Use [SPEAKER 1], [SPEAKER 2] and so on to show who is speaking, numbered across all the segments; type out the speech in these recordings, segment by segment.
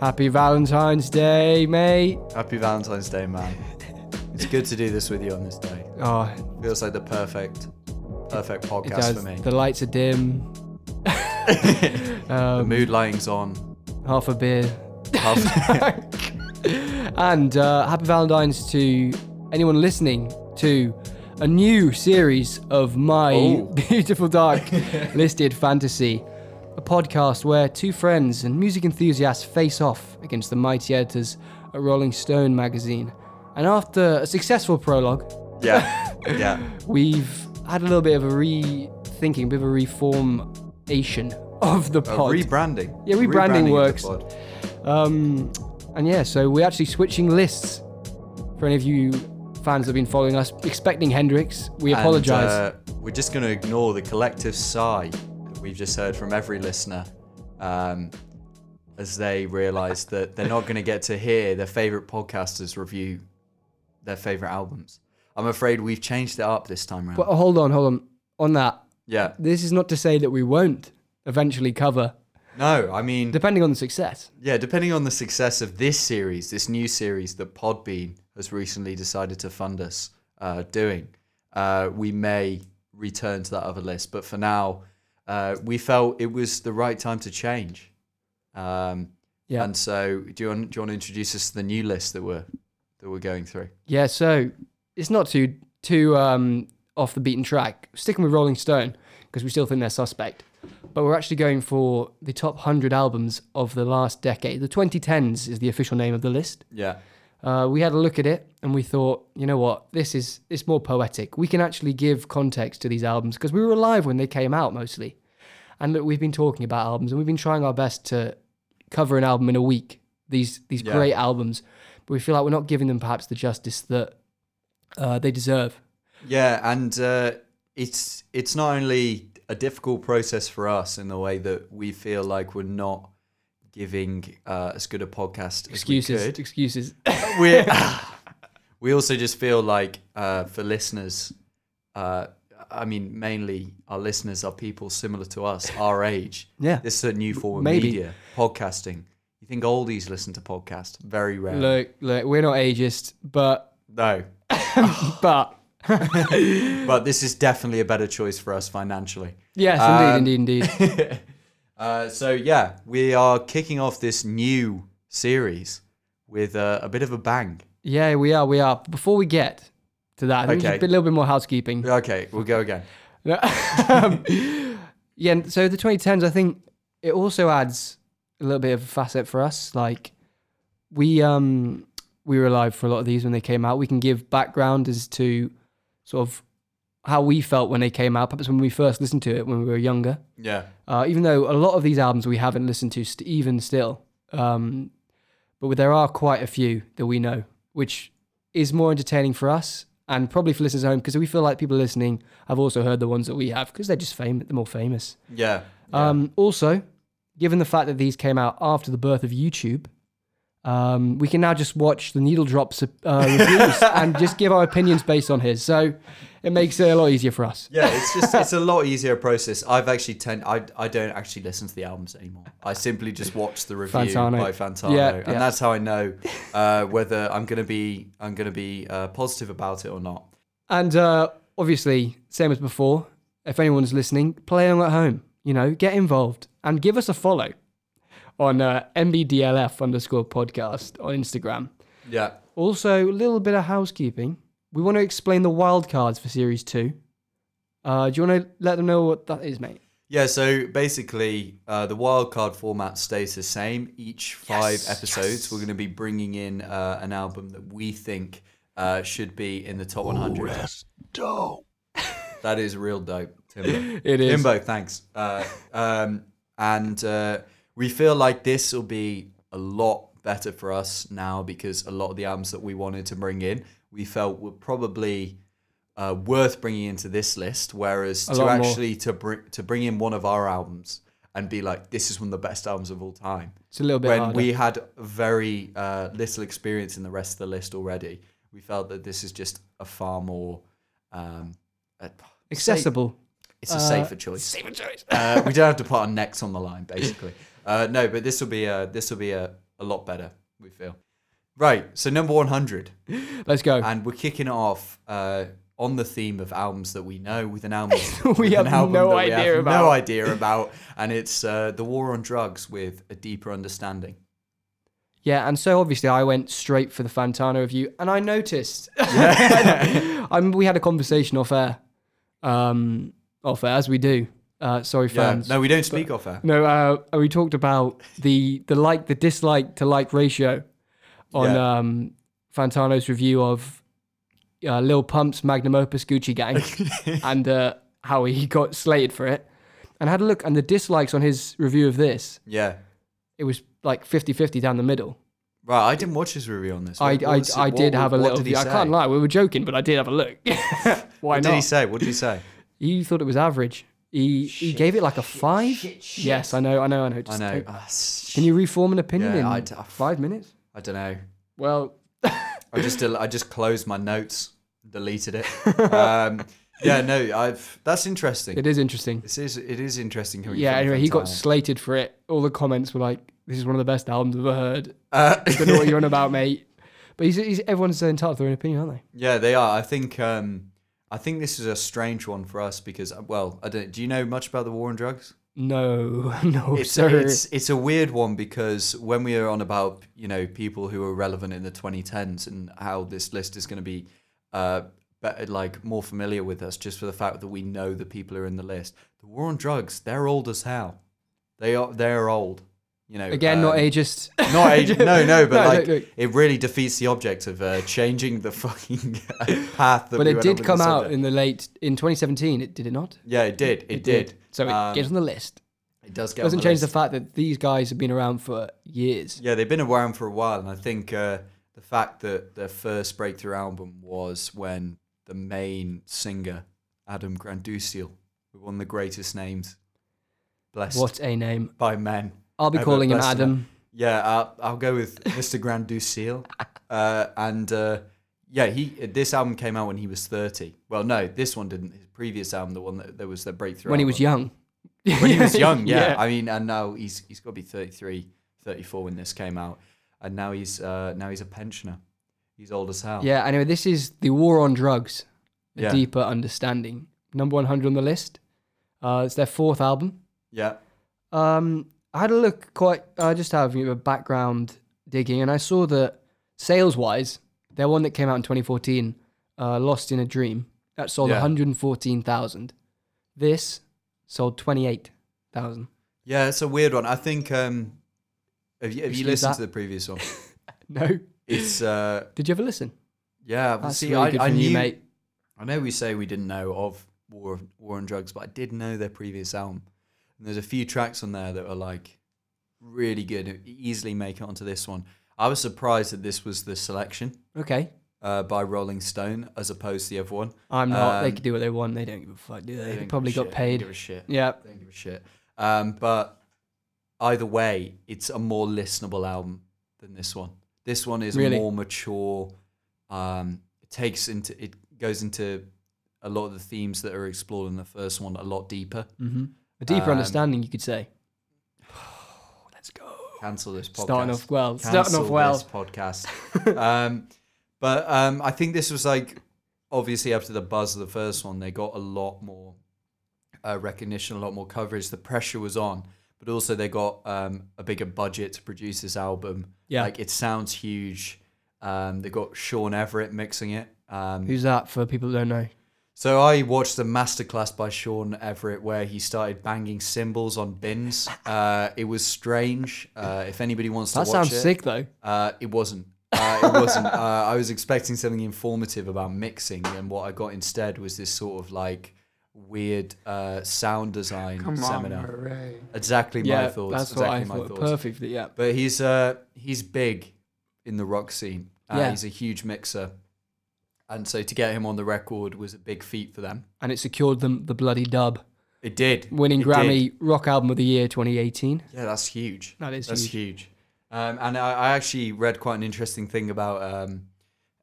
[SPEAKER 1] Happy Valentine's Day, mate.
[SPEAKER 2] Happy Valentine's Day, man. it's good to do this with you on this day.
[SPEAKER 1] Oh,
[SPEAKER 2] Feels like the perfect, perfect
[SPEAKER 1] it
[SPEAKER 2] podcast for
[SPEAKER 1] does.
[SPEAKER 2] me.
[SPEAKER 1] The lights are dim.
[SPEAKER 2] the mood lighting's on.
[SPEAKER 1] Half a beer.
[SPEAKER 2] Half-
[SPEAKER 1] And uh, happy Valentine's to anyone listening to a new series of my
[SPEAKER 2] Oh.
[SPEAKER 1] beautiful dark listed fantasy, a podcast where two friends and music enthusiasts face off against the mighty editors at Rolling Stone magazine. And after a successful prologue,
[SPEAKER 2] yeah, yeah.
[SPEAKER 1] we've had a little bit of a rethinking, a bit of a reformation of the
[SPEAKER 2] A
[SPEAKER 1] pod.
[SPEAKER 2] rebranding.
[SPEAKER 1] Yeah, rebranding
[SPEAKER 2] of the
[SPEAKER 1] works.
[SPEAKER 2] pod.
[SPEAKER 1] Um, and yeah, so we're actually switching lists for any of you fans that have been following us, expecting Hendrix. We
[SPEAKER 2] And,
[SPEAKER 1] apologise.
[SPEAKER 2] uh, we're just going to ignore the collective sigh that we've just heard from every listener um, as they realise that they're not going to get to hear their favourite podcasters review their favourite albums. I'm afraid we've changed it up this time round.
[SPEAKER 1] but hold on, hold on. On that,
[SPEAKER 2] yeah.
[SPEAKER 1] this is not to say that we won't eventually cover,
[SPEAKER 2] No, I mean,
[SPEAKER 1] depending on the success.
[SPEAKER 2] yeah, depending on the success of this series, this new series that Podbean has recently decided to fund us uh, doing, uh, we may return to that other list. But for now, uh, we felt it was the right time to change. Um,
[SPEAKER 1] Yeah.
[SPEAKER 2] And so, do you, want, do you want to introduce us to the new list that we're that we're going through?
[SPEAKER 1] Yeah, so it's not too too um, off the beaten track. Sticking with Rolling Stone because we still think they're suspect, but we're actually going for the top hundred albums of the last decade. The 2010s is the official name of the list.
[SPEAKER 2] Yeah.
[SPEAKER 1] Uh, we had a look at it and we thought, you know what, this is it's more poetic. We can actually give context to these albums because we were alive when they came out mostly, and look, we've been talking about albums and we've been trying our best to cover an album in a week. These these
[SPEAKER 2] Yeah.
[SPEAKER 1] great albums, but we feel like we're not giving them perhaps the justice that uh, they deserve.
[SPEAKER 2] Yeah, and uh, it's it's not only a difficult process for us in the way that we feel like we're not giving uh, as good a podcast
[SPEAKER 1] Excuses,
[SPEAKER 2] as we could.
[SPEAKER 1] excuses.
[SPEAKER 2] We're, we also just feel like uh, for listeners, uh, I mean, mainly our listeners are people similar to us, our age.
[SPEAKER 1] Yeah.
[SPEAKER 2] this is a new form of
[SPEAKER 1] Maybe.
[SPEAKER 2] media, podcasting. You think oldies listen to podcasts? Very rare.
[SPEAKER 1] look, look, we're not ageist, but
[SPEAKER 2] no,
[SPEAKER 1] but
[SPEAKER 2] but this is definitely a better choice for us financially.
[SPEAKER 1] yes,
[SPEAKER 2] Um,
[SPEAKER 1] indeed, indeed, indeed.
[SPEAKER 2] Uh, so yeah, we are kicking off this new series with uh, a bit of a bang.
[SPEAKER 1] yeah, we are, we are. Before we get to that, I think
[SPEAKER 2] Okay.
[SPEAKER 1] just a little bit more housekeeping.
[SPEAKER 2] Okay, we'll go again.
[SPEAKER 1] No. Um, yeah, and so the 2010s, I think it also adds a little bit of a facet for us. Like we um we were alive for a lot of these when they came out. We can give background as to sort of how we felt when they came out, perhaps when we first listened to it when we were younger.
[SPEAKER 2] Yeah,
[SPEAKER 1] Uh, even though a lot of these albums we haven't listened to st- even still, um, but there are quite a few that we know, which is more entertaining for us and probably for listeners at home because we feel like people listening have also heard the ones that we have because they're just famous, they're more famous.
[SPEAKER 2] yeah,
[SPEAKER 1] Um, also, given the fact that these came out after the birth of YouTube, um, we can now just watch the needle drops uh, reviews and just give our opinions based on his. So it makes it a lot easier for us.
[SPEAKER 2] yeah. It's just it's a lot easier process. I've actually tend I I don't actually listen to the albums anymore. I simply just watch the review
[SPEAKER 1] Fantano.
[SPEAKER 2] by Fantano,
[SPEAKER 1] Yeah,
[SPEAKER 2] and
[SPEAKER 1] yeah.
[SPEAKER 2] that's how I know uh, whether I'm gonna be I'm gonna be uh, positive about it or not.
[SPEAKER 1] And uh, obviously, same as before, if anyone's listening, play along at home. You know, get involved and give us a follow on uh, MBDLF underscore podcast on Instagram.
[SPEAKER 2] Yeah,
[SPEAKER 1] Also, a little bit of housekeeping. We want to explain the wildcards for Series 2. Uh, do you want to let them know what that is, mate?
[SPEAKER 2] Yeah, so basically, uh, the wildcard format stays the same. Each five
[SPEAKER 1] Yes,
[SPEAKER 2] episodes, we're going to be bringing in uh, an album that we think uh, should be in the top 100. Oh, that's dope. that is real dope, Timbo.
[SPEAKER 1] It is.
[SPEAKER 2] Timbo, thanks. Uh, um, and uh, we feel like this will be a lot better for us now because a lot of the albums that we wanted to bring in, we felt were probably uh, worth bringing into this list. Whereas to
[SPEAKER 1] lot more.
[SPEAKER 2] actually to bring to bring in one of our albums and be like, this is one of the best albums of all time.
[SPEAKER 1] It's a little bit
[SPEAKER 2] When
[SPEAKER 1] harder.
[SPEAKER 2] we had very uh, little experience in the rest of the list already, we felt that this is just a far more um, a-
[SPEAKER 1] Accessible.
[SPEAKER 2] it's a safer choice. Uh, Safer choice. uh, we don't have to put our necks on the line, basically. Uh, no, but this will be a this will be a, a lot better, we feel. Right, so number 100.
[SPEAKER 1] Let's go.
[SPEAKER 2] And we're kicking it off uh, on the theme of albums that we know with an album.
[SPEAKER 1] We
[SPEAKER 2] with
[SPEAKER 1] have
[SPEAKER 2] an album
[SPEAKER 1] no
[SPEAKER 2] that
[SPEAKER 1] idea
[SPEAKER 2] we have
[SPEAKER 1] about.
[SPEAKER 2] No idea about. And it's uh, The War on Drugs with a Deeper Understanding.
[SPEAKER 1] Yeah, and so obviously I went straight for the Fantano review, and I noticed. I'm, we had a conversation off air, um, off air as we do. Uh, sorry,
[SPEAKER 2] Yeah.
[SPEAKER 1] fans.
[SPEAKER 2] No, we don't speak off air.
[SPEAKER 1] No, uh, we talked about the the like the dislike to like ratio on
[SPEAKER 2] Yeah.
[SPEAKER 1] um, Fantano's review of uh, Lil Pump's magnum opus Gucci Gang and uh, how he got slated for it. And I had a look, and the dislikes on his review of this,
[SPEAKER 2] Yeah.
[SPEAKER 1] it was like 50-50 down the middle.
[SPEAKER 2] Right, I didn't watch his review on this.
[SPEAKER 1] I,
[SPEAKER 2] What- what
[SPEAKER 1] I,
[SPEAKER 2] was it-
[SPEAKER 1] I
[SPEAKER 2] what-
[SPEAKER 1] did have a
[SPEAKER 2] what
[SPEAKER 1] little.
[SPEAKER 2] did he
[SPEAKER 1] view. I
[SPEAKER 2] say?
[SPEAKER 1] can't lie, we were joking, but I did have a look. Why
[SPEAKER 2] What
[SPEAKER 1] not?
[SPEAKER 2] did he
[SPEAKER 1] He,
[SPEAKER 2] say? What did he say?
[SPEAKER 1] thought it was average. He he gave it like a five. Yes, I know, I know, I know.
[SPEAKER 2] I
[SPEAKER 1] Just
[SPEAKER 2] know.
[SPEAKER 1] don't-
[SPEAKER 2] Ah, sh-
[SPEAKER 1] Can you reform an opinion
[SPEAKER 2] Yeah,
[SPEAKER 1] in
[SPEAKER 2] I'd- I-
[SPEAKER 1] five minutes?
[SPEAKER 2] I don't know.
[SPEAKER 1] Well,
[SPEAKER 2] I just del- I just closed my notes, deleted it. Um, yeah, no, I've that's interesting.
[SPEAKER 1] it is interesting.
[SPEAKER 2] This is it is interesting. Coming
[SPEAKER 1] Yeah.
[SPEAKER 2] from
[SPEAKER 1] Anyway, he got
[SPEAKER 2] Fantano.
[SPEAKER 1] slated for it. All the comments were like, "This is one of the best albums I've ever heard." Don't know
[SPEAKER 2] Uh,
[SPEAKER 1] what you're on about, mate. But he's, he's everyone's entitled to their own opinion, aren't they?
[SPEAKER 2] yeah, they are. I think um, I think this is a strange one for us because uh, well, I don't. Do you know much about the war on drugs?
[SPEAKER 1] No, no,
[SPEAKER 2] It's
[SPEAKER 1] sir.
[SPEAKER 2] it's it's a weird one because when we are on about you know people who are relevant in the 2010s and how this list is going to be. Uh, better, like more familiar with us just for the fact that we know the people who are in the list. The war on drugs, they're old as hell. They are they're old. You know,
[SPEAKER 1] Again, not
[SPEAKER 2] um,
[SPEAKER 1] ageist.
[SPEAKER 2] Not age. No, no, but
[SPEAKER 1] No,
[SPEAKER 2] like
[SPEAKER 1] look, look.
[SPEAKER 2] it really defeats the object of uh, changing the fucking uh, path. That
[SPEAKER 1] But
[SPEAKER 2] we
[SPEAKER 1] it
[SPEAKER 2] went on
[SPEAKER 1] did
[SPEAKER 2] with
[SPEAKER 1] come
[SPEAKER 2] this
[SPEAKER 1] out
[SPEAKER 2] subject.
[SPEAKER 1] in the late in 2017. It did it not?
[SPEAKER 2] yeah, it did. It, did.
[SPEAKER 1] So it
[SPEAKER 2] Um,
[SPEAKER 1] gets on the list.
[SPEAKER 2] it does get. on
[SPEAKER 1] Doesn't change
[SPEAKER 2] list.
[SPEAKER 1] the fact that these guys have been around for years.
[SPEAKER 2] Yeah, they've been around for a while, and I think uh, the fact that their first breakthrough album was when the main singer Adam Granduciel, one of the greatest names, blessed
[SPEAKER 1] What a name!
[SPEAKER 2] by men.
[SPEAKER 1] I'll be
[SPEAKER 2] Ever
[SPEAKER 1] calling him
[SPEAKER 2] blessed by-
[SPEAKER 1] Adam.
[SPEAKER 2] Yeah, I'll, I'll go with Mr. Grand Ducille. Uh, and uh, yeah, he this album came out when he was 30. Well, no, this one didn't. His previous album, the one that, that was the breakthrough.
[SPEAKER 1] when he was
[SPEAKER 2] album.
[SPEAKER 1] young.
[SPEAKER 2] When he was young, yeah. I mean, and now he's he's got to be 33, 34 when this came out. And now he's uh, now he's a pensioner. He's old as hell.
[SPEAKER 1] Yeah, anyway, this is The War on Drugs, A
[SPEAKER 2] Yeah.
[SPEAKER 1] Deeper Understanding. Number 100 on the list. Uh, it's their fourth album.
[SPEAKER 2] Yeah.
[SPEAKER 1] Um, I had a look quite, I just have you know, background digging, and I saw that sales wise, their one that came out in 2014, uh, Lost in a Dream, that sold
[SPEAKER 2] Yeah.
[SPEAKER 1] 114,000. This sold 28,000.
[SPEAKER 2] Yeah, it's a weird one. I think. Um, have you, have you
[SPEAKER 1] Excuse
[SPEAKER 2] listened
[SPEAKER 1] that?
[SPEAKER 2] to the previous one?
[SPEAKER 1] No.
[SPEAKER 2] It's uh,
[SPEAKER 1] Did you ever listen?
[SPEAKER 2] yeah. well,
[SPEAKER 1] That's
[SPEAKER 2] see,
[SPEAKER 1] really
[SPEAKER 2] I,
[SPEAKER 1] good
[SPEAKER 2] I
[SPEAKER 1] from you,
[SPEAKER 2] knew-
[SPEAKER 1] mate.
[SPEAKER 2] I know we say we didn't know of War War on Drugs, but I did know their previous album. And there's a few tracks on there that are like really good, and easily make it onto this one. I was surprised that this was the selection
[SPEAKER 1] Okay.
[SPEAKER 2] uh, by Rolling Stone as opposed to the other one.
[SPEAKER 1] I'm not. they
[SPEAKER 2] Um,
[SPEAKER 1] can do what they want. They don't give a fuck, do
[SPEAKER 2] They
[SPEAKER 1] they?
[SPEAKER 2] don't
[SPEAKER 1] They
[SPEAKER 2] give
[SPEAKER 1] probably
[SPEAKER 2] a
[SPEAKER 1] got
[SPEAKER 2] shit. They don't
[SPEAKER 1] paid.
[SPEAKER 2] give a shit.
[SPEAKER 1] Yeah.
[SPEAKER 2] They don't give a shit. Um, but either way, it's a more listenable album than this one. This one is
[SPEAKER 1] Really?
[SPEAKER 2] more mature. Um, it takes into it goes into a lot of the themes that are explored in the first one a lot deeper.
[SPEAKER 1] hmm A deeper
[SPEAKER 2] Um,
[SPEAKER 1] understanding, you could say. Let's go.
[SPEAKER 2] Cancel this podcast.
[SPEAKER 1] Starting off well. starting
[SPEAKER 2] Cancel
[SPEAKER 1] off well.
[SPEAKER 2] This podcast. um, but um, I think this was like obviously after the buzz of the first one, they got a lot more uh, recognition, a lot more coverage. The pressure was on, but also they got um, a bigger budget to produce this album.
[SPEAKER 1] Yeah.
[SPEAKER 2] like it sounds huge. Um, they got Sean Everett mixing it. Um,
[SPEAKER 1] Who's that for people who don't know?
[SPEAKER 2] so I watched a masterclass by Sean Everett where he started banging cymbals on bins. Uh, it was strange. Uh, if anybody wants to
[SPEAKER 1] That
[SPEAKER 2] watch
[SPEAKER 1] sounds
[SPEAKER 2] it,
[SPEAKER 1] sick, though.
[SPEAKER 2] uh, it wasn't. Uh, it wasn't. uh, I was expecting something informative about mixing, and what I got instead was this sort of like weird uh, sound design seminar. Exactly my
[SPEAKER 1] Yeah,
[SPEAKER 2] thoughts.
[SPEAKER 1] that's what
[SPEAKER 2] exactly
[SPEAKER 1] I
[SPEAKER 2] my
[SPEAKER 1] thought.
[SPEAKER 2] thoughts.
[SPEAKER 1] Perfectly, yeah.
[SPEAKER 2] But he's uh, he's big in the rock scene. Uh,
[SPEAKER 1] Yeah.
[SPEAKER 2] He's a huge mixer, and so to get him on the record was a big feat for them.
[SPEAKER 1] And it secured them the bloody dub,
[SPEAKER 2] It did
[SPEAKER 1] winning
[SPEAKER 2] It did.
[SPEAKER 1] Grammy Rock Album of the Year 2018.
[SPEAKER 2] Yeah, that's huge.
[SPEAKER 1] That is
[SPEAKER 2] That's huge. Um, and I, I actually read quite an interesting thing about um,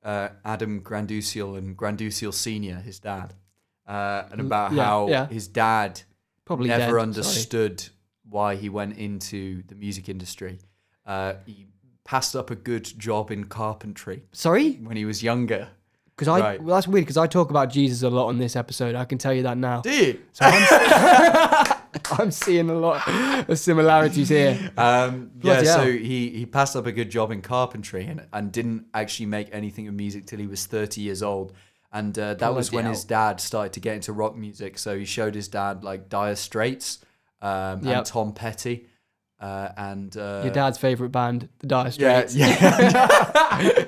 [SPEAKER 2] uh, Adam Granduciel and Granduciel Senior, his dad, uh, and about
[SPEAKER 1] yeah,
[SPEAKER 2] how
[SPEAKER 1] yeah.
[SPEAKER 2] his dad
[SPEAKER 1] Probably
[SPEAKER 2] never
[SPEAKER 1] dead, sorry.
[SPEAKER 2] understood why he went into the music industry. Uh, he passed up a good job in carpentry
[SPEAKER 1] Sorry,
[SPEAKER 2] when he was younger.
[SPEAKER 1] because I
[SPEAKER 2] Right.
[SPEAKER 1] well, that's weird because I talk about Jesus a lot on this episode. I can tell you that now.
[SPEAKER 2] Do you?
[SPEAKER 1] So I'm, I'm seeing a lot of similarities here.
[SPEAKER 2] Um, yeah,
[SPEAKER 1] Bloody hell.
[SPEAKER 2] so he, he passed up a good job in carpentry and, and didn't actually make anything of music till he was 30 years old. And uh, that was
[SPEAKER 1] Bloody
[SPEAKER 2] when
[SPEAKER 1] hell.
[SPEAKER 2] his dad started to get into rock music. So he showed his dad like Dire Straits um,
[SPEAKER 1] Yep.
[SPEAKER 2] and Tom Petty. Uh, and uh,
[SPEAKER 1] Your dad's favorite band, the Dire
[SPEAKER 2] yeah,
[SPEAKER 1] Straits.
[SPEAKER 2] yeah,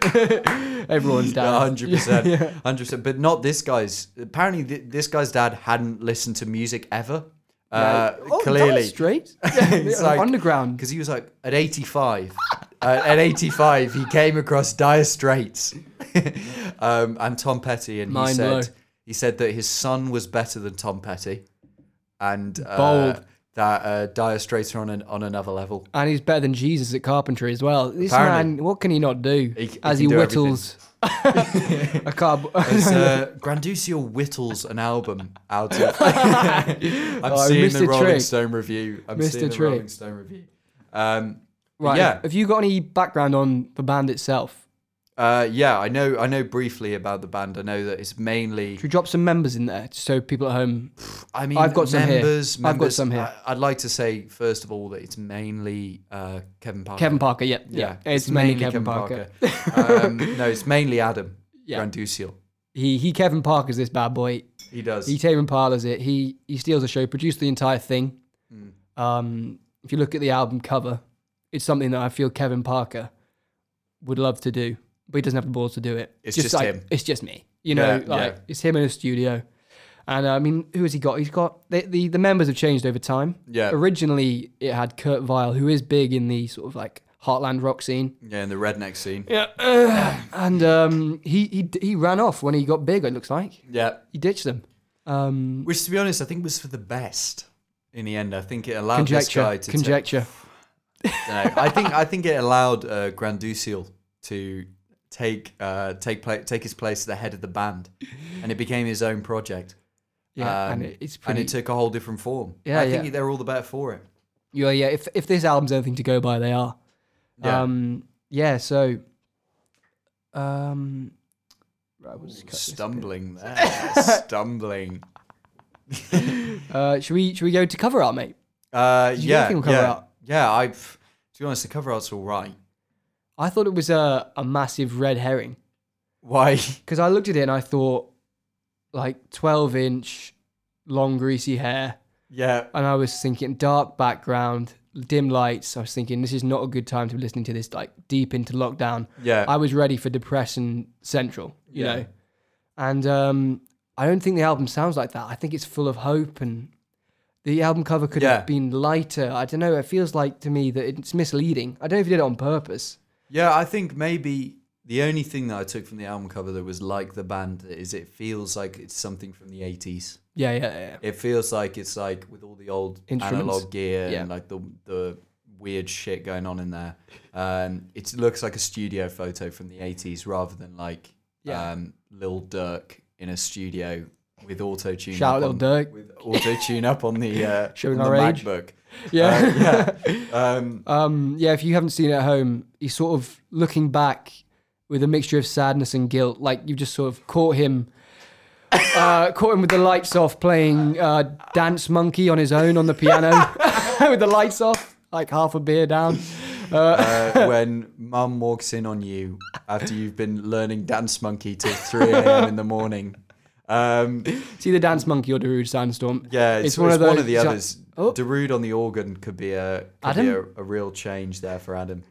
[SPEAKER 1] Everyone's dad.
[SPEAKER 2] hundred percent, hundred percent. But not this guy's. Apparently, th- this guy's dad hadn't listened to music ever. Uh,
[SPEAKER 1] oh, Dire
[SPEAKER 2] clearly,
[SPEAKER 1] Straits.
[SPEAKER 2] It's like-
[SPEAKER 1] underground.
[SPEAKER 2] because he was like at 85 uh, at 85 he came across dire straits um, and tom petty and he
[SPEAKER 1] Mind
[SPEAKER 2] said
[SPEAKER 1] blow.
[SPEAKER 2] he said that his son was better than tom petty and uh,
[SPEAKER 1] Bold.
[SPEAKER 2] that uh, dire straits are on, an, on another level
[SPEAKER 1] And he's better than Jesus at carpentry as well. This
[SPEAKER 2] Apparently.
[SPEAKER 1] man, what can he not do
[SPEAKER 2] He- he
[SPEAKER 1] as he
[SPEAKER 2] can do everything.
[SPEAKER 1] whittles a car?
[SPEAKER 2] As, uh, Granducio whittles an album out of. I'm
[SPEAKER 1] Oh, I
[SPEAKER 2] seeing
[SPEAKER 1] missed
[SPEAKER 2] the
[SPEAKER 1] a
[SPEAKER 2] Rolling
[SPEAKER 1] trick.
[SPEAKER 2] Stone review. I'm
[SPEAKER 1] Missed a
[SPEAKER 2] seeing the
[SPEAKER 1] trick.
[SPEAKER 2] Rolling Stone review. Um,
[SPEAKER 1] right.
[SPEAKER 2] yeah.
[SPEAKER 1] Have you got any background on the band itself?
[SPEAKER 2] uh, yeah, I know. I know briefly about the band. I know that it's mainly
[SPEAKER 1] Should we drop some members in there just so people at home?
[SPEAKER 2] I mean,
[SPEAKER 1] I've got some here.
[SPEAKER 2] members,
[SPEAKER 1] I've got
[SPEAKER 2] members-
[SPEAKER 1] some here.
[SPEAKER 2] I, would like to say first of all that it's mainly uh, Kevin Parker.
[SPEAKER 1] Kevin Parker. Yeah. Yeah. It's, mainly Kevin, Parker.
[SPEAKER 2] Parker. um, no, it's mainly Adam
[SPEAKER 1] Yeah.
[SPEAKER 2] Granduciel.
[SPEAKER 1] He he. Kevin Parker's this bad boy.
[SPEAKER 2] He does.
[SPEAKER 1] He Tame Impala's it. He he steals the show, produced the entire thing.
[SPEAKER 2] Mm.
[SPEAKER 1] Um, if you look at the album cover, it's something that I feel Kevin Parker would love to do, but he doesn't have the balls to do it.
[SPEAKER 2] It's just
[SPEAKER 1] like,
[SPEAKER 2] him.
[SPEAKER 1] It's just me. You know,
[SPEAKER 2] Yeah,
[SPEAKER 1] like
[SPEAKER 2] yeah.
[SPEAKER 1] it's him in a studio. And uh, I mean, who has he got? He's got the, the the members have changed over time.
[SPEAKER 2] Yeah.
[SPEAKER 1] Originally, it had Kurt Vile, who is big in the sort of like heartland rock scene.
[SPEAKER 2] yeah, in the redneck scene. Yeah.
[SPEAKER 1] Yeah. and um, he he he ran off when he got big. It looks like he ditched them. Um,
[SPEAKER 2] Which, to be honest, I think was for the best in the end. I think it allowed this
[SPEAKER 1] conjecture
[SPEAKER 2] guy to.
[SPEAKER 1] conjecture
[SPEAKER 2] Take, no, I think I think it allowed uh, Granduciel to take uh, take pla take his place at the head of the band, and it became his own project.
[SPEAKER 1] yeah
[SPEAKER 2] Um,
[SPEAKER 1] and it- it's pretty
[SPEAKER 2] and it took a whole different form.
[SPEAKER 1] Yeah,
[SPEAKER 2] I think
[SPEAKER 1] yeah.
[SPEAKER 2] they're all the better for it.
[SPEAKER 1] yeah yeah if, if this album's anything to go by they are
[SPEAKER 2] Yeah.
[SPEAKER 1] um yeah so um right, we'll just cut this.
[SPEAKER 2] Stumbling there. Stumbling.
[SPEAKER 1] uh should we should we go to cover art mate
[SPEAKER 2] Uh,
[SPEAKER 1] you get
[SPEAKER 2] yeah.
[SPEAKER 1] anything cover
[SPEAKER 2] yeah.
[SPEAKER 1] art?
[SPEAKER 2] Yeah, I to be honest, the cover art's all right.
[SPEAKER 1] i thought it was a, a massive red herring
[SPEAKER 2] Why?
[SPEAKER 1] because i looked at it and i thought like 12 inch long greasy hair
[SPEAKER 2] Yeah.
[SPEAKER 1] and i was thinking dark background dim lights i was thinking this is not a good time to be listening to this like deep into lockdown
[SPEAKER 2] Yeah.
[SPEAKER 1] I was ready for Depression Central, you
[SPEAKER 2] Yeah.
[SPEAKER 1] know. And um, I don't think the album sounds like that. I think it's full of hope and the album cover could
[SPEAKER 2] Yeah.
[SPEAKER 1] have been lighter. I don't know. It feels like to me that it's misleading. I don't know if you did it on purpose.
[SPEAKER 2] yeah, I think maybe the only thing that I took from the album cover that was like the band is it feels like it's something from the 80s.
[SPEAKER 1] Yeah, yeah, yeah.
[SPEAKER 2] It feels like it's like with all the old
[SPEAKER 1] Instruments?
[SPEAKER 2] analog gear
[SPEAKER 1] Yeah.
[SPEAKER 2] and like the the weird shit going on in there. Um, it looks like a studio photo from the eighties rather than like
[SPEAKER 1] Yeah.
[SPEAKER 2] um, Lil Durk in a studio with auto tune.
[SPEAKER 1] Shout out Lil Durk.
[SPEAKER 2] with auto tune up on the uh,
[SPEAKER 1] Showing
[SPEAKER 2] on the
[SPEAKER 1] our age.
[SPEAKER 2] MacBook.
[SPEAKER 1] Yeah.
[SPEAKER 2] Uh, yeah. Um,
[SPEAKER 1] um, yeah, if you haven't seen it at home, he's sort of looking back with a mixture of sadness and guilt. Like you've just sort of caught him, uh, caught him with the lights off, playing uh, Dance Monkey on his own on the piano with the lights off, like half a beer down.
[SPEAKER 2] uh, when mum walks in on you after you've been learning Dance Monkey till 3 a.m. in the morning. Um,
[SPEAKER 1] See the Dance Monkey or Darude Sandstorm.
[SPEAKER 2] Yeah, it's, it's one, of the
[SPEAKER 1] so-
[SPEAKER 2] others.
[SPEAKER 1] Oh.
[SPEAKER 2] Darude on the organ could be a could
[SPEAKER 1] Adam?
[SPEAKER 2] be a, a real change there for Adam.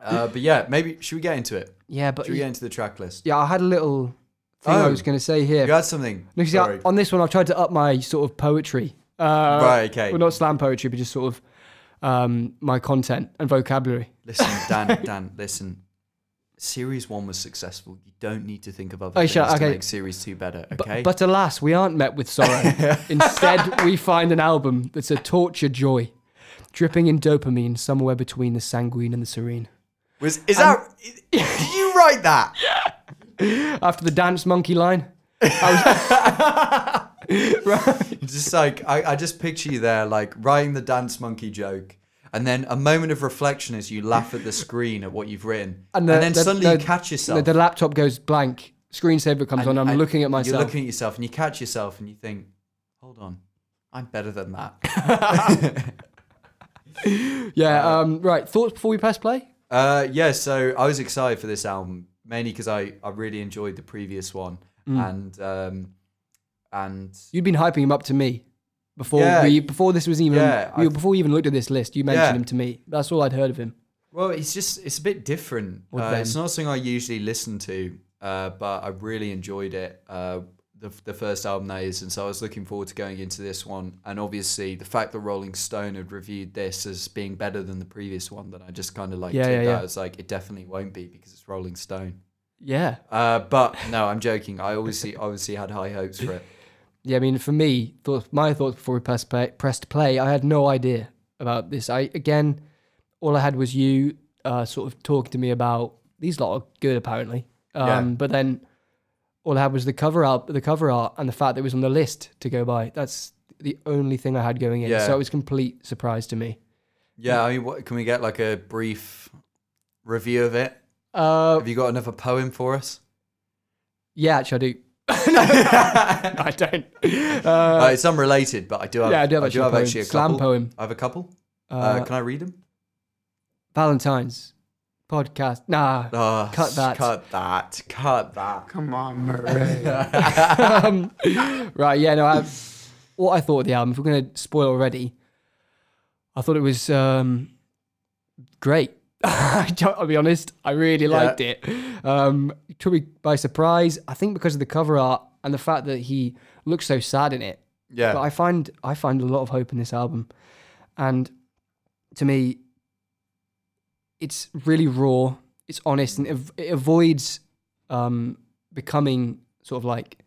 [SPEAKER 2] Uh, but yeah, maybe should we get into it?
[SPEAKER 1] Yeah, but
[SPEAKER 2] Should we get into the track list?
[SPEAKER 1] yeah, I had a little thing I
[SPEAKER 2] Oh.
[SPEAKER 1] was going to say here.
[SPEAKER 2] You had something.
[SPEAKER 1] No, 'cause
[SPEAKER 2] Sorry.
[SPEAKER 1] I- on this one, I've tried to up my sort of poetry. Uh,
[SPEAKER 2] Right, okay.
[SPEAKER 1] Well, not slam poetry, but just sort of um, my content and vocabulary.
[SPEAKER 2] Listen, Dan, Dan, listen. Series one was successful. You don't need to think of other
[SPEAKER 1] Oh,
[SPEAKER 2] things
[SPEAKER 1] sure,
[SPEAKER 2] to
[SPEAKER 1] okay.
[SPEAKER 2] make series two better.
[SPEAKER 1] But,
[SPEAKER 2] Okay.
[SPEAKER 1] but alas, we aren't met with sorrow. Instead, we find an album that's a torture joy, dripping in dopamine somewhere between the sanguine and the serene.
[SPEAKER 2] was is that? Did you write that?
[SPEAKER 1] After the dance monkey line,
[SPEAKER 2] Just like I, I just picture you there, like writing the dance monkey joke, and then a moment of reflection as you laugh at the screen at what you've written, and,
[SPEAKER 1] the-
[SPEAKER 2] then
[SPEAKER 1] the-
[SPEAKER 2] suddenly you
[SPEAKER 1] the-
[SPEAKER 2] catch
[SPEAKER 1] The,
[SPEAKER 2] yourself.
[SPEAKER 1] the laptop goes blank. Screensaver comes on.
[SPEAKER 2] and-
[SPEAKER 1] I'm
[SPEAKER 2] and
[SPEAKER 1] looking at myself.
[SPEAKER 2] You're looking at yourself, and you catch yourself, and you think, "Hold on, I'm better than that."
[SPEAKER 1] yeah. Um. Right. Thoughts before we press play.
[SPEAKER 2] Uh, yeah, so I was excited for this album mainly because I, I really enjoyed the previous one,
[SPEAKER 1] Mm.
[SPEAKER 2] and um, and
[SPEAKER 1] You'd been hyping him up to me before
[SPEAKER 2] Yeah.
[SPEAKER 1] we before this was even
[SPEAKER 2] Yeah,
[SPEAKER 1] we,
[SPEAKER 2] I-
[SPEAKER 1] before we even looked at this list. You mentioned
[SPEAKER 2] Yeah.
[SPEAKER 1] him to me. That's all I'd heard of him.
[SPEAKER 2] well, it's just it's a bit different.
[SPEAKER 1] With
[SPEAKER 2] Uh,
[SPEAKER 1] them.
[SPEAKER 2] it's not something I usually listen to, uh, but I really enjoyed it. Uh, the the first album that is, and so I was looking forward to going into this one, and obviously the fact that Rolling Stone had reviewed this as being better than the previous one, that I just kind of like
[SPEAKER 1] Yeah,
[SPEAKER 2] took
[SPEAKER 1] yeah,
[SPEAKER 2] that
[SPEAKER 1] yeah.
[SPEAKER 2] as like it definitely won't be because it's Rolling Stone.
[SPEAKER 1] Yeah.
[SPEAKER 2] Uh, but no, I'm joking. I obviously obviously had high hopes for it.
[SPEAKER 1] Yeah. I mean, for me, thoughts, my thoughts before we pressed play, pressed play. I had no idea about this. I again, all I had was you uh, sort of talking to me about these lot are good apparently. Um,
[SPEAKER 2] Yeah.
[SPEAKER 1] But then all I had was the cover art, the cover art, and the fact that it was on the list to go by. That's the only thing I had going in.
[SPEAKER 2] Yeah.
[SPEAKER 1] So it was complete surprise to me.
[SPEAKER 2] Yeah, I mean, what, can we get like a brief review of it?
[SPEAKER 1] Uh,
[SPEAKER 2] Have you got another poem for us?
[SPEAKER 1] yeah, actually, I do. I don't.
[SPEAKER 2] Uh,
[SPEAKER 1] Uh,
[SPEAKER 2] it's unrelated, but I do have.
[SPEAKER 1] yeah, I do have,
[SPEAKER 2] I
[SPEAKER 1] actually, a poem.
[SPEAKER 2] actually a
[SPEAKER 1] slam
[SPEAKER 2] couple.
[SPEAKER 1] poem.
[SPEAKER 2] I have a couple.
[SPEAKER 1] Uh,
[SPEAKER 2] Uh, can I read them?
[SPEAKER 1] Valentine's podcast. Nah.
[SPEAKER 2] Oh,
[SPEAKER 1] cut
[SPEAKER 2] s-
[SPEAKER 1] that.
[SPEAKER 2] Cut that. Cut that.
[SPEAKER 3] Come on, Murray.
[SPEAKER 1] um, right. Yeah. No. I, what I thought of the album. If we're going to spoil already, I thought it was um, great. I don't- I'll be honest. I really liked it. Um, it took me by surprise. I think because of the cover art and the fact that he looks so sad in it.
[SPEAKER 2] Yeah.
[SPEAKER 1] But I find I find a lot of hope in this album, and to me, it's really raw. It's honest, and it, av- it avoids um, becoming sort of like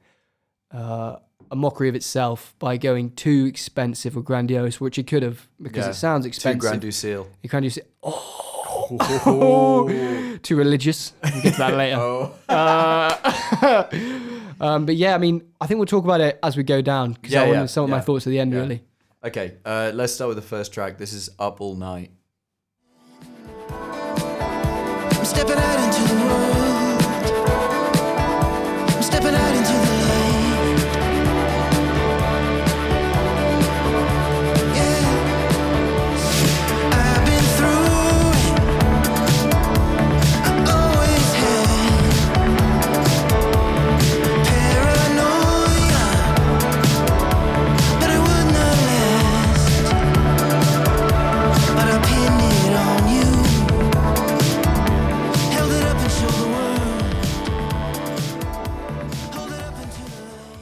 [SPEAKER 1] uh, a mockery of itself by going too expensive or grandiose, which it could have because
[SPEAKER 2] Yeah.
[SPEAKER 1] it sounds
[SPEAKER 2] Two
[SPEAKER 1] expensive.
[SPEAKER 2] Grand Seal.
[SPEAKER 1] you can't just say, oh, too religious. We'll get to that later.
[SPEAKER 2] Oh.
[SPEAKER 1] Uh, um, but yeah, I mean, I think we'll talk about it as we go down because
[SPEAKER 2] Yeah,
[SPEAKER 1] I want
[SPEAKER 2] yeah,
[SPEAKER 1] to sum up my
[SPEAKER 2] yeah,
[SPEAKER 1] thoughts at the end,
[SPEAKER 2] yeah.
[SPEAKER 1] really.
[SPEAKER 2] Okay, uh, let's start with the first track. This is Up All Night.
[SPEAKER 4] I'm stepping out into the world. I'm stepping out into the light. Yeah. I've been through it. I always had paranoia that it would not last. But I pinned it on you held it up and showed the world. Hold it up and to the light.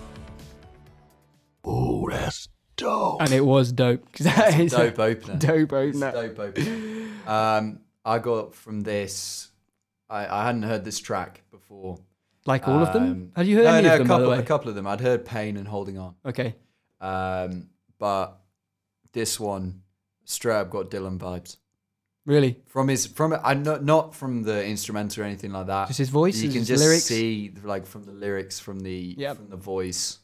[SPEAKER 1] And it was dope. 'cause that is
[SPEAKER 2] Dope
[SPEAKER 1] dope.
[SPEAKER 2] opener.
[SPEAKER 1] dope
[SPEAKER 2] It's
[SPEAKER 1] opener.
[SPEAKER 2] dope opener. Um, I got from this. I, I hadn't heard this track before.
[SPEAKER 1] Like all of them?
[SPEAKER 2] Um,
[SPEAKER 1] Have you heard
[SPEAKER 2] no,
[SPEAKER 1] any
[SPEAKER 2] no,
[SPEAKER 1] of them,
[SPEAKER 2] a
[SPEAKER 1] by
[SPEAKER 2] couple,
[SPEAKER 1] the
[SPEAKER 2] a
[SPEAKER 1] way?
[SPEAKER 2] couple of them. I'd heard Pain and Holding On.
[SPEAKER 1] Okay.
[SPEAKER 2] Um, but this one, straight up got Dylan vibes
[SPEAKER 1] Really?
[SPEAKER 2] from his from I not not from the instrumental or anything like that.
[SPEAKER 1] Just his voice,
[SPEAKER 2] You can
[SPEAKER 1] his
[SPEAKER 2] just
[SPEAKER 1] lyrics?
[SPEAKER 2] see like from the lyrics, from the
[SPEAKER 1] Yep.
[SPEAKER 2] from the voice,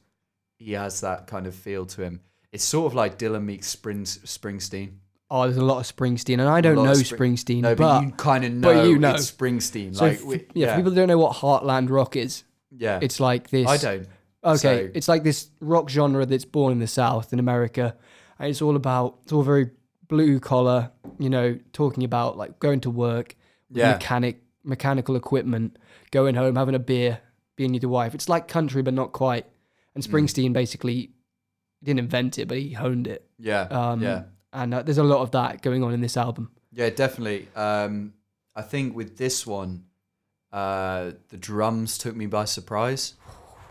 [SPEAKER 2] he has that kind of feel to him. It's sort of like Dylan meets Spring, Springsteen.
[SPEAKER 1] Oh, there's a lot of Springsteen. And I don't
[SPEAKER 2] lot
[SPEAKER 1] know
[SPEAKER 2] of Spring-
[SPEAKER 1] Springsteen,
[SPEAKER 2] No, but,
[SPEAKER 1] but,
[SPEAKER 2] you kind of know,
[SPEAKER 1] but you know.
[SPEAKER 2] it's Springsteen.
[SPEAKER 1] so
[SPEAKER 2] like
[SPEAKER 1] f-
[SPEAKER 2] we-
[SPEAKER 1] yeah,
[SPEAKER 2] yeah,
[SPEAKER 1] for people that don't know what Heartland Rock is,
[SPEAKER 2] yeah.
[SPEAKER 1] it's like this.
[SPEAKER 2] I don't.
[SPEAKER 1] Okay,
[SPEAKER 2] so-
[SPEAKER 1] it's like this rock genre that's born in the South in America, and it's all about it's all very blue collar, you know, talking about like going to work, with
[SPEAKER 2] Yeah.
[SPEAKER 1] mechanic mechanical equipment, going home, having a beer, being with your wife. It's like country, but not quite. And Springsteen basically didn't invent it, but he honed it.
[SPEAKER 2] Yeah,
[SPEAKER 1] Um,
[SPEAKER 2] yeah.
[SPEAKER 1] And uh, there's a lot of that going on in this album.
[SPEAKER 2] Yeah, definitely. Um, I think with this one, uh, the drums took me by surprise.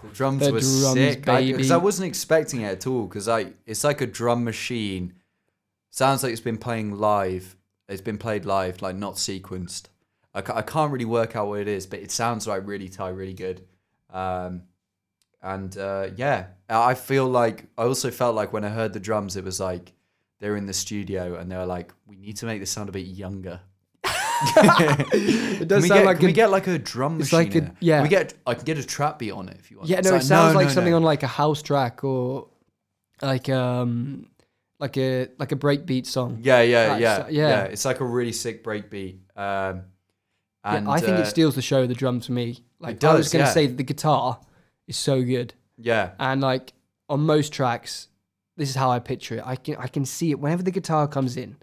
[SPEAKER 2] The drums
[SPEAKER 1] The
[SPEAKER 2] were
[SPEAKER 1] drums,
[SPEAKER 2] sick because I,
[SPEAKER 1] baby.
[SPEAKER 2] wasn't expecting it at all. Because I, it's like a drum machine. Sounds like it's been playing live. It's been played live, like not sequenced. I, ca- I can't really work out what it is, but it sounds like really tight, really good. Um, and uh, yeah, I I feel like I also felt like when I heard the drums, it was like they're in the studio and they're like, we need to make this sound a bit younger.
[SPEAKER 1] It
[SPEAKER 2] Can
[SPEAKER 1] does
[SPEAKER 2] we,
[SPEAKER 1] sound
[SPEAKER 2] get,
[SPEAKER 1] like
[SPEAKER 2] can we
[SPEAKER 1] a,
[SPEAKER 2] get like a drum
[SPEAKER 1] It's
[SPEAKER 2] machine?
[SPEAKER 1] like a-
[SPEAKER 2] in it?
[SPEAKER 1] yeah.
[SPEAKER 2] Can we get I can get a trap beat on it if you want.
[SPEAKER 1] yeah,
[SPEAKER 2] It's
[SPEAKER 1] no, it sounds
[SPEAKER 2] no,
[SPEAKER 1] like
[SPEAKER 2] no,
[SPEAKER 1] something
[SPEAKER 2] no.
[SPEAKER 1] on like a house track or like um like a like a breakbeat song.
[SPEAKER 2] Yeah, yeah,
[SPEAKER 1] That's-
[SPEAKER 2] yeah,
[SPEAKER 1] uh,
[SPEAKER 2] yeah,
[SPEAKER 1] yeah.
[SPEAKER 2] It's like a really sick breakbeat. Um,
[SPEAKER 1] Yeah,
[SPEAKER 2] and
[SPEAKER 1] I think
[SPEAKER 2] uh,
[SPEAKER 1] it steals the show. The drums for me. Like
[SPEAKER 2] It
[SPEAKER 1] I was
[SPEAKER 2] does,
[SPEAKER 1] gonna
[SPEAKER 2] yeah.
[SPEAKER 1] say that the guitar is so good,
[SPEAKER 2] yeah,
[SPEAKER 1] and like on most tracks, this is how I picture it. I can I can see it whenever the guitar comes in,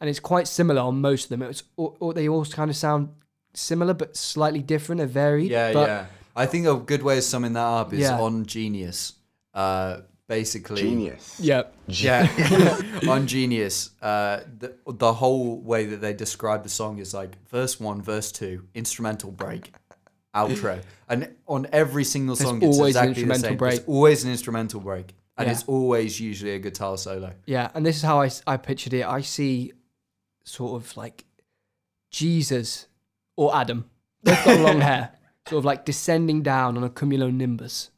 [SPEAKER 1] and it's quite similar on most of them. It's or, or they all kind of sound similar but slightly different. They're varied.
[SPEAKER 2] yeah,
[SPEAKER 1] but
[SPEAKER 2] yeah. I think a good way of summing that up is
[SPEAKER 1] Yeah.
[SPEAKER 2] on Genius. Uh, basically,
[SPEAKER 3] Genius.
[SPEAKER 1] yeah.
[SPEAKER 2] Yeah, on Genius, uh, the, the whole way that they describe the song is like verse one, verse two, instrumental break, outro, and on every single song, it's
[SPEAKER 1] always an
[SPEAKER 2] exactly the
[SPEAKER 1] instrumental
[SPEAKER 2] same.
[SPEAKER 1] break.
[SPEAKER 2] It's always an instrumental break, and
[SPEAKER 1] Yeah.
[SPEAKER 2] it's always usually a guitar solo.
[SPEAKER 1] Yeah, and this is how I, s- I pictured it. I see sort of like Jesus or Adam, both got long hair, sort of like descending down on a cumulonimbus,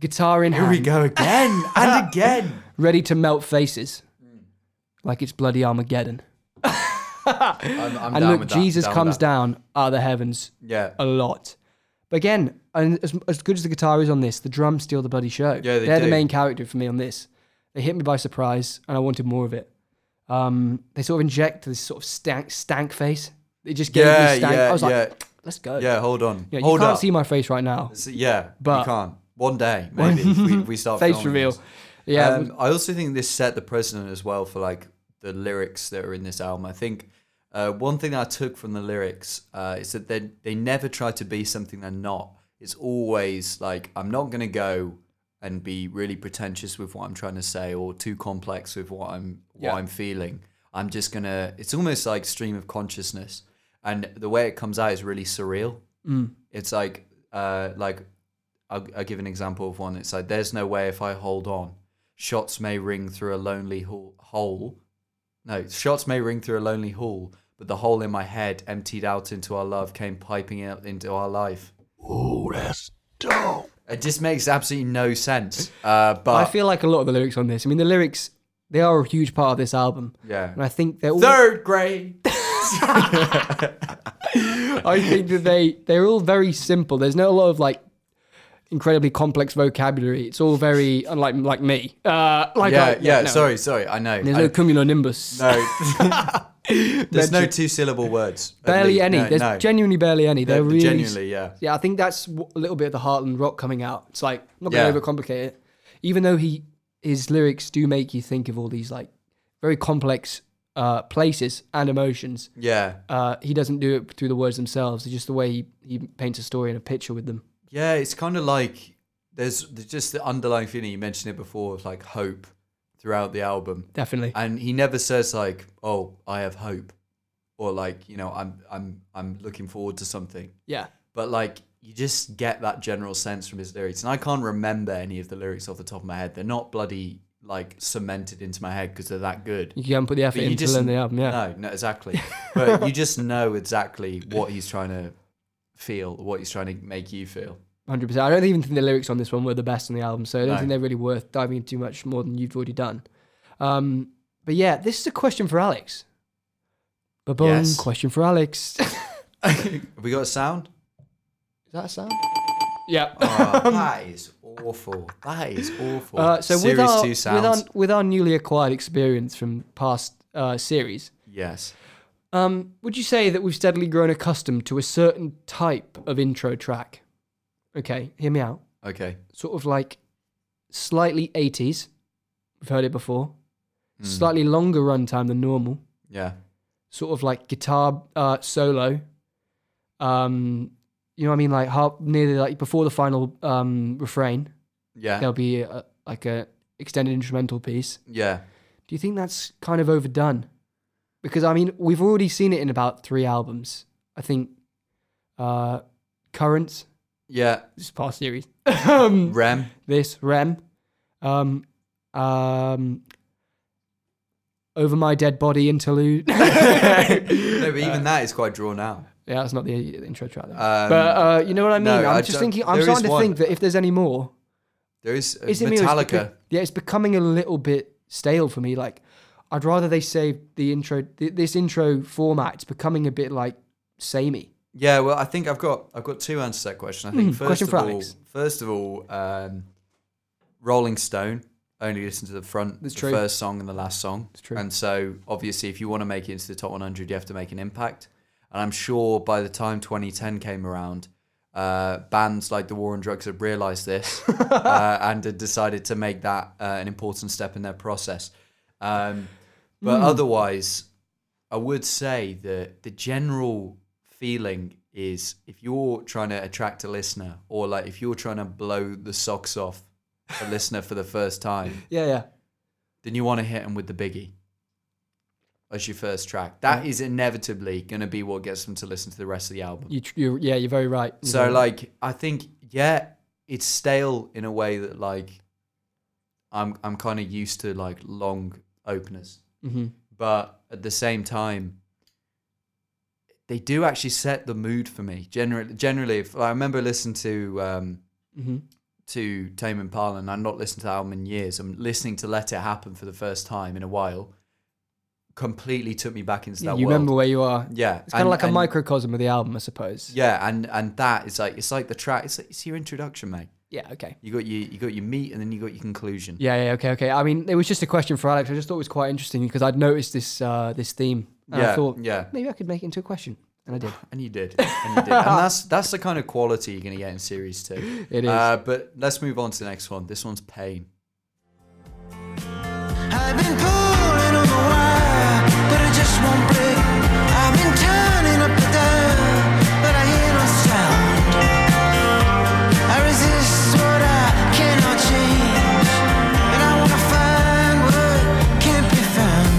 [SPEAKER 1] guitar in
[SPEAKER 2] Here we
[SPEAKER 1] hand,
[SPEAKER 2] go again and again.
[SPEAKER 1] ready to melt faces
[SPEAKER 2] Mm.
[SPEAKER 1] like it's bloody Armageddon.
[SPEAKER 2] I'm, I'm
[SPEAKER 1] And
[SPEAKER 2] down
[SPEAKER 1] look,
[SPEAKER 2] with that,
[SPEAKER 1] Jesus
[SPEAKER 2] down
[SPEAKER 1] comes
[SPEAKER 2] with that.
[SPEAKER 1] down out of the heavens
[SPEAKER 2] Yeah,
[SPEAKER 1] a lot. But again, and as, as good as the guitar is on this, the drums steal the bloody show.
[SPEAKER 2] Yeah, they
[SPEAKER 1] are the
[SPEAKER 2] do.
[SPEAKER 1] main character for me on this. They hit me by surprise, and I wanted more of it. Um, they sort of inject this sort of stank, stank face. They just gave
[SPEAKER 2] yeah,
[SPEAKER 1] me stank. I
[SPEAKER 2] yeah,
[SPEAKER 1] was like,
[SPEAKER 2] yeah,
[SPEAKER 1] let's go.
[SPEAKER 2] yeah. Hold on,
[SPEAKER 1] Yeah, you
[SPEAKER 2] hold
[SPEAKER 1] can't
[SPEAKER 2] up.
[SPEAKER 1] see my face right now.
[SPEAKER 2] So, yeah, you
[SPEAKER 1] But-
[SPEAKER 2] can't. One day, maybe if we, we start
[SPEAKER 1] Face
[SPEAKER 2] filming
[SPEAKER 1] reveal.
[SPEAKER 2] this.
[SPEAKER 1] Yeah,
[SPEAKER 2] Um, I also think this set the precedent as well for like the lyrics that are in this album. I think uh, one thing I took from the lyrics uh, is that they they never try to be something they're not. It's always like I'm not gonna go and be really pretentious with what I'm trying to say or too complex with what I'm what
[SPEAKER 1] Yeah.
[SPEAKER 2] I'm feeling. I'm just gonna. It's almost like stream of consciousness, and the way it comes out is really surreal.
[SPEAKER 1] Mm.
[SPEAKER 2] It's like uh, like I'll, I'll give an example of one. It's like, there's no way if I hold on, shots may ring through a lonely hall, hole. No, shots may ring through a lonely hall, but the hole in my head, emptied out into our love, came piping out into our life.
[SPEAKER 3] Ooh, that's dope.
[SPEAKER 2] It just makes absolutely no sense. Uh, but
[SPEAKER 1] I feel like a lot of the lyrics on this. I mean, the lyrics they are a huge part of this album,
[SPEAKER 2] yeah,
[SPEAKER 1] and I think they're all.
[SPEAKER 2] third grade.
[SPEAKER 1] I think that they they're all very simple. There's not a lot of like incredibly complex vocabulary. It's all very unlike like me. Uh, like
[SPEAKER 2] Yeah,
[SPEAKER 1] I-
[SPEAKER 2] yeah.
[SPEAKER 1] no.
[SPEAKER 2] Sorry, sorry. I know.
[SPEAKER 1] There's
[SPEAKER 2] I-
[SPEAKER 1] no cumulonimbus.
[SPEAKER 2] no. there's no two syllable words. at
[SPEAKER 1] barely
[SPEAKER 2] least.
[SPEAKER 1] any.
[SPEAKER 2] No,
[SPEAKER 1] There's
[SPEAKER 2] no.
[SPEAKER 1] genuinely barely any. They're, really
[SPEAKER 2] genuinely, yeah.
[SPEAKER 1] Yeah, I think that's w- a little bit of the Heartland rock coming out. It's like I'm not gonna
[SPEAKER 2] Yeah.
[SPEAKER 1] overcomplicate it, even though he his lyrics do make you think of all these like very complex uh, places and emotions.
[SPEAKER 2] Yeah.
[SPEAKER 1] Uh, he doesn't do it through the words themselves. It's just the way he, he paints a story and a picture with them.
[SPEAKER 2] Yeah, it's kind of like there's, there's just the underlying feeling you mentioned it before of like hope throughout the album,
[SPEAKER 1] Definitely.
[SPEAKER 2] and he never says like, "Oh, I have hope," or like you know, "I'm I'm I'm looking forward to something."
[SPEAKER 1] yeah.
[SPEAKER 2] But like you just get that general sense from his lyrics, and I can't remember any of the lyrics off the top of my head. They're not bloody like cemented into my head because they're that good.
[SPEAKER 1] You can put the effort
[SPEAKER 2] But
[SPEAKER 1] into learn the album, yeah.
[SPEAKER 2] No, no, exactly. but you just know exactly what he's trying to feel, what he's trying to make you feel.
[SPEAKER 1] Hundred percent. I don't even think the lyrics on this one were the best on the album, so I don't
[SPEAKER 2] No.
[SPEAKER 1] think they're really worth diving into much more than you've already done. Um, but yeah, this is a question for Alex. Ba boom.
[SPEAKER 2] Yes.
[SPEAKER 1] Question for Alex. is
[SPEAKER 2] Have we got a sound?
[SPEAKER 1] that a sound? Yeah.
[SPEAKER 2] Oh, that is awful. That is awful.
[SPEAKER 1] Um, Uh, so
[SPEAKER 2] series
[SPEAKER 1] with our,
[SPEAKER 2] two
[SPEAKER 1] with
[SPEAKER 2] sounds.
[SPEAKER 1] our with our newly acquired experience from past uh, series,
[SPEAKER 2] yes.
[SPEAKER 1] um, would you say that we've steadily grown accustomed to a certain type of intro track? Okay, hear me out.
[SPEAKER 2] Okay.
[SPEAKER 1] sort of like slightly 80s. We've heard it before. Slightly longer runtime than normal.
[SPEAKER 2] Yeah.
[SPEAKER 1] Sort of like guitar uh, solo. Um, you know what I mean? Like half nearly like before the final um, refrain,
[SPEAKER 2] Yeah.
[SPEAKER 1] there'll be a, like a extended instrumental piece.
[SPEAKER 2] Yeah.
[SPEAKER 1] Do you think that's kind of overdone? Because I mean, we've already seen it in about three albums. I think uh, Current,
[SPEAKER 2] Yeah.
[SPEAKER 1] this is past series. um,
[SPEAKER 2] Rem.
[SPEAKER 1] this Rem, um, um, over my dead body interlude. yeah,
[SPEAKER 2] No, but even that is quite drawn out.
[SPEAKER 1] that's not the the intro track. Though.
[SPEAKER 2] Um,
[SPEAKER 1] but uh, you know what I mean.
[SPEAKER 2] no, I
[SPEAKER 1] I'm just
[SPEAKER 2] don't-
[SPEAKER 1] thinking. I'm
[SPEAKER 2] there
[SPEAKER 1] starting
[SPEAKER 2] is
[SPEAKER 1] to
[SPEAKER 2] one.
[SPEAKER 1] think that if there's any more,
[SPEAKER 2] There is, uh,
[SPEAKER 1] is it me or is it
[SPEAKER 2] Metallica.
[SPEAKER 1] beca- yeah, it's becoming a little bit stale for me. Like, I'd rather they save the intro. Th- this intro format. It's becoming a bit like samey.
[SPEAKER 2] Yeah. Well, I think I've got I've got two answers to that question. I think
[SPEAKER 1] Mm,
[SPEAKER 2] first
[SPEAKER 1] question
[SPEAKER 2] of
[SPEAKER 1] for
[SPEAKER 2] all,
[SPEAKER 1] Alex.
[SPEAKER 2] first of all, um, Rolling Stone only listen to the front,
[SPEAKER 1] That's
[SPEAKER 2] the
[SPEAKER 1] true.
[SPEAKER 2] first song and the last song.
[SPEAKER 1] It's true.
[SPEAKER 2] And so obviously, if you want to make it into the top 100, you have to make an impact. And I'm sure by the time 2010 came around, uh, bands like the War on Drugs had realised this uh, and had decided to make that uh, an important step in their process. Um, but
[SPEAKER 1] Hmm.
[SPEAKER 2] otherwise, I would say that the general feeling is if you're trying to attract a listener or like if you're trying to blow the socks off a listener for the first time,
[SPEAKER 1] Yeah, yeah.
[SPEAKER 2] then you want to hit them with the biggie as your first track. That is inevitably going to be what gets them to listen to the rest of the album.
[SPEAKER 1] You, tr- you yeah, you're very right. You're
[SPEAKER 2] So
[SPEAKER 1] very right.
[SPEAKER 2] like I think yeah, it's stale in a way that like I'm I'm kind of used to like long openers.
[SPEAKER 1] Mhm.
[SPEAKER 2] But at the same time they do actually set the mood for me. Generally generally if I remember listening to um
[SPEAKER 1] Mhm.
[SPEAKER 2] to Tame Impala and I've not listened to the album in years. I'm listening to Let It Happen for the first time in a while. Completely took me back into that
[SPEAKER 1] you
[SPEAKER 2] world.
[SPEAKER 1] remember where you are.
[SPEAKER 2] yeah.
[SPEAKER 1] It's kind
[SPEAKER 2] and-
[SPEAKER 1] of like a
[SPEAKER 2] and-
[SPEAKER 1] microcosm of the album, I suppose.
[SPEAKER 2] Yeah, and and that is like it's like the track. It's, it's your introduction, mate.
[SPEAKER 1] Yeah, okay.
[SPEAKER 2] You got your you got your meat, and then you got your conclusion.
[SPEAKER 1] Yeah, yeah, okay, okay. I mean, it was just a question for Alex. I just thought it was quite interesting because I'd noticed this uh, this theme. And
[SPEAKER 2] yeah,
[SPEAKER 1] I thought
[SPEAKER 2] yeah.
[SPEAKER 1] maybe I could make it into a question. And I did.
[SPEAKER 2] And you did, and you did, and that's that's the kind of quality you're gonna get in series two.
[SPEAKER 1] It is.
[SPEAKER 2] Uh, but let's move on to the next one. This one's pain.
[SPEAKER 4] I've been pulling on the wire, but I just won't break. I've been turning up the dial, but I hear no sound. I resist what I cannot change, and I wanna find what can't be found.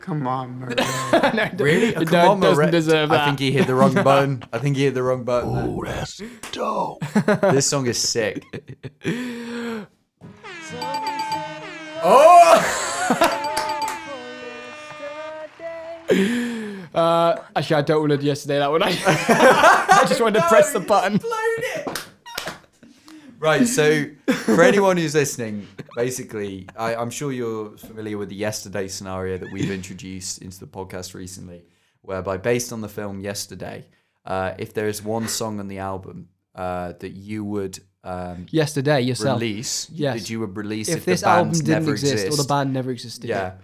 [SPEAKER 5] Come on, Murray.
[SPEAKER 2] Really?
[SPEAKER 1] it doesn't deserve
[SPEAKER 2] I
[SPEAKER 1] that.
[SPEAKER 2] think he hit the wrong button. I think he hit the wrong button. there.
[SPEAKER 3] Oh, that's dope.
[SPEAKER 2] This song is sick. oh!
[SPEAKER 1] Uh, actually, I don't want to yesterday that one. I, I just wanted to press the button.
[SPEAKER 2] Right, so for anyone who's listening, basically, I, I'm sure you're familiar with the yesterday scenario that we've introduced into the podcast recently, whereby based on the film Yesterday, uh, if there is one song on the album uh, that you would um,
[SPEAKER 1] Yesterday, yourself.
[SPEAKER 2] release,
[SPEAKER 1] Yes.
[SPEAKER 2] that you would release if,
[SPEAKER 1] If this
[SPEAKER 2] the band
[SPEAKER 1] album didn't
[SPEAKER 2] never
[SPEAKER 1] exist,
[SPEAKER 2] exists,
[SPEAKER 1] or the band never existed.
[SPEAKER 2] yeah,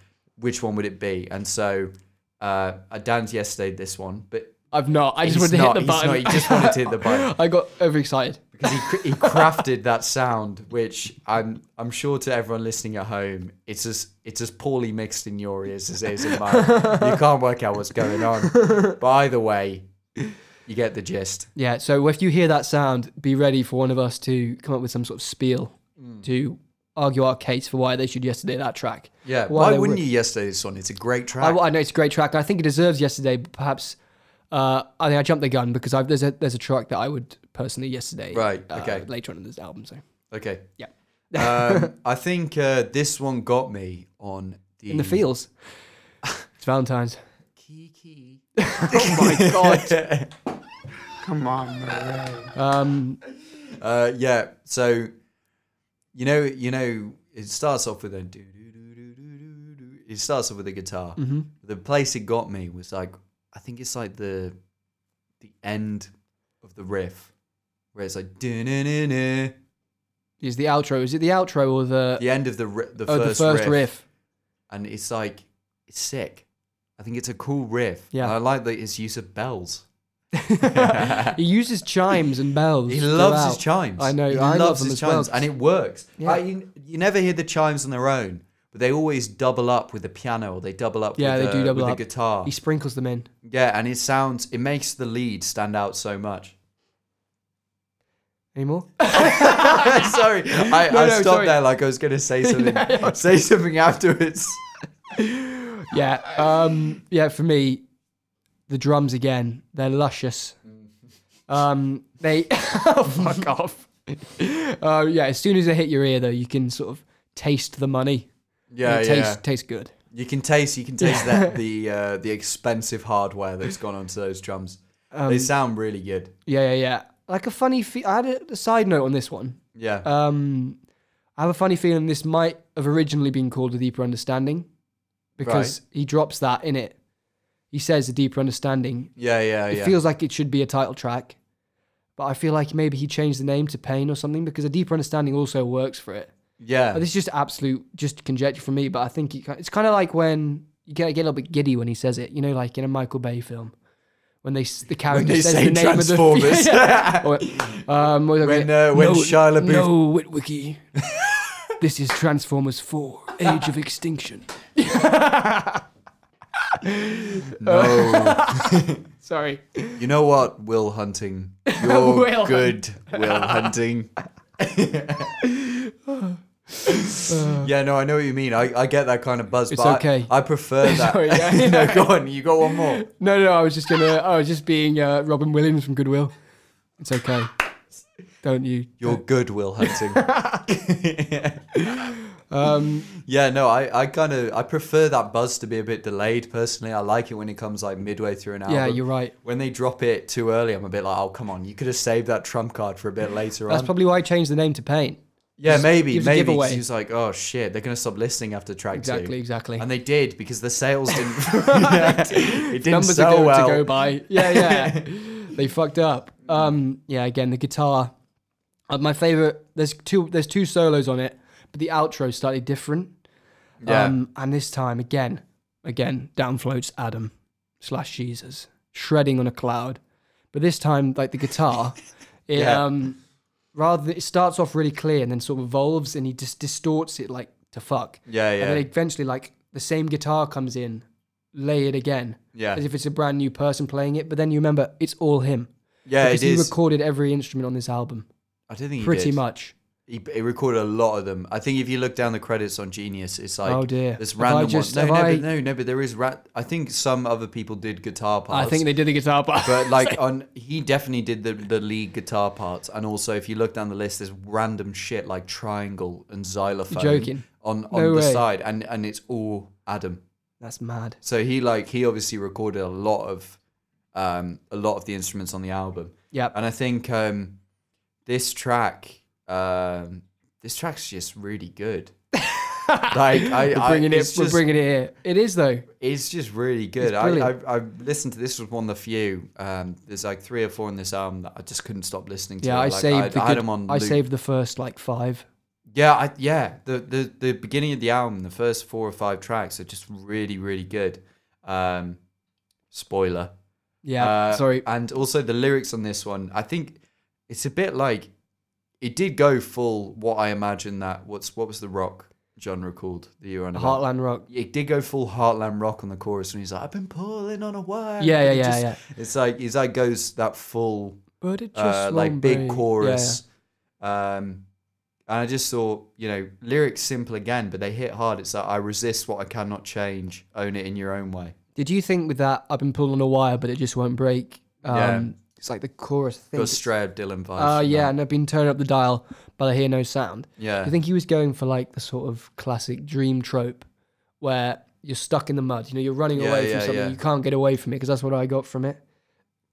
[SPEAKER 2] which one would it be? And so uh, I danced yesterday this one, but
[SPEAKER 1] I've not. I just
[SPEAKER 2] he's
[SPEAKER 1] wanted
[SPEAKER 2] not,
[SPEAKER 1] to hit the
[SPEAKER 2] he's
[SPEAKER 1] button.
[SPEAKER 2] not, he just wanted to hit the button.
[SPEAKER 1] I got overexcited.
[SPEAKER 2] because he, cr- he crafted that sound, which I'm I'm sure to everyone listening at home, it's as it's as poorly mixed in your ears as it is in mine. you can't work out what's going on. But either way, you get the gist.
[SPEAKER 1] Yeah, so if you hear that sound, be ready for one of us to come up with some sort of spiel to argue our case for why they should yesterday that track.
[SPEAKER 2] Yeah.
[SPEAKER 1] Why
[SPEAKER 2] Why,
[SPEAKER 1] they
[SPEAKER 2] wouldn't
[SPEAKER 1] would.
[SPEAKER 2] you yesterday this one? It's a great
[SPEAKER 1] I,
[SPEAKER 2] track.
[SPEAKER 1] I know it's a great track. and I think it deserves yesterday, but perhaps uh, I think I jumped the gun because I've, there's a there's a track that I would personally yesterday.
[SPEAKER 2] Right,
[SPEAKER 1] uh,
[SPEAKER 2] okay. Mm.
[SPEAKER 1] later on in this album, so
[SPEAKER 2] okay.
[SPEAKER 1] yeah.
[SPEAKER 2] um, I think uh, this one got me on the
[SPEAKER 1] In the fields, it's Valentine's.
[SPEAKER 2] Kiki.
[SPEAKER 1] My God.
[SPEAKER 5] Come on, Murray.
[SPEAKER 1] Um,
[SPEAKER 2] Uh, yeah. So, you know, you know, it starts off with a do do do do do do do. It starts off with a guitar.
[SPEAKER 1] Mm-hmm.
[SPEAKER 2] The place it got me was like I think it's like the the end of the riff where it's like do do do do.
[SPEAKER 1] is the outro? Is it the outro or the,
[SPEAKER 2] The end of the ri- the,
[SPEAKER 1] oh,
[SPEAKER 2] first,
[SPEAKER 1] the first
[SPEAKER 2] riff.
[SPEAKER 1] riff?
[SPEAKER 2] and it's like it's sick. I think it's a cool riff.
[SPEAKER 1] Yeah.
[SPEAKER 2] and I like the, his use of bells.
[SPEAKER 1] He uses chimes and bells.
[SPEAKER 2] He loves his
[SPEAKER 1] throughout.
[SPEAKER 2] chimes.
[SPEAKER 1] I know.
[SPEAKER 2] He
[SPEAKER 1] I love
[SPEAKER 2] loves
[SPEAKER 1] them as
[SPEAKER 2] his
[SPEAKER 1] well.
[SPEAKER 2] chimes, and it works.
[SPEAKER 1] Yeah.
[SPEAKER 2] I, you, you never hear the chimes on their own, but they always double up with the piano. or They double up.
[SPEAKER 1] Yeah,
[SPEAKER 2] with
[SPEAKER 1] they
[SPEAKER 2] the,
[SPEAKER 1] do double
[SPEAKER 2] with
[SPEAKER 1] up.
[SPEAKER 2] the guitar.
[SPEAKER 1] He sprinkles them in.
[SPEAKER 2] Yeah, and it sounds. It makes the lead stand out so much.
[SPEAKER 1] Any more?
[SPEAKER 2] sorry, I,
[SPEAKER 1] No,
[SPEAKER 2] I
[SPEAKER 1] no,
[SPEAKER 2] stopped
[SPEAKER 1] sorry.
[SPEAKER 2] there. Like I was going to say something. say something afterwards.
[SPEAKER 1] yeah. Um, yeah, for me, the drums again, they're luscious. Um, they oh, fuck off. Uh, yeah, as soon as they hit your ear, though, you can sort of taste the money.
[SPEAKER 2] Yeah,
[SPEAKER 1] it
[SPEAKER 2] yeah.
[SPEAKER 1] tastes, tastes good.
[SPEAKER 2] You can taste, you can taste that the uh, the expensive hardware that's gone onto those drums.
[SPEAKER 1] Um,
[SPEAKER 2] they sound really good.
[SPEAKER 1] Yeah, yeah, yeah. Like a funny. Fe- I had a, a side note on this one.
[SPEAKER 2] Yeah,
[SPEAKER 1] Um, I have a funny feeling this might have originally been called a deeper understanding, because he drops that in it. He says a deeper understanding.
[SPEAKER 2] yeah, yeah,
[SPEAKER 1] It
[SPEAKER 2] yeah.
[SPEAKER 1] feels like it should be a title track, but I feel like maybe he changed the name to Pain or something because a deeper understanding also works for it.
[SPEAKER 2] yeah,
[SPEAKER 1] But this is just absolute, just conjecture from me. But I think it, ki- it's kind of like when you get, get a little bit giddy when he says it. You know, like in a Michael Bay film. When they s- the character
[SPEAKER 2] they
[SPEAKER 1] says
[SPEAKER 2] say
[SPEAKER 1] the name of the
[SPEAKER 2] Transformers.
[SPEAKER 1] Yeah. Or, um, what was I
[SPEAKER 2] When,
[SPEAKER 1] gonna-
[SPEAKER 2] uh, when Shia LaBeouf-
[SPEAKER 1] No, Witwicky. this is Transformers Four: Age of Extinction.
[SPEAKER 2] no.
[SPEAKER 1] Sorry.
[SPEAKER 2] you know what, Will Hunting, you're
[SPEAKER 1] Will
[SPEAKER 2] good, Will Hunting. yeah, no, I know what you mean. I, I get that kind of buzz,
[SPEAKER 1] It's
[SPEAKER 2] but I-
[SPEAKER 1] okay.
[SPEAKER 2] I, prefer that.
[SPEAKER 1] Sorry, yeah.
[SPEAKER 2] no, go on, you got one more.
[SPEAKER 1] No, no, I was just gonna. I was just being uh, Robin Williams from Goodwill. It's okay. Don't you?
[SPEAKER 2] You're good, Will Hunting.
[SPEAKER 1] Um,
[SPEAKER 2] yeah, no, I, I kind of I prefer that buzz to be a bit delayed. Personally, I like it when it comes like midway through an album.
[SPEAKER 1] Yeah, you're right.
[SPEAKER 2] When they drop it too early, I'm a bit like, oh come on, you could have saved that trump card for a bit later
[SPEAKER 1] That's
[SPEAKER 2] on.
[SPEAKER 1] probably why I changed the name to Pain.
[SPEAKER 2] yeah, maybe,
[SPEAKER 1] gives a
[SPEAKER 2] maybe. 'cause
[SPEAKER 1] giveaway.
[SPEAKER 2] He was like, oh shit, they're gonna stop listening after track two.
[SPEAKER 1] Exactly, exactly.
[SPEAKER 2] And they did because the sales didn't. it didn't
[SPEAKER 1] numbers
[SPEAKER 2] sell
[SPEAKER 1] to, go,
[SPEAKER 2] well.
[SPEAKER 1] to go by. Yeah, yeah. they fucked up. Um, yeah, again, the guitar. Uh, my favorite. There's two. There's two solos on it, but the outro is slightly different.
[SPEAKER 2] Yeah.
[SPEAKER 1] Um, and this time again, again, down floats Adam slash Jesus shredding on a cloud, but this time like the guitar, it
[SPEAKER 2] Yeah.
[SPEAKER 1] um, rather than- it starts off really clear and then sort of evolves and he just distorts it like to fuck.
[SPEAKER 2] Yeah,
[SPEAKER 1] And then
[SPEAKER 2] yeah.
[SPEAKER 1] eventually, like the same guitar comes in, layered again,
[SPEAKER 2] Yeah.
[SPEAKER 1] as if it's a brand new person playing it. But then you remember it's all him
[SPEAKER 2] Yeah,
[SPEAKER 1] because
[SPEAKER 2] it
[SPEAKER 1] he
[SPEAKER 2] is.
[SPEAKER 1] recorded every instrument on this album,
[SPEAKER 2] I don't think he
[SPEAKER 1] pretty
[SPEAKER 2] did.
[SPEAKER 1] much.
[SPEAKER 2] He, he recorded a lot of them. I think if you look down the credits on Genius, it's like
[SPEAKER 1] Oh, dear.
[SPEAKER 2] there's
[SPEAKER 1] Have I
[SPEAKER 2] random
[SPEAKER 1] just-
[SPEAKER 2] ones. No,
[SPEAKER 1] have
[SPEAKER 2] no,
[SPEAKER 1] I-
[SPEAKER 2] but no, no, but there is. Ra- I think some other people did guitar parts.
[SPEAKER 1] I think they did the guitar part.
[SPEAKER 2] but like on, he definitely did the the lead guitar parts, and also if you look down the list, there's random shit like triangle and xylophone
[SPEAKER 1] joking.
[SPEAKER 2] on on
[SPEAKER 1] No
[SPEAKER 2] the
[SPEAKER 1] way.
[SPEAKER 2] side, and and it's all Adam.
[SPEAKER 1] That's mad.
[SPEAKER 2] So he like he obviously recorded a lot of um a lot of the instruments on the album.
[SPEAKER 1] Yep.
[SPEAKER 2] And I think um this track um this track's just really good. like I,
[SPEAKER 1] We're
[SPEAKER 2] I
[SPEAKER 1] bringing
[SPEAKER 2] it's
[SPEAKER 1] it. We're
[SPEAKER 2] just,
[SPEAKER 1] bringing it here. It is though.
[SPEAKER 2] it's just really good. I,
[SPEAKER 1] brilliant.
[SPEAKER 2] I I listened to this was one of the few. Um there's like three or four in this album that I just couldn't stop listening to.
[SPEAKER 1] Yeah, I
[SPEAKER 2] Like,
[SPEAKER 1] saved.
[SPEAKER 2] I,
[SPEAKER 1] the
[SPEAKER 2] I had
[SPEAKER 1] good-
[SPEAKER 2] them on
[SPEAKER 1] I
[SPEAKER 2] loop.
[SPEAKER 1] saved the first like five.
[SPEAKER 2] Yeah, I, yeah. The, the the beginning of the album, the first four or five tracks are just really, really good. Um, spoiler.
[SPEAKER 1] Yeah.
[SPEAKER 2] Uh,
[SPEAKER 1] sorry.
[SPEAKER 2] And also the lyrics on this one, I think it's a bit like it did go full what I imagine that what's what was the rock genre called that you were on about?
[SPEAKER 1] Heartland Rock.
[SPEAKER 2] It did go full heartland rock on the chorus, and he's like, "I've been pulling on a wire."
[SPEAKER 1] Yeah, yeah,
[SPEAKER 2] And it
[SPEAKER 1] yeah, yeah.
[SPEAKER 2] It's like he's like goes that full
[SPEAKER 1] But it just
[SPEAKER 2] uh, like
[SPEAKER 1] won't
[SPEAKER 2] big
[SPEAKER 1] break.
[SPEAKER 2] chorus. Um, and I just thought, you know, lyrics simple again, but they hit hard. It's like I resist what I cannot change, own it in your own way.
[SPEAKER 1] Yeah. Did you think with that I've been pulling a wire, but it just won't break? Um,
[SPEAKER 2] Yeah.
[SPEAKER 1] It's like the chorus thing.
[SPEAKER 2] Got stray of Dylan vibes.
[SPEAKER 1] Oh
[SPEAKER 2] from
[SPEAKER 1] yeah,
[SPEAKER 2] that.
[SPEAKER 1] and I've been turning up the dial, but I hear no sound.
[SPEAKER 2] yeah.
[SPEAKER 1] I think he was going for like the sort of classic dream trope where you're stuck in the mud. You know, you're running
[SPEAKER 2] Yeah,
[SPEAKER 1] away
[SPEAKER 2] yeah,
[SPEAKER 1] from something.
[SPEAKER 2] yeah.
[SPEAKER 1] You can't get away from it because that's what I got from it.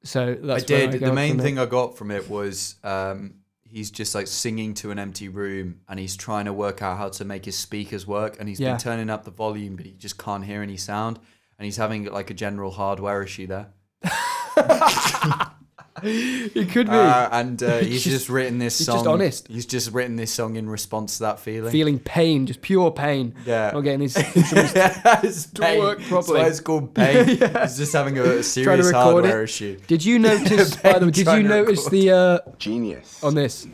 [SPEAKER 1] So
[SPEAKER 2] I
[SPEAKER 1] that's what
[SPEAKER 2] did.
[SPEAKER 1] got
[SPEAKER 2] the main
[SPEAKER 1] from it.
[SPEAKER 2] thing I got from it was um, he's just like singing to an empty room, and he's trying to work out how to make his speakers work, and he's
[SPEAKER 1] Yeah.
[SPEAKER 2] been turning up the volume, but he just can't hear any sound, and he's having like a general hardware issue there.
[SPEAKER 1] It could be
[SPEAKER 2] Uh, and uh, he's just, written this
[SPEAKER 1] he's
[SPEAKER 2] song.
[SPEAKER 1] just honest.
[SPEAKER 2] He's just written this song in response to that feeling.
[SPEAKER 1] feeling pain, just pure pain.
[SPEAKER 2] Yeah.
[SPEAKER 1] not getting his instruments
[SPEAKER 2] it's pain.
[SPEAKER 1] work
[SPEAKER 2] That's
[SPEAKER 1] properly.
[SPEAKER 2] why it's called pain. He's just having a, a serious
[SPEAKER 1] record
[SPEAKER 2] hardware
[SPEAKER 1] it.
[SPEAKER 2] issue.
[SPEAKER 1] Did you notice? by the way, did you
[SPEAKER 2] trying to
[SPEAKER 1] notice
[SPEAKER 2] record.
[SPEAKER 1] the uh,
[SPEAKER 3] Genius.
[SPEAKER 1] on this?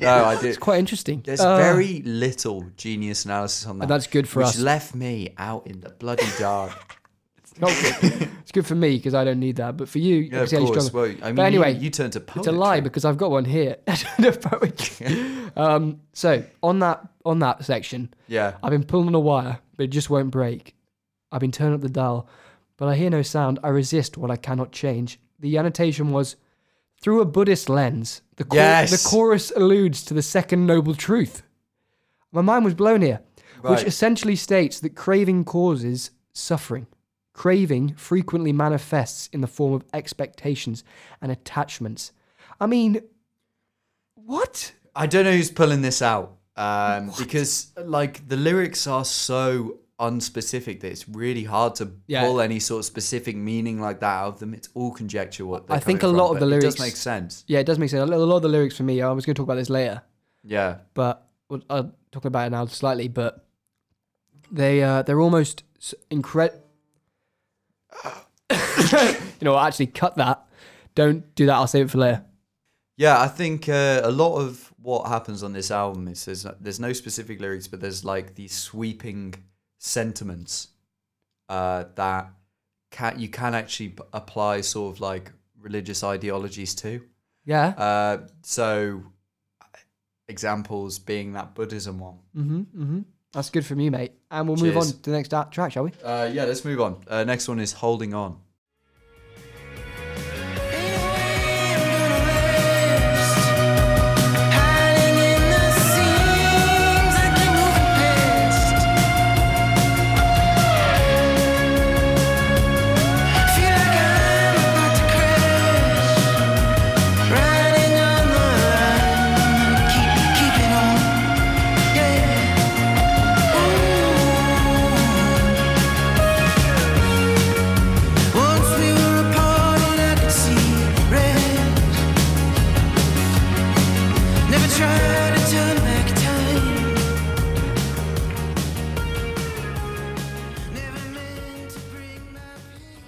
[SPEAKER 2] No, I did.
[SPEAKER 1] It's quite interesting.
[SPEAKER 2] There's
[SPEAKER 1] Uh,
[SPEAKER 2] very little genius analysis on that.
[SPEAKER 1] that's good for
[SPEAKER 2] which
[SPEAKER 1] us.
[SPEAKER 2] left me out in the bloody dark.
[SPEAKER 1] not good. it's good for me because I don't need that, but for you,
[SPEAKER 2] yeah, of
[SPEAKER 1] obviously, I
[SPEAKER 2] course.
[SPEAKER 1] struggle.
[SPEAKER 2] Well, I mean,
[SPEAKER 1] but anyway,
[SPEAKER 2] you, you turned to poetry.
[SPEAKER 1] it's a lie because I've got one here. um, so on that on that section,
[SPEAKER 2] Yeah.
[SPEAKER 1] I've been pulling a wire, but it just won't break. I've been turning up the dial, but I hear no sound. I resist what I cannot change. The annotation was through a Buddhist lens. The, chor-
[SPEAKER 2] Yes.
[SPEAKER 1] the chorus alludes to the second noble truth. My mind was blown here. which essentially states that craving causes suffering. Craving frequently manifests in the form of expectations and attachments. I mean, what?
[SPEAKER 2] I don't know who's pulling this out um, because like the lyrics are so unspecific that it's really hard to
[SPEAKER 1] Yeah.
[SPEAKER 2] pull any sort of specific meaning like that out of them. It's all conjecture. What they're
[SPEAKER 1] I think
[SPEAKER 2] coming
[SPEAKER 1] a lot
[SPEAKER 2] from,
[SPEAKER 1] of the
[SPEAKER 2] but it
[SPEAKER 1] lyrics-
[SPEAKER 2] does make sense.
[SPEAKER 1] Yeah, it does make sense. A lo- a lot of the lyrics for me, I was going to talk about this later,
[SPEAKER 2] Yeah,
[SPEAKER 1] but well, I'll talk about it now slightly. But they uh, they're almost s- incre. you know, what, actually, cut that. Don't do that. I'll save it for later.
[SPEAKER 2] yeah. I think uh, a lot of what happens on this album is there's no, there's no specific lyrics, but there's like these sweeping sentiments uh, that can you can actually p- apply sort of like religious ideologies to.
[SPEAKER 1] Yeah.
[SPEAKER 2] Uh, so examples being that Buddhism one.
[SPEAKER 1] Mm-hmm. Mm-hmm. That's good from you, mate. And we'll move on
[SPEAKER 2] Cheers.
[SPEAKER 1] to the next a- track, shall we?
[SPEAKER 2] Uh, yeah, let's move on. Uh, next one is holding on.
[SPEAKER 4] Hiding in the seams, I keep moving past. Feel like I'm about to crash. Riding on the line, keep keeping on, yeah. Ooh. Once we were apart, all I could see red. Never tried to turn back time. Never meant to bring my pain.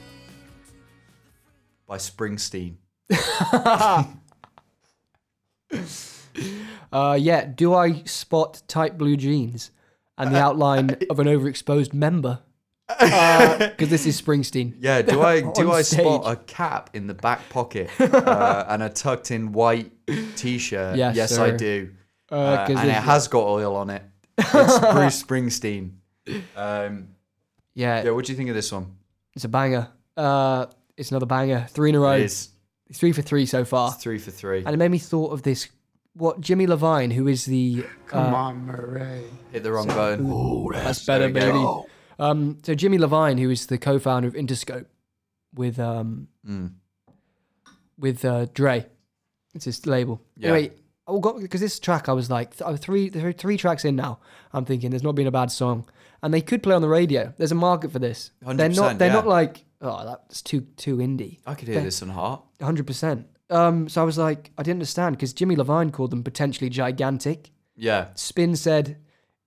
[SPEAKER 2] by Springsteen.
[SPEAKER 1] Uh, yeah. Do I spot tight blue jeans and the outline of an overexposed member? Because this is Springsteen.
[SPEAKER 2] Yeah, do I do
[SPEAKER 1] On
[SPEAKER 2] I spot
[SPEAKER 1] stage.
[SPEAKER 2] a cap in the back pocket uh, and a tucked in white t-shirt?
[SPEAKER 1] Yes,
[SPEAKER 2] I
[SPEAKER 1] sir.
[SPEAKER 2] do.
[SPEAKER 1] Uh,
[SPEAKER 2] Uh,
[SPEAKER 1] 'cause
[SPEAKER 2] and it
[SPEAKER 1] this-
[SPEAKER 2] has got oil on it. It's Bruce Springsteen. Um,
[SPEAKER 1] yeah,
[SPEAKER 2] yeah, what do you think of this one?
[SPEAKER 1] it's a banger. Uh, it's another banger. Three in a row.
[SPEAKER 2] It is
[SPEAKER 1] Three for three so far.
[SPEAKER 2] three for three.
[SPEAKER 1] And it made me thought of this. What Jimmy Levine, who is the
[SPEAKER 5] Come on, Murray.
[SPEAKER 2] Hit the wrong button.
[SPEAKER 1] that's better
[SPEAKER 2] there we
[SPEAKER 1] baby. Um, so Jimmy Levine, who is the co-founder of Interscope, with um,
[SPEAKER 2] Mm.
[SPEAKER 1] with uh, Dre, it's his label.
[SPEAKER 2] Yeah.
[SPEAKER 1] Anyway, I got because this track, I was like, th- oh, three there are three tracks in now. I'm thinking there's not been a bad song, and they could play on the radio. There's a market for this. They're not.
[SPEAKER 2] 100%,
[SPEAKER 1] They're
[SPEAKER 2] yeah.
[SPEAKER 1] not like oh, that's too too indie.
[SPEAKER 2] I could hear this on heart.
[SPEAKER 1] hundred percent. Um, so I was like, I didn't understand because Jimmy Levine called them potentially gigantic.
[SPEAKER 2] Yeah,
[SPEAKER 1] Spin said,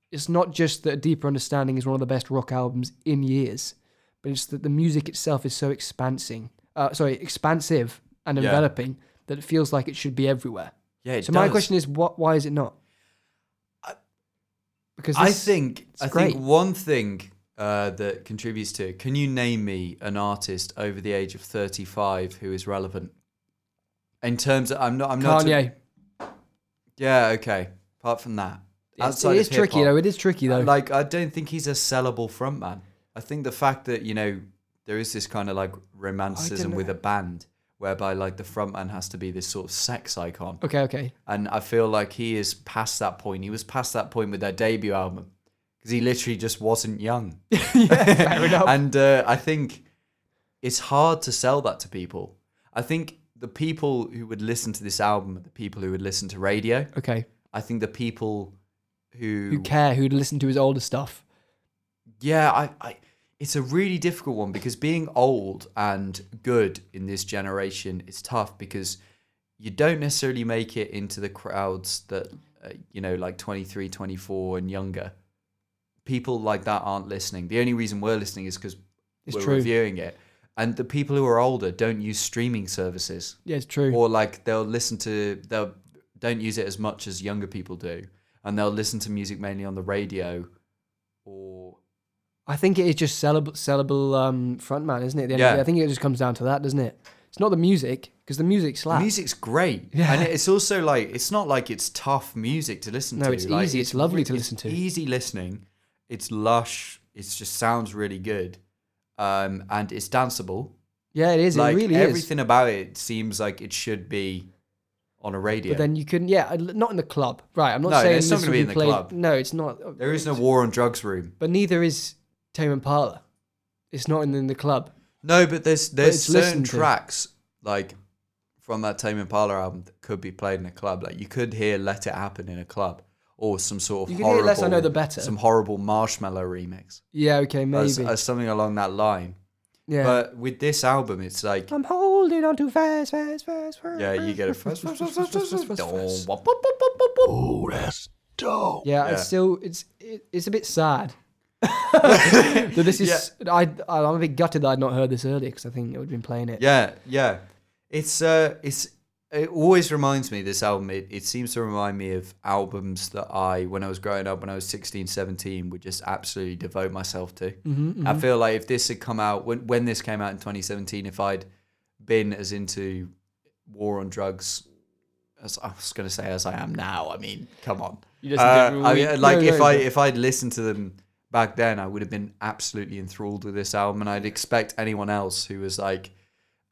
[SPEAKER 1] it's not just that A Deeper Understanding is one of the best rock albums in years, but it's that the music itself is so expansing, uh, sorry, expansive and
[SPEAKER 2] Yeah.
[SPEAKER 1] enveloping that it feels like it should be everywhere.
[SPEAKER 2] yeah. It
[SPEAKER 1] so my
[SPEAKER 2] does.
[SPEAKER 1] question is, what? Why is it not? Because
[SPEAKER 2] I
[SPEAKER 1] this-
[SPEAKER 2] think
[SPEAKER 1] it's
[SPEAKER 2] I
[SPEAKER 1] great.
[SPEAKER 2] think one thing uh, that contributes to it. Can you name me an artist over the age of thirty-five who is relevant? In terms, of, I'm not. I'm not.
[SPEAKER 1] Kanye.
[SPEAKER 2] yeah. Okay. Apart from that,
[SPEAKER 1] It's,
[SPEAKER 2] outside
[SPEAKER 1] it is
[SPEAKER 2] of
[SPEAKER 1] tricky
[SPEAKER 2] hip-hop,
[SPEAKER 1] though. It is tricky though.
[SPEAKER 2] Like I don't think he's a sellable frontman. I think the fact that you know there is this kind of like romanticism with a band whereby like the frontman has to be this sort of sex icon.
[SPEAKER 1] okay, okay.
[SPEAKER 2] And I feel like he is past that point. He was past that point with their debut album because he literally just wasn't young. And uh, I think it's hard to sell that to people. I think the people who would listen to this album are the people who would listen to radio.
[SPEAKER 1] Okay.
[SPEAKER 2] I think the people who,
[SPEAKER 1] Who care? Who'd listen to his older stuff?
[SPEAKER 2] yeah, I, I, it's a really difficult one because being old and good in this generation is tough because you don't necessarily make it into the crowds that, uh, you know, like 23, 24 and younger. People like that aren't listening. The only reason we're listening is because
[SPEAKER 1] It's
[SPEAKER 2] we're
[SPEAKER 1] true.
[SPEAKER 2] reviewing it. And the people who are older don't use streaming services
[SPEAKER 1] Yeah, it's true.
[SPEAKER 2] or like they'll listen to they'll don't use it as much as younger people do and they'll listen to music mainly on the radio or
[SPEAKER 1] I think it is just sellable, sellable um, frontman, isn't it? At the end of
[SPEAKER 2] Yeah.
[SPEAKER 1] the day, I think it just comes down to that, doesn't it? It's not the music because the music
[SPEAKER 2] The
[SPEAKER 1] slaps.
[SPEAKER 2] music's great,
[SPEAKER 1] Yeah.
[SPEAKER 2] and it's also like it's not like it's tough music to listen
[SPEAKER 1] No,
[SPEAKER 2] to.
[SPEAKER 1] it's
[SPEAKER 2] Like,
[SPEAKER 1] easy. It's lovely
[SPEAKER 2] re-
[SPEAKER 1] to listen to.
[SPEAKER 2] Easy listening. It's lush. It just sounds really good, um, and it's danceable.
[SPEAKER 1] yeah, it is.
[SPEAKER 2] like
[SPEAKER 1] it really
[SPEAKER 2] everything about it seems like it should be on a radio.
[SPEAKER 1] But then you couldn't, yeah, I- not in the club, right? I'm not
[SPEAKER 2] No,
[SPEAKER 1] saying
[SPEAKER 2] it's not
[SPEAKER 1] this
[SPEAKER 2] gonna
[SPEAKER 1] will
[SPEAKER 2] be
[SPEAKER 1] be
[SPEAKER 2] in the
[SPEAKER 1] played-
[SPEAKER 2] club.
[SPEAKER 1] No, it's not.
[SPEAKER 2] there is no war on drugs room.
[SPEAKER 1] But neither is Tame Impala. It's not in, in the club.
[SPEAKER 2] No, but there's there's
[SPEAKER 1] it's
[SPEAKER 2] certain
[SPEAKER 1] listened to.
[SPEAKER 2] tracks like from that Tame Impala album that could be played in a club. Like you could hear "Let It Happen" in a club or some sort of
[SPEAKER 1] You could
[SPEAKER 2] horrible,
[SPEAKER 1] hear Less I Know The Better.
[SPEAKER 2] some horrible Marshmallow remix,
[SPEAKER 1] Yeah, okay, maybe.
[SPEAKER 2] As, as something along that line.
[SPEAKER 1] yeah.
[SPEAKER 2] But with this album, it's like
[SPEAKER 1] I'm holding on too fast, fast, fast, fast.
[SPEAKER 2] yeah, you get a
[SPEAKER 3] Oh, that's dope.
[SPEAKER 1] Yeah,
[SPEAKER 2] Yeah.
[SPEAKER 1] it's still it's it, it's a bit sad. that this is I I'm a bit gutted that I'd not heard this earlier because I think it would have been playing it.
[SPEAKER 2] yeah, yeah. It's uh, it's it always reminds me this album. It, it seems to remind me of albums that I, when I was growing up, when I was 16, 17, would just absolutely devote myself to. I feel like if this had come out when when this came out in 2017, if I'd been as into war on drugs as I was going to say as I am now, I mean, come on.
[SPEAKER 1] You listen to
[SPEAKER 2] Uh,
[SPEAKER 1] every
[SPEAKER 2] I
[SPEAKER 1] week.
[SPEAKER 2] mean, like
[SPEAKER 1] No,
[SPEAKER 2] if
[SPEAKER 1] no,
[SPEAKER 2] I
[SPEAKER 1] but-
[SPEAKER 2] if I'd listened to them back then, I would have been absolutely enthralled with this album, and I'd expect anyone else who was like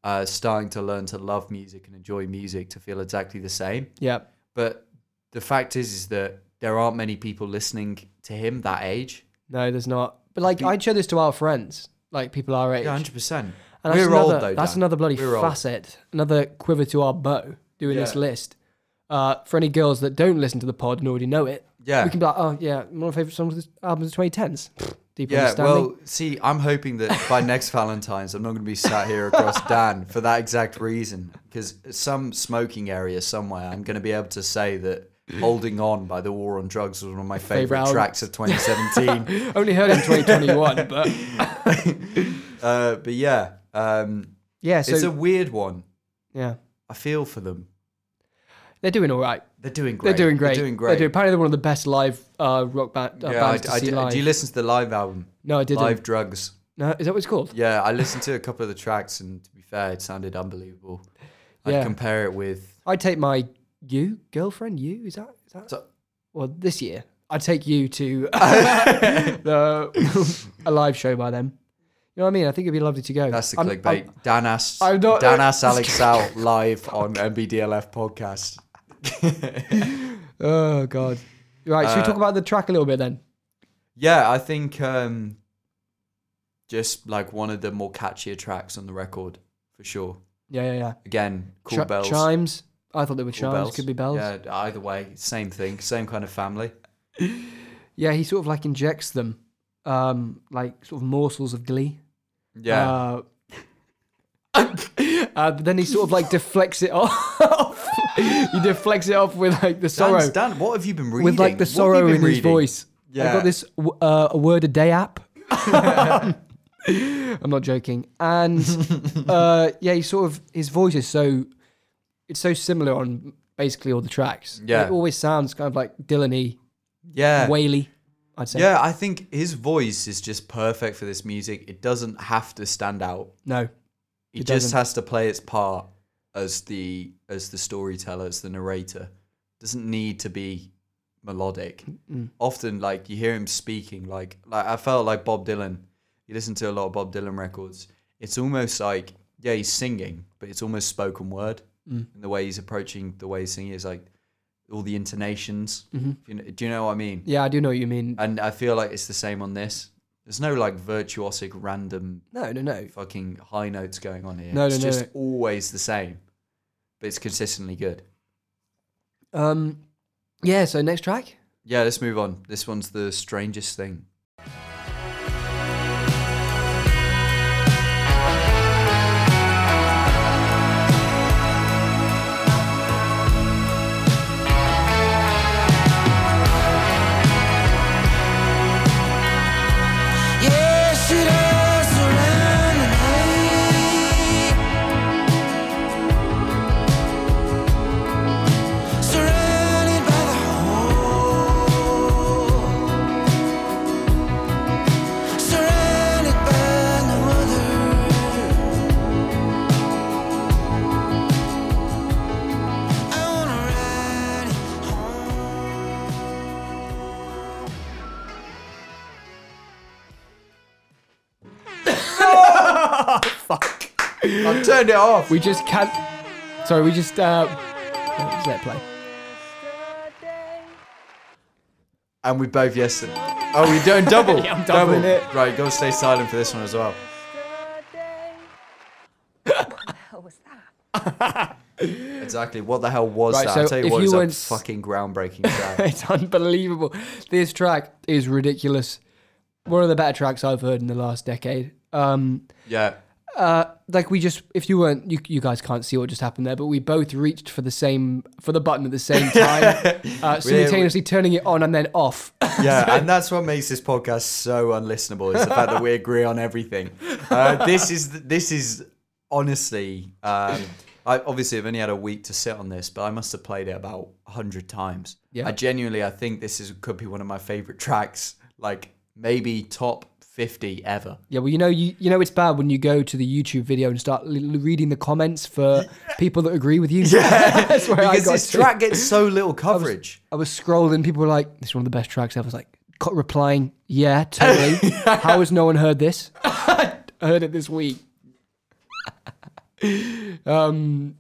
[SPEAKER 2] uh, starting to learn to love music and enjoy music to feel exactly the same.
[SPEAKER 1] Yeah.
[SPEAKER 2] But the fact is, is that there aren't many people listening to him that age.
[SPEAKER 1] No, there's not. But like I'd show this to our friends, like people our age.
[SPEAKER 2] Yeah, hundred percent.
[SPEAKER 1] and
[SPEAKER 2] We're
[SPEAKER 1] that's
[SPEAKER 2] old
[SPEAKER 1] another,
[SPEAKER 2] though.
[SPEAKER 1] That's
[SPEAKER 2] Dan.
[SPEAKER 1] another bloody
[SPEAKER 2] We're old.
[SPEAKER 1] facet, another quiver to our bow doing this
[SPEAKER 2] Yeah.
[SPEAKER 1] list. Uh, for any girls that don't listen to the pod and already know it,
[SPEAKER 2] Yeah.
[SPEAKER 1] we can be like, oh yeah, one of my favorite songs of this album is 2010s. Deep
[SPEAKER 2] Yeah,
[SPEAKER 1] understanding.
[SPEAKER 2] well, see, I'm hoping that by next Valentine's, I'm not going to be sat here across Dan for that exact reason. Because some smoking area somewhere, I'm going to be able to say that Holding On by The War on Drugs was one of my favorite,
[SPEAKER 1] album.
[SPEAKER 2] tracks of 2017.
[SPEAKER 1] Only heard it in 2021, but
[SPEAKER 2] uh, but yeah, um,
[SPEAKER 1] yeah,
[SPEAKER 2] it's a
[SPEAKER 1] so
[SPEAKER 2] weird one.
[SPEAKER 1] yeah,
[SPEAKER 2] I feel for them.
[SPEAKER 1] they're doing all right.
[SPEAKER 2] They're doing great.
[SPEAKER 1] They're doing great.
[SPEAKER 2] They're doing great.
[SPEAKER 1] Apparently, they're one of the best live uh, rock band. Uh,
[SPEAKER 2] yeah, I,
[SPEAKER 1] bands to
[SPEAKER 2] I
[SPEAKER 1] see
[SPEAKER 2] did-
[SPEAKER 1] live.
[SPEAKER 2] do you listen to the live album?
[SPEAKER 1] no, I didn't.
[SPEAKER 2] Live Drugs.
[SPEAKER 1] No, is that what it's called?
[SPEAKER 2] Yeah, I listened to a couple of the tracks, and to be fair, it sounded unbelievable. I'd
[SPEAKER 1] Yeah.
[SPEAKER 2] compare it with
[SPEAKER 1] I take my you girlfriend. You is that is that?
[SPEAKER 2] So-
[SPEAKER 1] well, this year I take you to the a live show by them. You know what I mean? I think it'd be lovely to go.
[SPEAKER 2] That's the
[SPEAKER 1] I'm-
[SPEAKER 2] clickbait.
[SPEAKER 1] I'm-
[SPEAKER 2] Dan asks,
[SPEAKER 1] I'm not-
[SPEAKER 2] Dan asks Alex out live on MBDLF podcast.
[SPEAKER 1] oh god. Right, should we
[SPEAKER 2] Uh,
[SPEAKER 1] talk about the track a little bit then?
[SPEAKER 2] Yeah, I think um, just like one of the more catchier tracks on the record for sure.
[SPEAKER 1] Yeah, yeah, yeah.
[SPEAKER 2] Again, cool
[SPEAKER 1] Chi-
[SPEAKER 2] bells.
[SPEAKER 1] Chimes. I thought they were
[SPEAKER 2] cool
[SPEAKER 1] chimes. Could be bells.
[SPEAKER 2] Yeah, either way, same thing, same kind of family.
[SPEAKER 1] Yeah, he sort of like injects them, um, like sort of morsels of glee.
[SPEAKER 2] Yeah,
[SPEAKER 1] Uh, uh, but then he sort of like deflects it off. he deflects it off with like the sorrow,
[SPEAKER 2] Dan's, Dan, what have you been reading?
[SPEAKER 1] with like the
[SPEAKER 2] What have you
[SPEAKER 1] sorrow in
[SPEAKER 2] been
[SPEAKER 1] his
[SPEAKER 2] reading?
[SPEAKER 1] voice.
[SPEAKER 2] Yeah.
[SPEAKER 1] I got this w- uh, a word a day app. I'm not joking. And uh, yeah, he sort of his voice is so it's so similar on basically all the tracks.
[SPEAKER 2] Yeah.
[SPEAKER 1] it always sounds kind of like Dylan-y,
[SPEAKER 2] Yeah,
[SPEAKER 1] Whaley. I'd say.
[SPEAKER 2] yeah. I think his voice is just perfect for this music. It doesn't have to stand out.
[SPEAKER 1] No.
[SPEAKER 2] he
[SPEAKER 1] It
[SPEAKER 2] just
[SPEAKER 1] doesn't.
[SPEAKER 2] has to play its part as the as the storyteller as the narrator doesn't need to be melodic
[SPEAKER 1] Mm,
[SPEAKER 2] often like you hear him speaking like like i felt like bob dylan you listen to a lot of bob dylan records it's almost like yeah he's singing but it's almost spoken word
[SPEAKER 1] Mm.
[SPEAKER 2] and the way he's approaching the way he's singing is like all the intonations you know, do you know what i mean
[SPEAKER 1] Mm-hmm. Yeah, I do know what you mean.
[SPEAKER 2] and i feel like it's the same on this there's no like virtuosic random
[SPEAKER 1] No, no, no.
[SPEAKER 2] fucking high notes going on here.
[SPEAKER 1] No,
[SPEAKER 2] it's
[SPEAKER 1] no, no,
[SPEAKER 2] just
[SPEAKER 1] no.
[SPEAKER 2] always the same, but it's consistently good.
[SPEAKER 1] Um, yeah. So next track.
[SPEAKER 2] Yeah, let's move on. This one's the strangest thing.
[SPEAKER 4] Yes, it does surround me. Surrounded by the whole. Surrounded by no other. I wanna ride it home.
[SPEAKER 2] I turned it off.
[SPEAKER 1] We just can't. Sorry, we just uh, Just let it play.
[SPEAKER 2] And we both yes. Oh, we doing double.
[SPEAKER 1] Yeah, I'm doubling
[SPEAKER 2] double.
[SPEAKER 1] it.
[SPEAKER 2] Right, go stay silent for this one as well.
[SPEAKER 6] hell was that?
[SPEAKER 2] Exactly. What the hell was
[SPEAKER 1] Right,
[SPEAKER 2] that?
[SPEAKER 1] so
[SPEAKER 2] I'll tell you
[SPEAKER 1] if
[SPEAKER 2] what,
[SPEAKER 1] you
[SPEAKER 2] it's a
[SPEAKER 1] weren't s-
[SPEAKER 2] fucking groundbreaking track.
[SPEAKER 1] It's unbelievable. This track is ridiculous. One of the better tracks I've heard in the last decade. Um,
[SPEAKER 2] yeah.
[SPEAKER 1] uh, like we just, if you weren't, you, you guys can't see what just happened there, but we both reached for the same for the button at the same time, uh, simultaneously turning it on and then off.
[SPEAKER 2] Yeah, and that's what makes this podcast so unlistenable is the fact that we agree on everything. Uh, this is this is honestly. Um, I obviously have only had a week to sit on this, but I must have played it about hundred times.
[SPEAKER 1] Yeah.
[SPEAKER 2] I genuinely, I think this is could be one of my favorite tracks, like maybe top fifty ever.
[SPEAKER 1] Yeah, well, you know, you, you know it's bad when you go to the YouTube video and start l- l- reading the comments for people that agree with you. Yeah, that's where I
[SPEAKER 2] Because
[SPEAKER 1] got
[SPEAKER 2] this
[SPEAKER 1] to.
[SPEAKER 2] track gets so little coverage.
[SPEAKER 1] I was scrolling, people were like, "This is one of the best tracks ever." I was like, co- replying, "Yeah, totally." How has no one heard this? I heard it this week. um,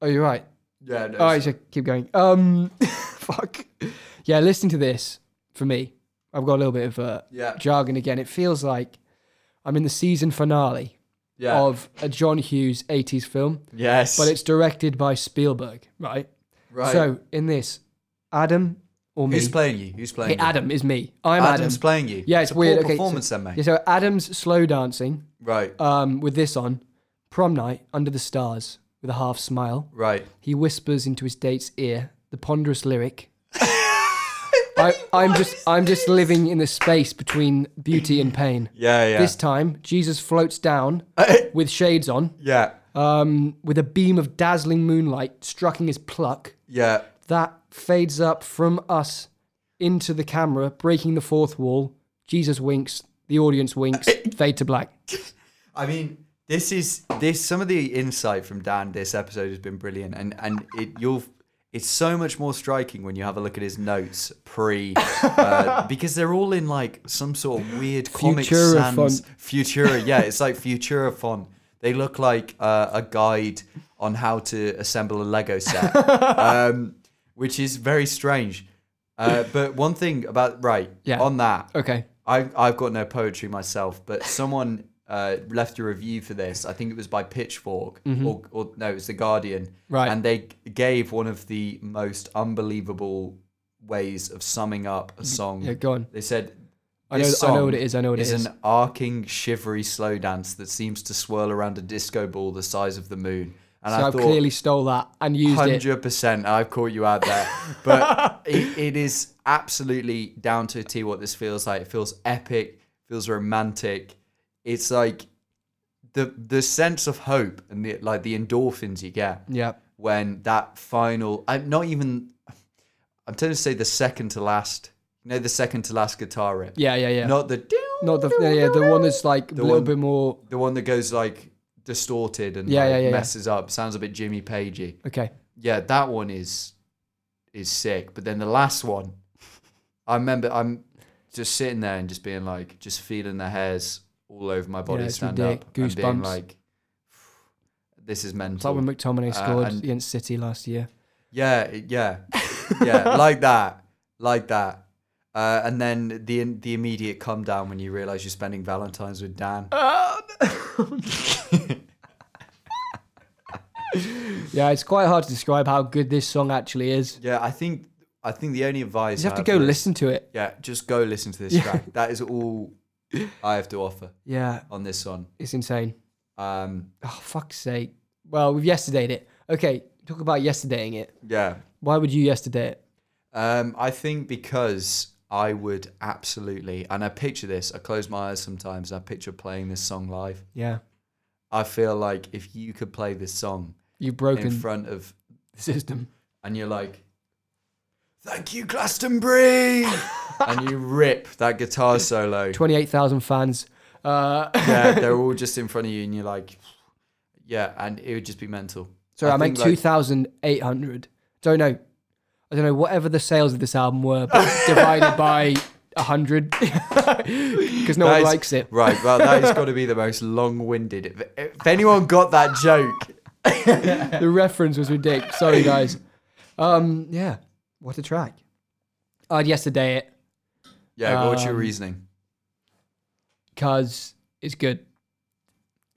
[SPEAKER 1] oh, you're right.
[SPEAKER 2] yeah, no,
[SPEAKER 1] All right, so keep going. Um, fuck. Yeah, listening to this for me, I've got a little bit of uh,
[SPEAKER 2] Yeah.
[SPEAKER 1] jargon again. It feels like I'm in the season finale
[SPEAKER 2] yeah.
[SPEAKER 1] of a John Hughes '80s film,
[SPEAKER 2] yes,
[SPEAKER 1] but it's directed by Spielberg, right?
[SPEAKER 2] right.
[SPEAKER 1] So in this, Adam or me?
[SPEAKER 2] who's playing you? Who's playing?
[SPEAKER 1] Hey, Adam is me. I'm
[SPEAKER 2] Adam's
[SPEAKER 1] Adam.
[SPEAKER 2] playing you.
[SPEAKER 1] yeah, it's,
[SPEAKER 2] a
[SPEAKER 1] weird.
[SPEAKER 2] Poor
[SPEAKER 1] okay,
[SPEAKER 2] performance
[SPEAKER 1] so,
[SPEAKER 2] then, mate.
[SPEAKER 1] Yeah, so Adam's slow dancing
[SPEAKER 2] Right,
[SPEAKER 1] um, with this on, prom night under the stars with a half smile.
[SPEAKER 2] right.
[SPEAKER 1] He whispers into his date's ear the ponderous lyric. I, I'm just, I'm just living in the space between beauty and pain.
[SPEAKER 2] Yeah, yeah.
[SPEAKER 1] This time, Jesus floats down with shades on,
[SPEAKER 2] yeah,
[SPEAKER 1] um, with a beam of dazzling moonlight striking his pluck
[SPEAKER 2] yeah.
[SPEAKER 1] that fades up from us into the camera, breaking the fourth wall. Jesus winks, the audience
[SPEAKER 2] Uh,
[SPEAKER 1] winks, fade to black.
[SPEAKER 2] I mean, this is this. Some of the insight from Dan this episode has been brilliant, and and it you'll. It's so much more striking when you have a look at his notes pre, uh, because they're all in like some sort of weird comic
[SPEAKER 1] Futura
[SPEAKER 2] sans
[SPEAKER 1] font.
[SPEAKER 2] Futura. Yeah, it's like Futura font. They look like uh, a guide on how to assemble a Lego set, um, which is very strange. Uh, but one thing about right
[SPEAKER 1] Yeah.
[SPEAKER 2] on that,
[SPEAKER 1] Okay.
[SPEAKER 2] I, I've got no poetry myself, but someone uh, left a review for this. I think it was by Pitchfork, or, or no, it was The Guardian.
[SPEAKER 1] Mm-hmm. Right.
[SPEAKER 2] And they g- gave one of the most unbelievable ways of summing up a song.
[SPEAKER 1] Mm-hmm. yeah, go on.
[SPEAKER 2] They said,
[SPEAKER 1] I know-
[SPEAKER 2] "This
[SPEAKER 1] I know
[SPEAKER 2] song
[SPEAKER 1] what it is, I know what it is."
[SPEAKER 2] an arcing, shivery slow dance that seems to swirl around a disco ball the size of the moon. And
[SPEAKER 1] so
[SPEAKER 2] I
[SPEAKER 1] I've
[SPEAKER 2] thought,
[SPEAKER 1] clearly stole that and used it.
[SPEAKER 2] Hundred percent. I've caught you out there, but it, it is absolutely down to a T what this feels like. It feels epic. Feels romantic. It's like the the sense of hope and the like the endorphins you get.
[SPEAKER 1] Yeah.
[SPEAKER 2] When that final, I'm not even. I'm trying to say the second to last. You know the second to last guitar rip.
[SPEAKER 1] Yeah, yeah, yeah.
[SPEAKER 2] Not the.
[SPEAKER 1] Not the yeah, yeah, the one that's like a little
[SPEAKER 2] one-
[SPEAKER 1] bit more.
[SPEAKER 2] The one that goes like distorted and
[SPEAKER 1] Yeah,
[SPEAKER 2] like
[SPEAKER 1] yeah, yeah, yeah.
[SPEAKER 2] messes up. Sounds a bit Jimmy Pagey
[SPEAKER 1] Okay.
[SPEAKER 2] yeah, that one is is sick. But then the last one, I remember I'm just sitting there and just being like, just feeling the hairs all over my body
[SPEAKER 1] Yeah, it's
[SPEAKER 2] stand
[SPEAKER 1] ridic-
[SPEAKER 2] up, and being
[SPEAKER 1] goosebumps.
[SPEAKER 2] like, this is
[SPEAKER 1] It's like
[SPEAKER 2] mental.
[SPEAKER 1] when McTominay
[SPEAKER 2] Uh,
[SPEAKER 1] scored
[SPEAKER 2] and-
[SPEAKER 1] against City last year.
[SPEAKER 2] yeah, it- yeah, yeah, like that, like that. Uh, and then the the immediate come down when you realise you're spending Valentine's with Dan.
[SPEAKER 1] Uh. Yeah, it's quite hard to describe how good this song actually is.
[SPEAKER 2] yeah, I think I think the only advice
[SPEAKER 1] You just have to
[SPEAKER 2] I
[SPEAKER 1] go
[SPEAKER 2] for this-
[SPEAKER 1] listen to it.
[SPEAKER 2] Yeah, just go listen to this track. That is all I have to offer
[SPEAKER 1] Yeah,
[SPEAKER 2] on this one.
[SPEAKER 1] it's insane.
[SPEAKER 2] Um,
[SPEAKER 1] Oh fuck's sake. Well, we've yesterdayed it. Okay, talk about yesterdaying it.
[SPEAKER 2] yeah.
[SPEAKER 1] Why would you yesterday it?
[SPEAKER 2] Um, I think because I would absolutely, and I picture this, I close my eyes sometimes, I picture playing this song live.
[SPEAKER 1] Yeah,
[SPEAKER 2] I feel like if you could play this song
[SPEAKER 1] you've
[SPEAKER 2] in
[SPEAKER 1] broken
[SPEAKER 2] front of,
[SPEAKER 1] the system.
[SPEAKER 2] and you're like, thank you, Glastonbury! and you rip that guitar solo.
[SPEAKER 1] Twenty-eight thousand fans. Uh,
[SPEAKER 2] yeah, they're all just in front of you, and you're like, yeah, and it would just be mental.
[SPEAKER 1] sorry, I, meant
[SPEAKER 2] think, like-
[SPEAKER 1] two thousand eight hundred. Don't know. I don't know whatever the sales of this album were, but divided by hundred because no
[SPEAKER 2] That
[SPEAKER 1] one
[SPEAKER 2] is-
[SPEAKER 1] likes it.
[SPEAKER 2] Right, well, that has got to be the most long-winded. If, if anyone got that joke,
[SPEAKER 1] the reference was ridiculous. Sorry, guys. Um, yeah, what a track. I'd yesterday it
[SPEAKER 2] Yeah, what was your
[SPEAKER 1] Um,
[SPEAKER 2] reasoning?
[SPEAKER 1] because it's good.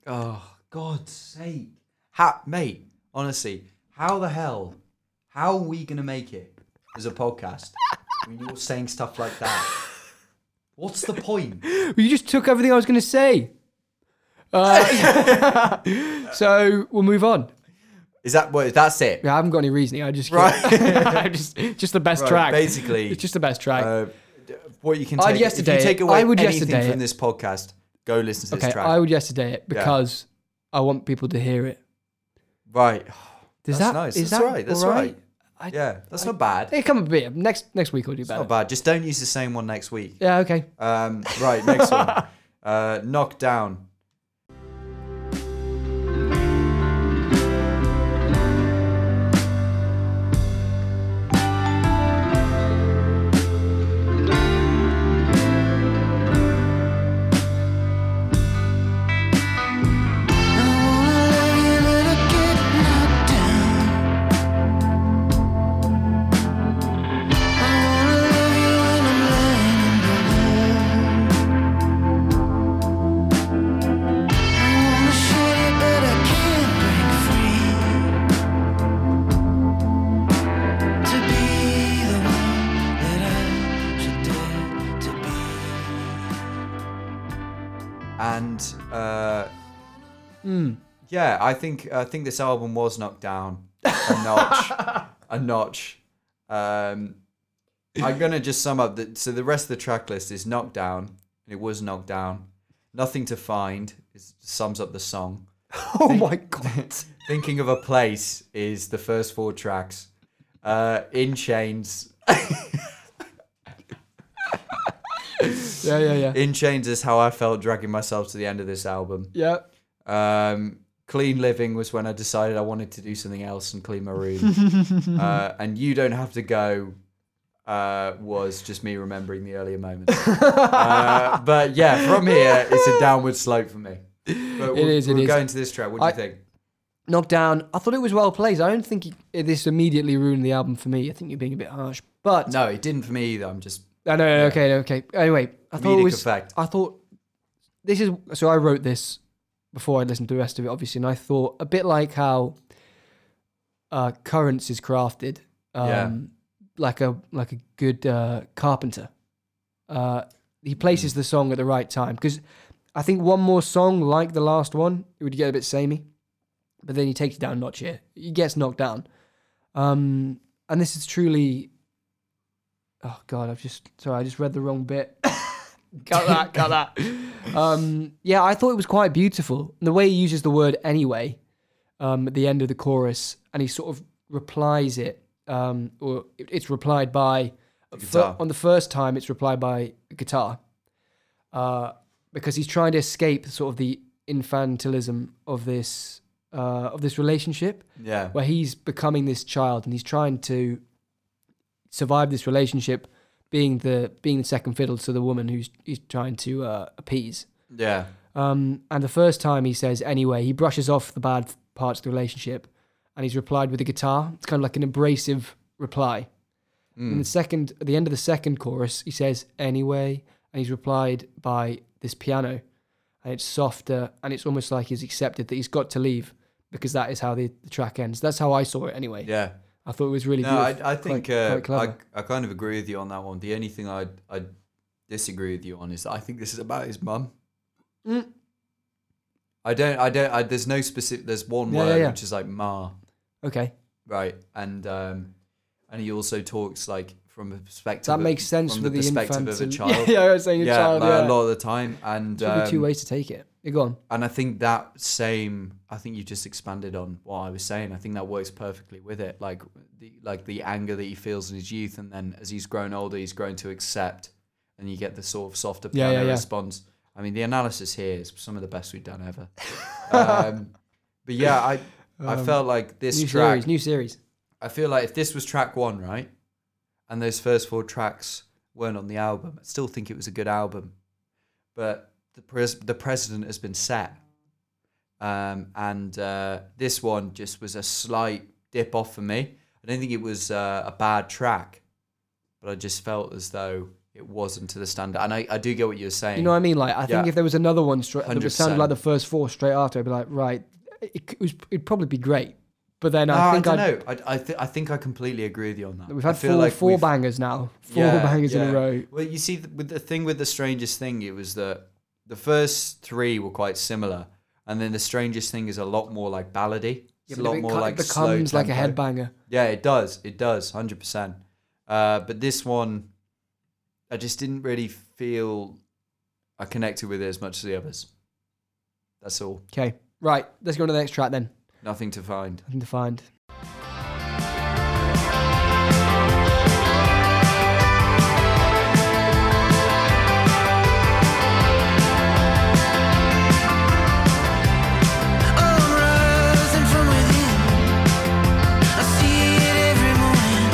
[SPEAKER 2] Oh, God's sake. Ha- mate, honestly, how the hell, how are we going to make it as a podcast when you're saying stuff like that? What's the point?
[SPEAKER 1] You just took everything I was going to say. Uh, so we'll move on.
[SPEAKER 2] Is that what? That's it.
[SPEAKER 1] I haven't got any reasoning. I just
[SPEAKER 2] Right.
[SPEAKER 1] I'm just just the best
[SPEAKER 2] Right,
[SPEAKER 1] track.
[SPEAKER 2] basically,
[SPEAKER 1] it's just the best track.
[SPEAKER 2] Uh, d- what you can
[SPEAKER 1] I'd
[SPEAKER 2] take,
[SPEAKER 1] yesterday
[SPEAKER 2] if
[SPEAKER 1] it.
[SPEAKER 2] you take away
[SPEAKER 1] I would
[SPEAKER 2] anything
[SPEAKER 1] yesterday
[SPEAKER 2] from
[SPEAKER 1] it.
[SPEAKER 2] this podcast, go listen to
[SPEAKER 1] okay,
[SPEAKER 2] this track.
[SPEAKER 1] I would yesterday it because I want people to hear it.
[SPEAKER 2] right.
[SPEAKER 1] Does
[SPEAKER 2] that's
[SPEAKER 1] that
[SPEAKER 2] nice.
[SPEAKER 1] is
[SPEAKER 2] that's
[SPEAKER 1] that
[SPEAKER 2] right. That's
[SPEAKER 1] all
[SPEAKER 2] right.
[SPEAKER 1] I-
[SPEAKER 2] yeah, that's not bad.
[SPEAKER 1] They come a bit. Next next week I'll do
[SPEAKER 2] It's
[SPEAKER 1] better.
[SPEAKER 2] not bad. Just don't use the same one next week.
[SPEAKER 1] Yeah. Okay.
[SPEAKER 2] Um, right, next one. Uh, knock down.
[SPEAKER 4] To be the one that I should dare to be.
[SPEAKER 2] And uh, yeah, I think I think this album was knocked down a notch. a notch. Um, I'm gonna just sum up that. So the rest of the track list is knocked down. and It was knocked down. Nothing to find is, sums up the song.
[SPEAKER 1] Oh my god.
[SPEAKER 2] Thinking of a place is the first four tracks. Uh, In chains.
[SPEAKER 1] yeah. Yeah. Yeah.
[SPEAKER 2] In chains is how I felt dragging myself to the end of this album.
[SPEAKER 1] Yeah.
[SPEAKER 2] Um, clean living was when I decided I wanted to do something else and clean my room. uh, and you don't have to go uh, was just me remembering the earlier moments. uh, but yeah, from here it's a downward slope for me. But we'll,
[SPEAKER 1] is, it
[SPEAKER 2] we'll
[SPEAKER 1] is.
[SPEAKER 2] go into this track. What do
[SPEAKER 1] I-
[SPEAKER 2] you think?
[SPEAKER 1] Knocked down. I thought it was well placed. I don't think it, this immediately ruined the album for me. I think you're being a bit harsh, but
[SPEAKER 2] No, it didn't for me either. I'm just
[SPEAKER 1] I know. Okay. Okay. Anyway, I thought
[SPEAKER 2] Comedic
[SPEAKER 1] it was.
[SPEAKER 2] effect.
[SPEAKER 1] I thought this is so. I wrote this before I listened to the rest of it, obviously, and I thought a bit like how uh, currents is crafted, um,
[SPEAKER 2] Yeah.
[SPEAKER 1] like a like a good uh, carpenter. Uh, he
[SPEAKER 2] Mm.
[SPEAKER 1] places the song at the right time because I think one more song like the last one, it would get a bit samey, but then he takes it down a notch here. He gets knocked down, um, and this is truly. Oh God, I've just sorry, I just read the wrong bit. cut that, cut that. Um, yeah, I thought it was quite beautiful. And the way he uses the word anyway um, at the end of the chorus, and he sort of replies it, um, or it- it's replied by
[SPEAKER 2] guitar.
[SPEAKER 1] on the first time it's replied by guitar, uh, because he's trying to escape sort of the infantilism of this uh, of this relationship
[SPEAKER 2] yeah.
[SPEAKER 1] where he's becoming this child and he's trying to survive this relationship being the being the second fiddle to the woman who's he's trying to uh, appease
[SPEAKER 2] Yeah.
[SPEAKER 1] um, and the first time he says anyway he brushes off the bad parts of the relationship and he's replied with a guitar it's kind of like an abrasive reply
[SPEAKER 2] Hmm.
[SPEAKER 1] and the second at the end of the second chorus he says anyway and he's replied by this piano and it's softer and it's almost like he's accepted that he's got to leave because that is how the, the track ends that's how i saw it anyway
[SPEAKER 2] Yeah.
[SPEAKER 1] I thought it was really
[SPEAKER 2] No,
[SPEAKER 1] beautiful.
[SPEAKER 2] I, I think
[SPEAKER 1] quite, quite
[SPEAKER 2] uh,
[SPEAKER 1] clever.
[SPEAKER 2] I, I kind of agree with you on that one. The only thing I I disagree with you on is that I think this is about his mum.
[SPEAKER 1] Mm.
[SPEAKER 2] I don't. I don't. I, there's no specific. There's one
[SPEAKER 1] Yeah, yeah,
[SPEAKER 2] word
[SPEAKER 1] yeah.
[SPEAKER 2] which is like ma,
[SPEAKER 1] okay,
[SPEAKER 2] right? And um, and he also talks like from a perspective
[SPEAKER 1] that
[SPEAKER 2] of-
[SPEAKER 1] makes sense
[SPEAKER 2] from
[SPEAKER 1] for
[SPEAKER 2] the perspective
[SPEAKER 1] infant
[SPEAKER 2] of a
[SPEAKER 1] and-
[SPEAKER 2] child.
[SPEAKER 1] Yeah, I was saying a
[SPEAKER 2] Yeah,
[SPEAKER 1] child.
[SPEAKER 2] like,
[SPEAKER 1] yeah.
[SPEAKER 2] a lot of the time, and
[SPEAKER 1] Probably two
[SPEAKER 2] um,
[SPEAKER 1] ways to take it. Yeah, go on.
[SPEAKER 2] and I think that same. I think you just expanded on what I was saying. I think that works perfectly with it. Like the like the anger that he feels in his youth, and then as he's grown older, he's grown to accept, and you get the sort of softer
[SPEAKER 1] Yeah,
[SPEAKER 2] piano
[SPEAKER 1] yeah, yeah.
[SPEAKER 2] response. I mean, the analysis here is some of the best we've done ever. um, but yeah, I I
[SPEAKER 1] Um,
[SPEAKER 2] felt like this
[SPEAKER 1] New
[SPEAKER 2] track.
[SPEAKER 1] series, new series.
[SPEAKER 2] I feel like if this was track one, right, and those first four tracks weren't on the album, I still think it was a good album. But the pres- the precedent has been set. Um, and uh, this one just was a slight dip off for me. I don't think it was uh, a bad track, but I just felt as though it wasn't to the standard. And I, I do get what you're saying.
[SPEAKER 1] You know what I mean? Like, I think
[SPEAKER 2] Yeah.
[SPEAKER 1] if there was another one straight, that would sound
[SPEAKER 2] 100%.
[SPEAKER 1] like the first four straight after, I'd be like, right, it, it was, it'd probably be great. But then
[SPEAKER 2] No,
[SPEAKER 1] I think
[SPEAKER 2] I
[SPEAKER 1] I'd,
[SPEAKER 2] don't know. I, I, th- I think I completely agree with you on that.
[SPEAKER 1] we've
[SPEAKER 2] I
[SPEAKER 1] had
[SPEAKER 2] feel
[SPEAKER 1] four,
[SPEAKER 2] like
[SPEAKER 1] four
[SPEAKER 2] we've-
[SPEAKER 1] bangers now, four
[SPEAKER 2] Yeah,
[SPEAKER 1] bangers in
[SPEAKER 2] yeah.
[SPEAKER 1] a row.
[SPEAKER 2] Well, you see, th- with the thing with the strangest thing, it was that the first three were quite similar, and then the strangest thing is a lot more like ballady. It's a lot
[SPEAKER 1] it
[SPEAKER 2] more
[SPEAKER 1] kind of
[SPEAKER 2] like slow
[SPEAKER 1] becomes like a
[SPEAKER 2] tempo.
[SPEAKER 1] headbanger.
[SPEAKER 2] Yeah, it does. It does. Hundred percent. Uh, but this one, I just didn't really feel I connected with it as much as the others. That's all.
[SPEAKER 1] Okay, right, let's go on to the next track then.
[SPEAKER 2] Nothing to find.
[SPEAKER 1] Nothing to find.
[SPEAKER 4] rising from within. I see it every morning.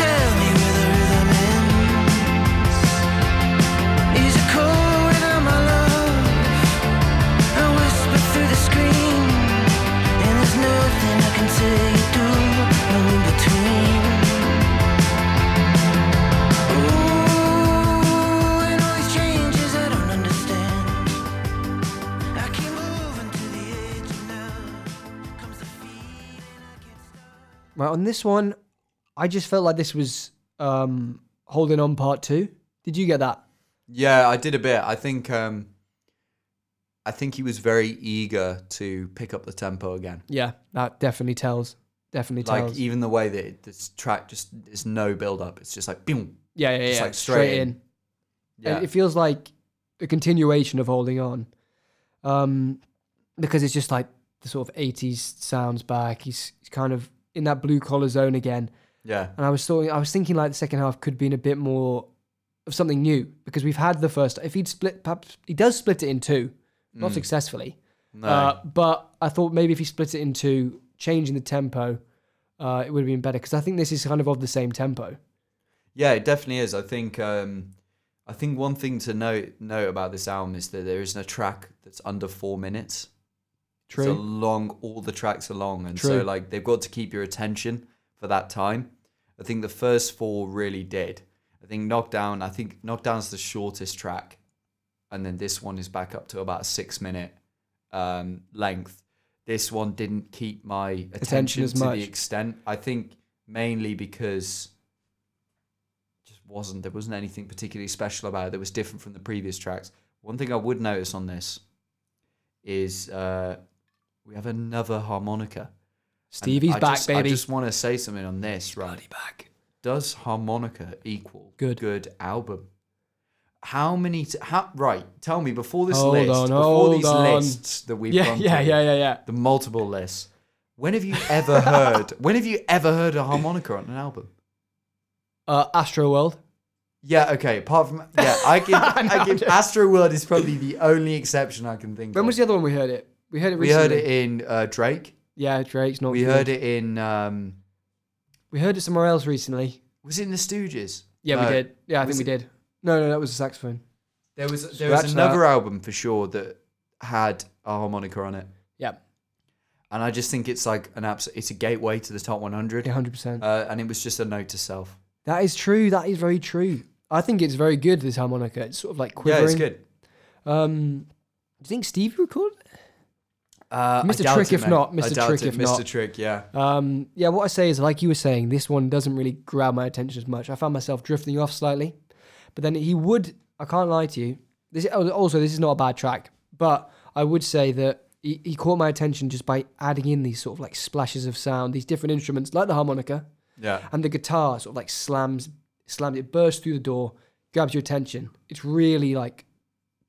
[SPEAKER 4] Tell me where the rhythm ends. Is it cold without my love? I whisper through the screen, and there's nothing I can say. Do no in between. Ooh, and all these changes I don't understand. I keep moving to the edge, and now comes the feeling I can't stop.
[SPEAKER 1] Right, on this one, I just felt like this was um, holding on part two. Did you get that?
[SPEAKER 2] Yeah, I did a bit. I think um I think he was very eager to pick up the tempo again.
[SPEAKER 1] Yeah, that definitely tells. Definitely
[SPEAKER 2] Like e-
[SPEAKER 1] tells.
[SPEAKER 2] even the way that it, this track just there's no build up. It's just like boom.
[SPEAKER 1] yeah, yeah, yeah.
[SPEAKER 2] just like
[SPEAKER 1] straight,
[SPEAKER 2] straight
[SPEAKER 1] in.
[SPEAKER 2] in. Yeah.
[SPEAKER 1] It, it feels like a continuation of holding on, um, because it's just like the sort of '80s sounds back. He's, he's kind of in that blue collar zone again.
[SPEAKER 2] yeah.
[SPEAKER 1] And I was thought, I was thinking like the second half could be a bit more of something new because we've had the first. If he'd split, perhaps he does split it in two, not
[SPEAKER 2] Mm.
[SPEAKER 1] successfully.
[SPEAKER 2] No.
[SPEAKER 1] Uh, but I thought maybe if he split it in two, changing the tempo, uh, it would have been better because I think this is kind of of the same tempo.
[SPEAKER 2] yeah, it definitely is. I think um I think one thing to note note about this album is that there isn't a track that's under four minutes. It's a
[SPEAKER 1] True.
[SPEAKER 2] long all the tracks are long. And so
[SPEAKER 1] True.
[SPEAKER 2] like they've got to keep your attention for that time. I think the first four really did. I think Knockdown, I think Knockdown's the shortest track. And then this one is back up to about a six minute um, length. This one didn't keep my attention,
[SPEAKER 1] Attention as
[SPEAKER 2] to
[SPEAKER 1] much.
[SPEAKER 2] the extent. I think mainly because just wasn't there wasn't anything particularly special about it that was different from the previous tracks. One thing I would notice on this is uh, we have another harmonica. And
[SPEAKER 1] Stevie's
[SPEAKER 2] I
[SPEAKER 1] back,
[SPEAKER 2] just-
[SPEAKER 1] baby.
[SPEAKER 2] I just want to say something on this, right?
[SPEAKER 1] back.
[SPEAKER 2] Does harmonica equal
[SPEAKER 1] Good.
[SPEAKER 2] good album? How many? T- how, right, tell me before this
[SPEAKER 1] Hold
[SPEAKER 2] list,
[SPEAKER 1] on,
[SPEAKER 2] before
[SPEAKER 1] hold
[SPEAKER 2] these
[SPEAKER 1] on.
[SPEAKER 2] lists that we've
[SPEAKER 1] Yeah,
[SPEAKER 2] gone
[SPEAKER 1] yeah,
[SPEAKER 2] through,
[SPEAKER 1] yeah, yeah, yeah.
[SPEAKER 2] the multiple lists. When have you ever heard? when have you ever heard a harmonica on an album?
[SPEAKER 1] Uh, Astro World.
[SPEAKER 2] Yeah, okay. Apart from yeah, I can. I can. Astro World is probably the only exception I can think.
[SPEAKER 1] When
[SPEAKER 2] of.
[SPEAKER 1] was the other one we heard it? We heard it.
[SPEAKER 2] we heard
[SPEAKER 1] Recently.
[SPEAKER 2] it in uh, Drake.
[SPEAKER 1] Yeah, Drake's not.
[SPEAKER 2] We heard it in. Um,
[SPEAKER 1] We heard it somewhere else recently.
[SPEAKER 2] was it in the Stooges?
[SPEAKER 1] Yeah,
[SPEAKER 2] No.
[SPEAKER 1] we did. Yeah, I
[SPEAKER 2] was
[SPEAKER 1] think we did. No, no, that was a saxophone.
[SPEAKER 2] There was there was
[SPEAKER 1] Scratch
[SPEAKER 2] another album for sure that had a harmonica on it,
[SPEAKER 1] Yeah,
[SPEAKER 2] and I just think it's like an abs- It's a gateway to the top 100,
[SPEAKER 1] yeah, hundred percent.
[SPEAKER 2] uh, and it was just a note to self.
[SPEAKER 1] That is true. That is very true. I think it's very good. This harmonica. It's sort of like quivering.
[SPEAKER 2] Yeah, it's good.
[SPEAKER 1] Um, do you think Stevie recorded? it?
[SPEAKER 2] Uh, I
[SPEAKER 1] Mr.
[SPEAKER 2] doubt
[SPEAKER 1] Trick
[SPEAKER 2] it,
[SPEAKER 1] if
[SPEAKER 2] mate.
[SPEAKER 1] not,
[SPEAKER 2] I
[SPEAKER 1] Mr.
[SPEAKER 2] doubt
[SPEAKER 1] Trick
[SPEAKER 2] it,
[SPEAKER 1] if
[SPEAKER 2] Mr.
[SPEAKER 1] not.
[SPEAKER 2] Trick, yeah.
[SPEAKER 1] Um, yeah, what I say is, like you were saying, this one doesn't really grab my attention as much. I found myself drifting off slightly, but then he would. I can't lie to you. This oh, also, this is not a bad track, but I would say that he, he caught my attention just by adding in these sort of like splashes of sound, these different instruments, like the harmonica
[SPEAKER 2] yeah,
[SPEAKER 1] and the guitar, sort of like slams, slams. It bursts through the door, grabs your attention. It's really like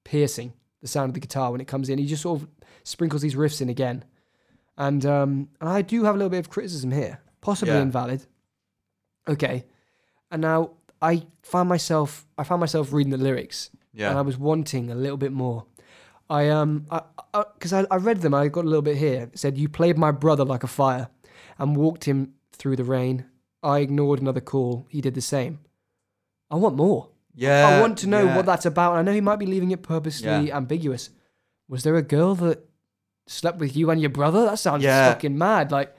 [SPEAKER 1] piercing the sound of the guitar when it comes in. He just sort of sprinkles these riffs in again. And um, and I do have a little bit of criticism here, possibly
[SPEAKER 2] Yeah.
[SPEAKER 1] invalid. Okay, and now I found myself I found myself reading the lyrics,
[SPEAKER 2] Yeah.
[SPEAKER 1] and I was wanting a little bit more. I um I because I, I read them. I got a little bit here. It said you played my brother like a fire, and walked him through the rain. I ignored another call. He did the same. I want more.
[SPEAKER 2] yeah.
[SPEAKER 1] I want to know
[SPEAKER 2] yeah.
[SPEAKER 1] what that's about. I know he might be leaving it purposely
[SPEAKER 2] Yeah.
[SPEAKER 1] ambiguous. Was there a girl that slept with you and your brother? That sounds
[SPEAKER 2] Yeah.
[SPEAKER 1] fucking mad. Like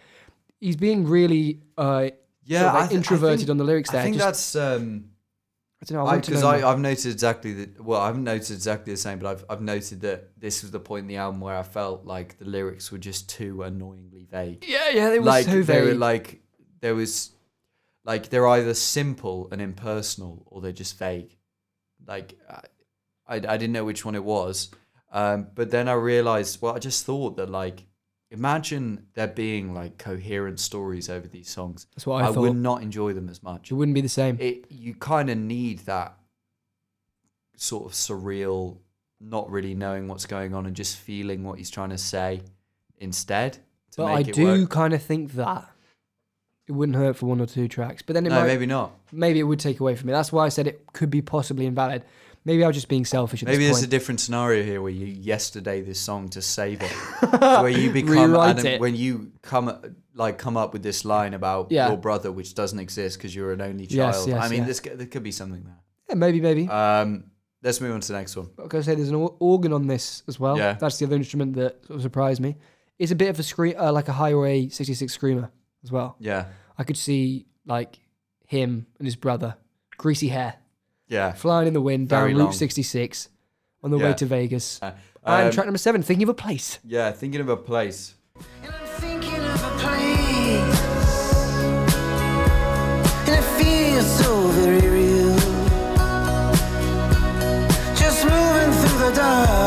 [SPEAKER 1] he's being really uh,
[SPEAKER 2] Yeah,
[SPEAKER 1] sort of, like,
[SPEAKER 2] I th- I
[SPEAKER 1] introverted
[SPEAKER 2] think-
[SPEAKER 1] on the lyrics there.
[SPEAKER 2] I think
[SPEAKER 1] Just-
[SPEAKER 2] that's um,
[SPEAKER 1] I don't know. I want to
[SPEAKER 2] because
[SPEAKER 1] know
[SPEAKER 2] I,
[SPEAKER 1] more.
[SPEAKER 2] I've noted exactly the well, I haven't noted exactly the same, but I've I've noted that this was the point in the album where I felt like the lyrics were just too annoyingly vague.
[SPEAKER 1] yeah, yeah, they were
[SPEAKER 2] like
[SPEAKER 1] so
[SPEAKER 2] they
[SPEAKER 1] very
[SPEAKER 2] were like there was like they're either simple and impersonal or they're just vague. Like I I, I didn't know which one it was, um, but then I realized. Well, I just thought that like imagine there being like coherent stories over these songs.
[SPEAKER 1] That's what I thought.
[SPEAKER 2] would not enjoy them as much
[SPEAKER 1] it wouldn't be the same.
[SPEAKER 2] it you kind of need that sort of surreal not really knowing what's going on and just feeling what he's trying to say instead to
[SPEAKER 1] but I
[SPEAKER 2] make it
[SPEAKER 1] do
[SPEAKER 2] work.
[SPEAKER 1] kind of think that it wouldn't hurt for one or two tracks. But then it
[SPEAKER 2] no
[SPEAKER 1] might,
[SPEAKER 2] maybe not
[SPEAKER 1] maybe it would take away from it. That's why I said it could be possibly invalid. Maybe I was just being selfish at
[SPEAKER 2] maybe
[SPEAKER 1] this
[SPEAKER 2] there's
[SPEAKER 1] point.
[SPEAKER 2] a different scenario here where you yesterday this song to save it where you become
[SPEAKER 1] Rewrite
[SPEAKER 2] Adam,
[SPEAKER 1] it.
[SPEAKER 2] when you come like come up with this line about
[SPEAKER 1] Yeah.
[SPEAKER 2] your brother which doesn't exist because you're an only
[SPEAKER 1] Yes,
[SPEAKER 2] child i
[SPEAKER 1] yes,
[SPEAKER 2] mean
[SPEAKER 1] yeah.
[SPEAKER 2] this c- there could be something there
[SPEAKER 1] yeah, maybe, maybe.
[SPEAKER 2] um let's move on to the next one
[SPEAKER 1] Like I say, there's an or- organ on this as well.
[SPEAKER 2] Yeah.
[SPEAKER 1] That's the other instrument that sort of surprised me. It's a bit of a scream, uh, like a Highway 66 screamer as well.
[SPEAKER 2] yeah
[SPEAKER 1] I could see like him and his brother, greasy hair,
[SPEAKER 2] yeah
[SPEAKER 1] flying in the wind
[SPEAKER 2] Very
[SPEAKER 1] down Route
[SPEAKER 2] long.
[SPEAKER 1] 66 on the
[SPEAKER 2] Yeah.
[SPEAKER 1] way to Vegas.
[SPEAKER 2] Uh,
[SPEAKER 1] and
[SPEAKER 2] um,
[SPEAKER 1] track number seven, thinking of a place.
[SPEAKER 2] yeah thinking of a place
[SPEAKER 4] And I'm thinking of a place. And it feels so very real. Just moving through the dark.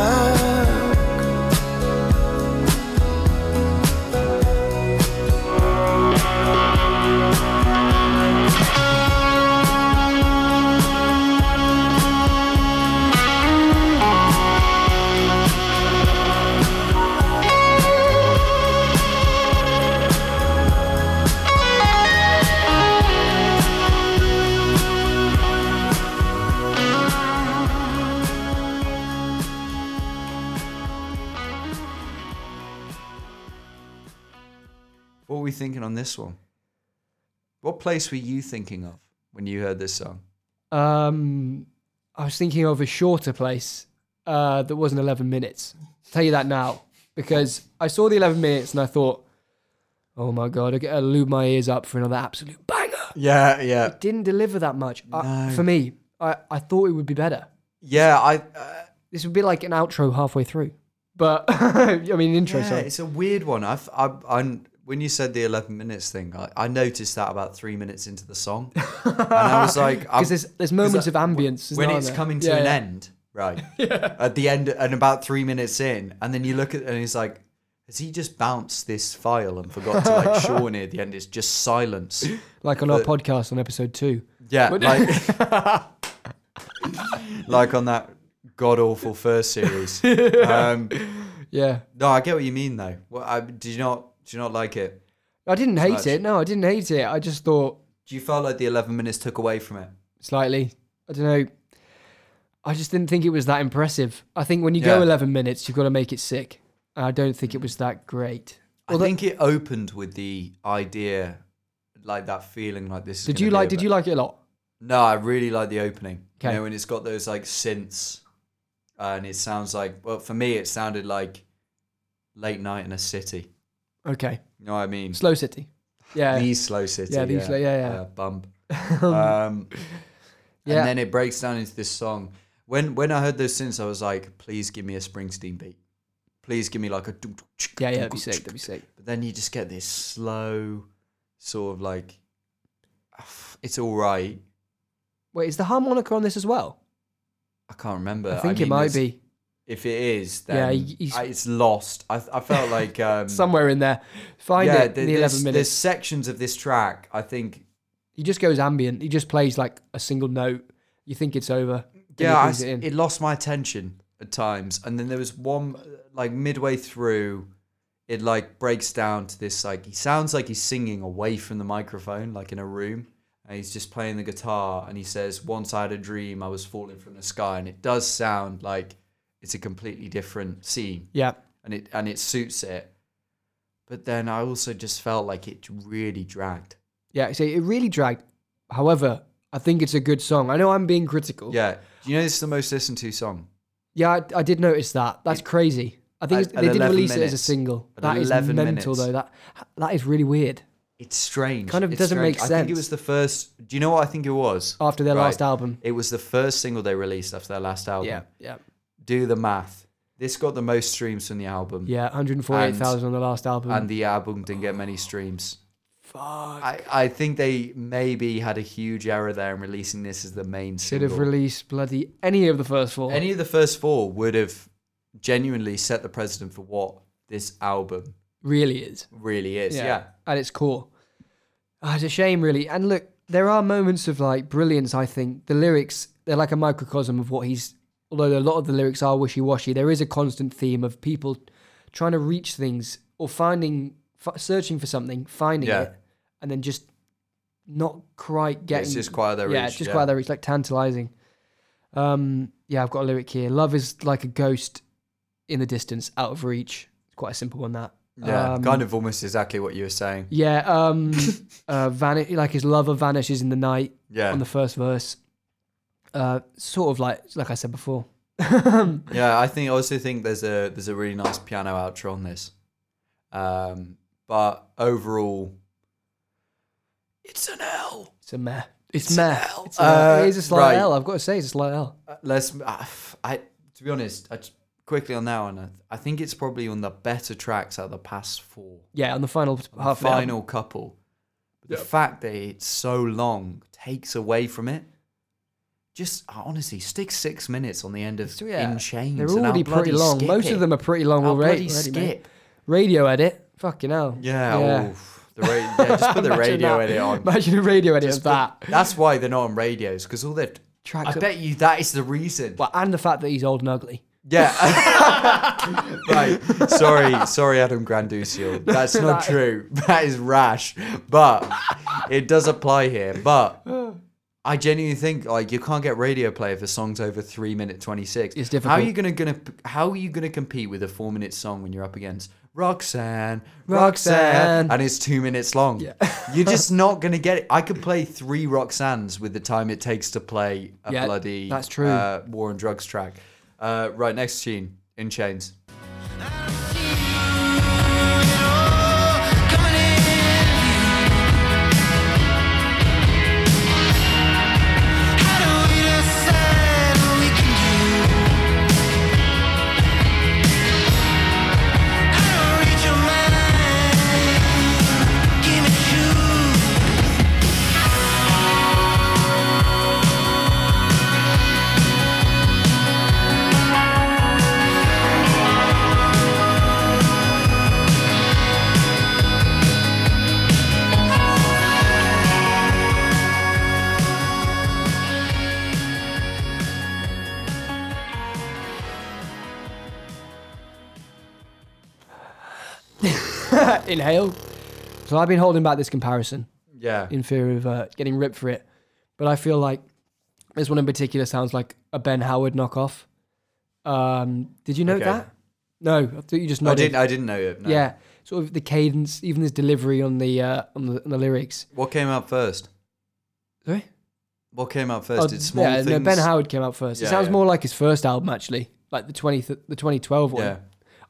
[SPEAKER 2] What were we thinking on this one? What place were you thinking of when you heard this song?
[SPEAKER 1] Um, I was thinking of a shorter place uh, that wasn't 11 minutes. I'll tell you that now because I saw the 11 minutes and I thought, oh my God, okay, I'll lube my ears up for another absolute banger.
[SPEAKER 2] Yeah, yeah,
[SPEAKER 1] Didn't deliver that much I,
[SPEAKER 2] No.
[SPEAKER 1] for me. I, I thought it would be better.
[SPEAKER 2] yeah. I. Uh,
[SPEAKER 1] This would be like an outro halfway through. But I mean, intro.
[SPEAKER 2] yeah,
[SPEAKER 1] sorry.
[SPEAKER 2] it's a weird one. I've, I, I'm when you said the eleven minutes thing, I, I noticed that about three minutes into the song, and I was like, I'm-
[SPEAKER 1] because there's there's moments
[SPEAKER 2] I-
[SPEAKER 1] of ambience
[SPEAKER 2] when
[SPEAKER 1] isn't
[SPEAKER 2] it's
[SPEAKER 1] there?
[SPEAKER 2] coming to
[SPEAKER 1] Yeah,
[SPEAKER 2] an
[SPEAKER 1] yeah.
[SPEAKER 2] end, right? At the end, and about three minutes in, and then you look at and he's like, has he just bounced this file and forgot to like Sean near the end? It's just silence.
[SPEAKER 1] Like on our podcast on episode two.
[SPEAKER 2] Yeah, like, like on that god awful first series. Um,
[SPEAKER 1] Yeah,
[SPEAKER 2] no, I get what you mean though. Well, I, do you not do you not like it?
[SPEAKER 1] I didn't hate
[SPEAKER 2] much.
[SPEAKER 1] it. No, I didn't hate it. I just thought
[SPEAKER 2] Do you feel like the eleven minutes took away from it?
[SPEAKER 1] slightly. I don't know. I just didn't think it was that impressive. I think when you go
[SPEAKER 2] Yeah.
[SPEAKER 1] 11 minutes, you've got to make it sick. And I don't think it was that great.
[SPEAKER 2] I think it opened with the idea, like that feeling, like this. Is
[SPEAKER 1] Did
[SPEAKER 2] gonna
[SPEAKER 1] you
[SPEAKER 2] be
[SPEAKER 1] like?
[SPEAKER 2] a
[SPEAKER 1] Did
[SPEAKER 2] bit-
[SPEAKER 1] you like it a lot?
[SPEAKER 2] No, I really like the opening.
[SPEAKER 1] Okay.
[SPEAKER 2] You know, and it's got those like synths, uh, and it sounds like. Well, for me, it sounded like late night in a city.
[SPEAKER 1] Okay,
[SPEAKER 2] You know what I mean?
[SPEAKER 1] Slow City. Yeah,
[SPEAKER 2] the slow city.
[SPEAKER 1] Yeah, the slow- yeah, yeah.
[SPEAKER 2] Uh, bump. um,
[SPEAKER 1] Yeah.
[SPEAKER 2] And then it breaks down into this song. When when I heard those synths, I was like, please give me a Springsteen beat. Please give me like a. dum- dum- chick,
[SPEAKER 1] yeah, yeah.
[SPEAKER 2] dum-
[SPEAKER 1] That'd be
[SPEAKER 2] dum-
[SPEAKER 1] sick.
[SPEAKER 2] chick.
[SPEAKER 1] That'd be sick.
[SPEAKER 2] But then you just get this slow, sort of like, it's all right.
[SPEAKER 1] Wait, is the harmonica on this as well?
[SPEAKER 2] Uh, I can't remember.
[SPEAKER 1] I think
[SPEAKER 2] mean,
[SPEAKER 1] it might
[SPEAKER 2] it's-
[SPEAKER 1] be
[SPEAKER 2] If it is,
[SPEAKER 1] Yeah,
[SPEAKER 2] then
[SPEAKER 1] he- he's-
[SPEAKER 2] I- it's lost. I, I felt like um,
[SPEAKER 1] somewhere in there. Find
[SPEAKER 2] yeah,
[SPEAKER 1] it
[SPEAKER 2] there-
[SPEAKER 1] in the
[SPEAKER 2] there's-
[SPEAKER 1] 11
[SPEAKER 2] There's
[SPEAKER 1] minutes.
[SPEAKER 2] sections of this track. I think
[SPEAKER 1] He just goes ambient. He just plays like a single note. You think it's over. then he
[SPEAKER 2] yeah, I
[SPEAKER 1] brings
[SPEAKER 2] s-
[SPEAKER 1] it in.
[SPEAKER 2] it, lost my attention at times, and then there was one uh, like midway through, it like breaks down to this like he sounds like he's singing away from the microphone, like in a room, and he's just playing the guitar, and he says, "Once I had a dream, I was falling from the sky," and it does sound like it's a completely different scene,
[SPEAKER 1] yeah,
[SPEAKER 2] and it and it suits it, but then I also just felt like it really dragged.
[SPEAKER 1] yeah. So it really dragged. However, I think it's a good song. I know I'm being critical.
[SPEAKER 2] Yeah, do you know it's the most listened to song?
[SPEAKER 1] yeah. I, I did notice that. That's crazy. I think
[SPEAKER 2] At-
[SPEAKER 1] it's-
[SPEAKER 2] at
[SPEAKER 1] they did
[SPEAKER 2] 11
[SPEAKER 1] release it as a
[SPEAKER 2] minutes.
[SPEAKER 1] single.
[SPEAKER 2] At
[SPEAKER 1] That is
[SPEAKER 2] 11
[SPEAKER 1] mental
[SPEAKER 2] minutes.
[SPEAKER 1] though. That that is really weird.
[SPEAKER 2] It's strange.
[SPEAKER 1] Kind of
[SPEAKER 2] It's
[SPEAKER 1] doesn't
[SPEAKER 2] strange.
[SPEAKER 1] make
[SPEAKER 2] I think it
[SPEAKER 1] sense.
[SPEAKER 2] was the first. Do you know what I think it was?
[SPEAKER 1] After their last album.
[SPEAKER 2] It was the first single they released after their last album.
[SPEAKER 1] yeah,
[SPEAKER 2] Do the math. This got the most streams from the album.
[SPEAKER 1] yeah. 148,000 on the last album.
[SPEAKER 2] And the album didn't get many streams.
[SPEAKER 1] Fuck.
[SPEAKER 2] I, I think they maybe had a huge error there in releasing this as the main
[SPEAKER 1] should
[SPEAKER 2] single.
[SPEAKER 1] have released bloody any of the first four.
[SPEAKER 2] Any of the first four would have genuinely set the precedent for what this album
[SPEAKER 1] really is.
[SPEAKER 2] really is. yeah.
[SPEAKER 1] At its core. Ah, it's a shame, really. And look, there are moments of like brilliance, I think. The lyrics, they're like a microcosm of what he's, although a lot of the lyrics are wishy washy, there is a constant theme of people trying to reach things or finding, f- searching for something, finding
[SPEAKER 2] Yeah.
[SPEAKER 1] it, and then just not quite getting
[SPEAKER 2] It's just quite their
[SPEAKER 1] yeah,
[SPEAKER 2] reach,
[SPEAKER 1] it's just
[SPEAKER 2] yeah.
[SPEAKER 1] quite their reach, like tantalizing. Um, yeah, I've got a lyric here. Love is like a ghost in the distance, out of reach. It's quite a simple one, that.
[SPEAKER 2] Yeah,
[SPEAKER 1] Um,
[SPEAKER 2] kind of almost exactly what you were saying.
[SPEAKER 1] yeah, um, uh, vani- like his lover vanishes in the night
[SPEAKER 2] Yeah,
[SPEAKER 1] on the first verse. Uh, sort of like like I said before.
[SPEAKER 2] yeah. I think I also think there's a there's a really nice piano outro on this, um, but overall, it's an L.
[SPEAKER 1] It's a meh. It's, meh.
[SPEAKER 2] L.
[SPEAKER 1] It's a meh.
[SPEAKER 2] Uh,
[SPEAKER 1] it is a slight
[SPEAKER 2] right.
[SPEAKER 1] L. I've got to say, it's a slight L.
[SPEAKER 2] Uh, Let's. Uh, I to be honest, I, just- quickly on that one, I- I think it's probably on the better tracks out of the past four.
[SPEAKER 1] Yeah, on the final
[SPEAKER 2] the
[SPEAKER 1] half. of it, I'm-
[SPEAKER 2] final couple. But The fact that it's so long takes away from it. Just uh, honestly, stick six minutes on the end of
[SPEAKER 1] yeah,
[SPEAKER 2] In Chains.
[SPEAKER 1] They're
[SPEAKER 2] and I'll
[SPEAKER 1] already
[SPEAKER 2] bloody
[SPEAKER 1] pretty long.
[SPEAKER 2] skip
[SPEAKER 1] Most
[SPEAKER 2] it.
[SPEAKER 1] of them are pretty long
[SPEAKER 2] I'll
[SPEAKER 1] already.
[SPEAKER 2] bloody
[SPEAKER 1] already,
[SPEAKER 2] skip.
[SPEAKER 1] mate. Radio edit. Fucking hell.
[SPEAKER 2] Yeah, oof. the ra- yeah, just put the
[SPEAKER 1] Imagine
[SPEAKER 2] radio
[SPEAKER 1] that.
[SPEAKER 2] edit on.
[SPEAKER 1] Imagine a radio edit
[SPEAKER 2] Just
[SPEAKER 1] of
[SPEAKER 2] put-
[SPEAKER 1] that.
[SPEAKER 2] That's why they're not on radios because all their
[SPEAKER 1] Tracks
[SPEAKER 2] I
[SPEAKER 1] are-
[SPEAKER 2] bet you that is the reason.
[SPEAKER 1] Well, and the fact that he's old and ugly.
[SPEAKER 2] Yeah. right. Sorry, sorry, Adam Granducial. That's not true. That is rash. But it does apply here. But I genuinely think like you can't get radio play if a song's over three minute twenty six.
[SPEAKER 1] It's
[SPEAKER 2] How are
[SPEAKER 1] difficult.
[SPEAKER 2] you gonna gonna how are you gonna compete with a four minute song when you're up against Roxanne, Roxanne,
[SPEAKER 1] Roxanne.
[SPEAKER 2] and it's two minutes long. You're just not gonna get it. I could play three Roxannes with the time it takes to play a
[SPEAKER 1] Yeah,
[SPEAKER 2] bloody
[SPEAKER 1] that's true.
[SPEAKER 2] uh, war and drugs track. Uh, right, next tune, In Chains.
[SPEAKER 1] Inhale. So I've been holding back this comparison.
[SPEAKER 2] Yeah.
[SPEAKER 1] in fear of uh, getting ripped for it. But I feel like this one in particular sounds like a Ben Howard knockoff. Um, did you know
[SPEAKER 2] Okay.
[SPEAKER 1] that? No, I thought you just
[SPEAKER 2] I
[SPEAKER 1] nodded.
[SPEAKER 2] didn't. I didn't know it. no.
[SPEAKER 1] Yeah, sort of the cadence, even his delivery on the uh, on the on the lyrics.
[SPEAKER 2] What came out first?
[SPEAKER 1] Sorry.
[SPEAKER 2] What came out first? Did small
[SPEAKER 1] Oh, yeah,
[SPEAKER 2] things.
[SPEAKER 1] no, Ben Howard came out first.
[SPEAKER 2] Yeah,
[SPEAKER 1] it sounds
[SPEAKER 2] yeah.
[SPEAKER 1] more like his first album actually, like the twenty th- the twenty twelve one.
[SPEAKER 2] Yeah.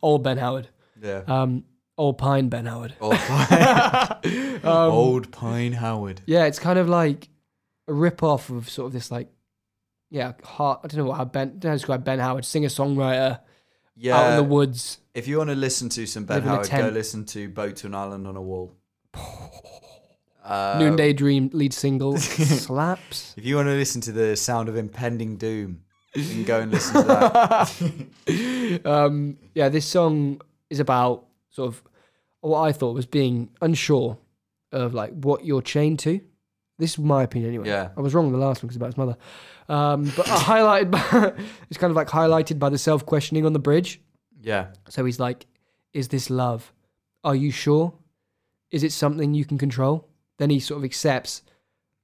[SPEAKER 1] Old Ben Howard,
[SPEAKER 2] Yeah.
[SPEAKER 1] um, old Pine Ben Howard.
[SPEAKER 2] Old Pine,
[SPEAKER 1] Um,
[SPEAKER 2] Old Pine Howard.
[SPEAKER 1] Yeah, it's kind of like a rip off of sort of this like, yeah, heart. I don't know what how Ben. Don't know how to describe Ben Howard, singer songwriter
[SPEAKER 2] Yeah.
[SPEAKER 1] out in the woods.
[SPEAKER 2] If you want to listen to some Ben
[SPEAKER 1] Live in a
[SPEAKER 2] Howard, go
[SPEAKER 1] tent.
[SPEAKER 2] listen to Boat to an Island on a Wall. Uh,
[SPEAKER 1] Noonday Dream lead single slaps.
[SPEAKER 2] If you want to listen to the sound of impending doom, you can go and listen to that.
[SPEAKER 1] Um, yeah, this song is about sort of what I thought was being unsure of like what you're chained to. This is my opinion anyway.
[SPEAKER 2] Yeah.
[SPEAKER 1] I was wrong on the last one because about his mother. Um, but highlighted by, it's kind of like highlighted by the self questioning on the bridge.
[SPEAKER 2] yeah.
[SPEAKER 1] So he's like, Is this love? Are you sure? Is it something you can control? Then he sort of accepts,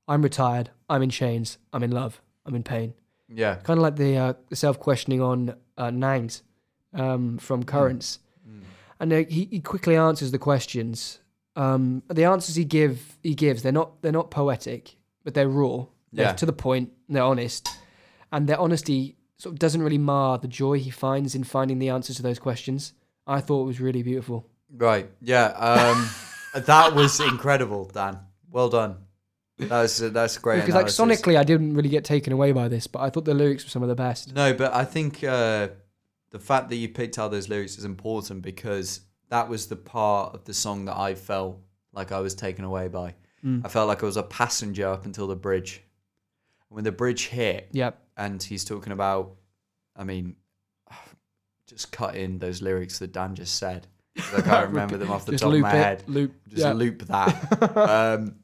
[SPEAKER 1] I'm retired, I'm in chains, I'm in love, I'm in pain.
[SPEAKER 2] Yeah.
[SPEAKER 1] Kind of like the, uh, the self questioning on uh, Nangs um,
[SPEAKER 2] Mm.
[SPEAKER 1] from Currents. And uh, he, he quickly answers the questions. Um, the answers he give he gives they're not they're not poetic, but they're raw. They're
[SPEAKER 2] Yeah.
[SPEAKER 1] to the point. They're honest, and their honesty sort of doesn't really mar the joy he finds in finding the answers to those questions. I thought it was really beautiful.
[SPEAKER 2] Right. Yeah. Um, that was incredible, Dan. Well done. That was that's great.
[SPEAKER 1] Because like
[SPEAKER 2] analysis.
[SPEAKER 1] sonically, I didn't really get taken away by this, but I thought the lyrics were some of the best.
[SPEAKER 2] No, but I think uh, the fact that you picked out those lyrics is important because that was the part of the song that I felt like I was taken away by.
[SPEAKER 1] Hmm.
[SPEAKER 2] I felt like I was a passenger up until the bridge. When the bridge hit,
[SPEAKER 1] Yep.
[SPEAKER 2] and he's talking about, I mean, just cut in those lyrics that Dan just said. 'cause I can't remember them off the
[SPEAKER 1] Just
[SPEAKER 2] top of
[SPEAKER 1] loop
[SPEAKER 2] my
[SPEAKER 1] it.
[SPEAKER 2] head.
[SPEAKER 1] Loop.
[SPEAKER 2] Just
[SPEAKER 1] yeah.
[SPEAKER 2] loop that. um,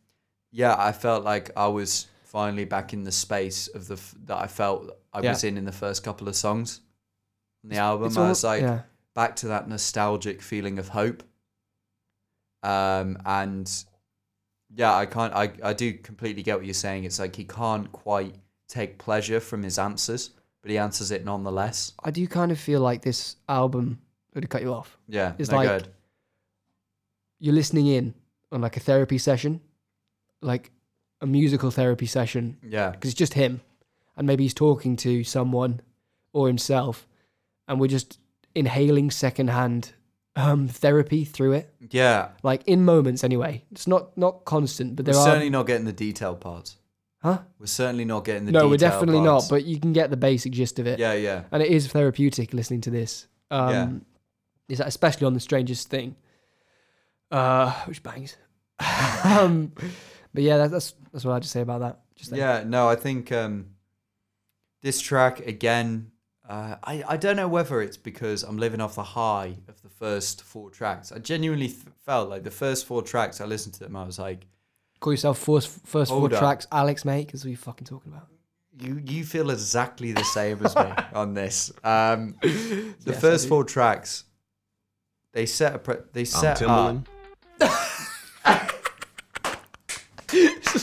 [SPEAKER 2] yeah, I felt like I was finally back in the space of the f- that I felt I
[SPEAKER 1] Yeah.
[SPEAKER 2] was in in the first couple of songs on the album.
[SPEAKER 1] it's
[SPEAKER 2] I
[SPEAKER 1] all-
[SPEAKER 2] was like
[SPEAKER 1] yeah.
[SPEAKER 2] back to that nostalgic feeling of hope. Um, and yeah, I can't. I I do completely get what you're saying. It's like he can't quite take pleasure from his answers, but he answers it nonetheless.
[SPEAKER 1] I do kind of feel like this album. Would cut you off.
[SPEAKER 2] Yeah,
[SPEAKER 1] It's
[SPEAKER 2] no
[SPEAKER 1] like-
[SPEAKER 2] good.
[SPEAKER 1] You're listening in on like a therapy session, like a musical therapy session
[SPEAKER 2] Yeah,
[SPEAKER 1] because it's just him, and maybe he's talking to someone or himself, and we're just inhaling secondhand um, therapy through it,
[SPEAKER 2] yeah.
[SPEAKER 1] like in moments anyway. It's not not constant, but there
[SPEAKER 2] We're
[SPEAKER 1] are
[SPEAKER 2] certainly not getting the detail parts.
[SPEAKER 1] Huh?
[SPEAKER 2] We're certainly not getting the.
[SPEAKER 1] no, we're
[SPEAKER 2] detail
[SPEAKER 1] definitely
[SPEAKER 2] parts.
[SPEAKER 1] not, but you can get the basic gist of it,
[SPEAKER 2] yeah, yeah,
[SPEAKER 1] and it is therapeutic listening to this. Um,
[SPEAKER 2] Yeah.
[SPEAKER 1] Is that especially on the strangest thing, uh, which bangs. um, but yeah, that, that's that's what I had to say about that. Just then.
[SPEAKER 2] yeah. No, I think um, this track again. Uh, I I don't know whether it's because I'm living off the high of the first four tracks. I genuinely th- felt like the first four tracks I listened to them. I was like,
[SPEAKER 1] Call yourself first, first four
[SPEAKER 2] Hold up.
[SPEAKER 1] tracks, Alex, mate, because we fucking talking about.
[SPEAKER 2] you you feel exactly the same as me on this. Um, the
[SPEAKER 1] I
[SPEAKER 2] first
[SPEAKER 1] do.
[SPEAKER 2] four tracks, they set a pre- they set up.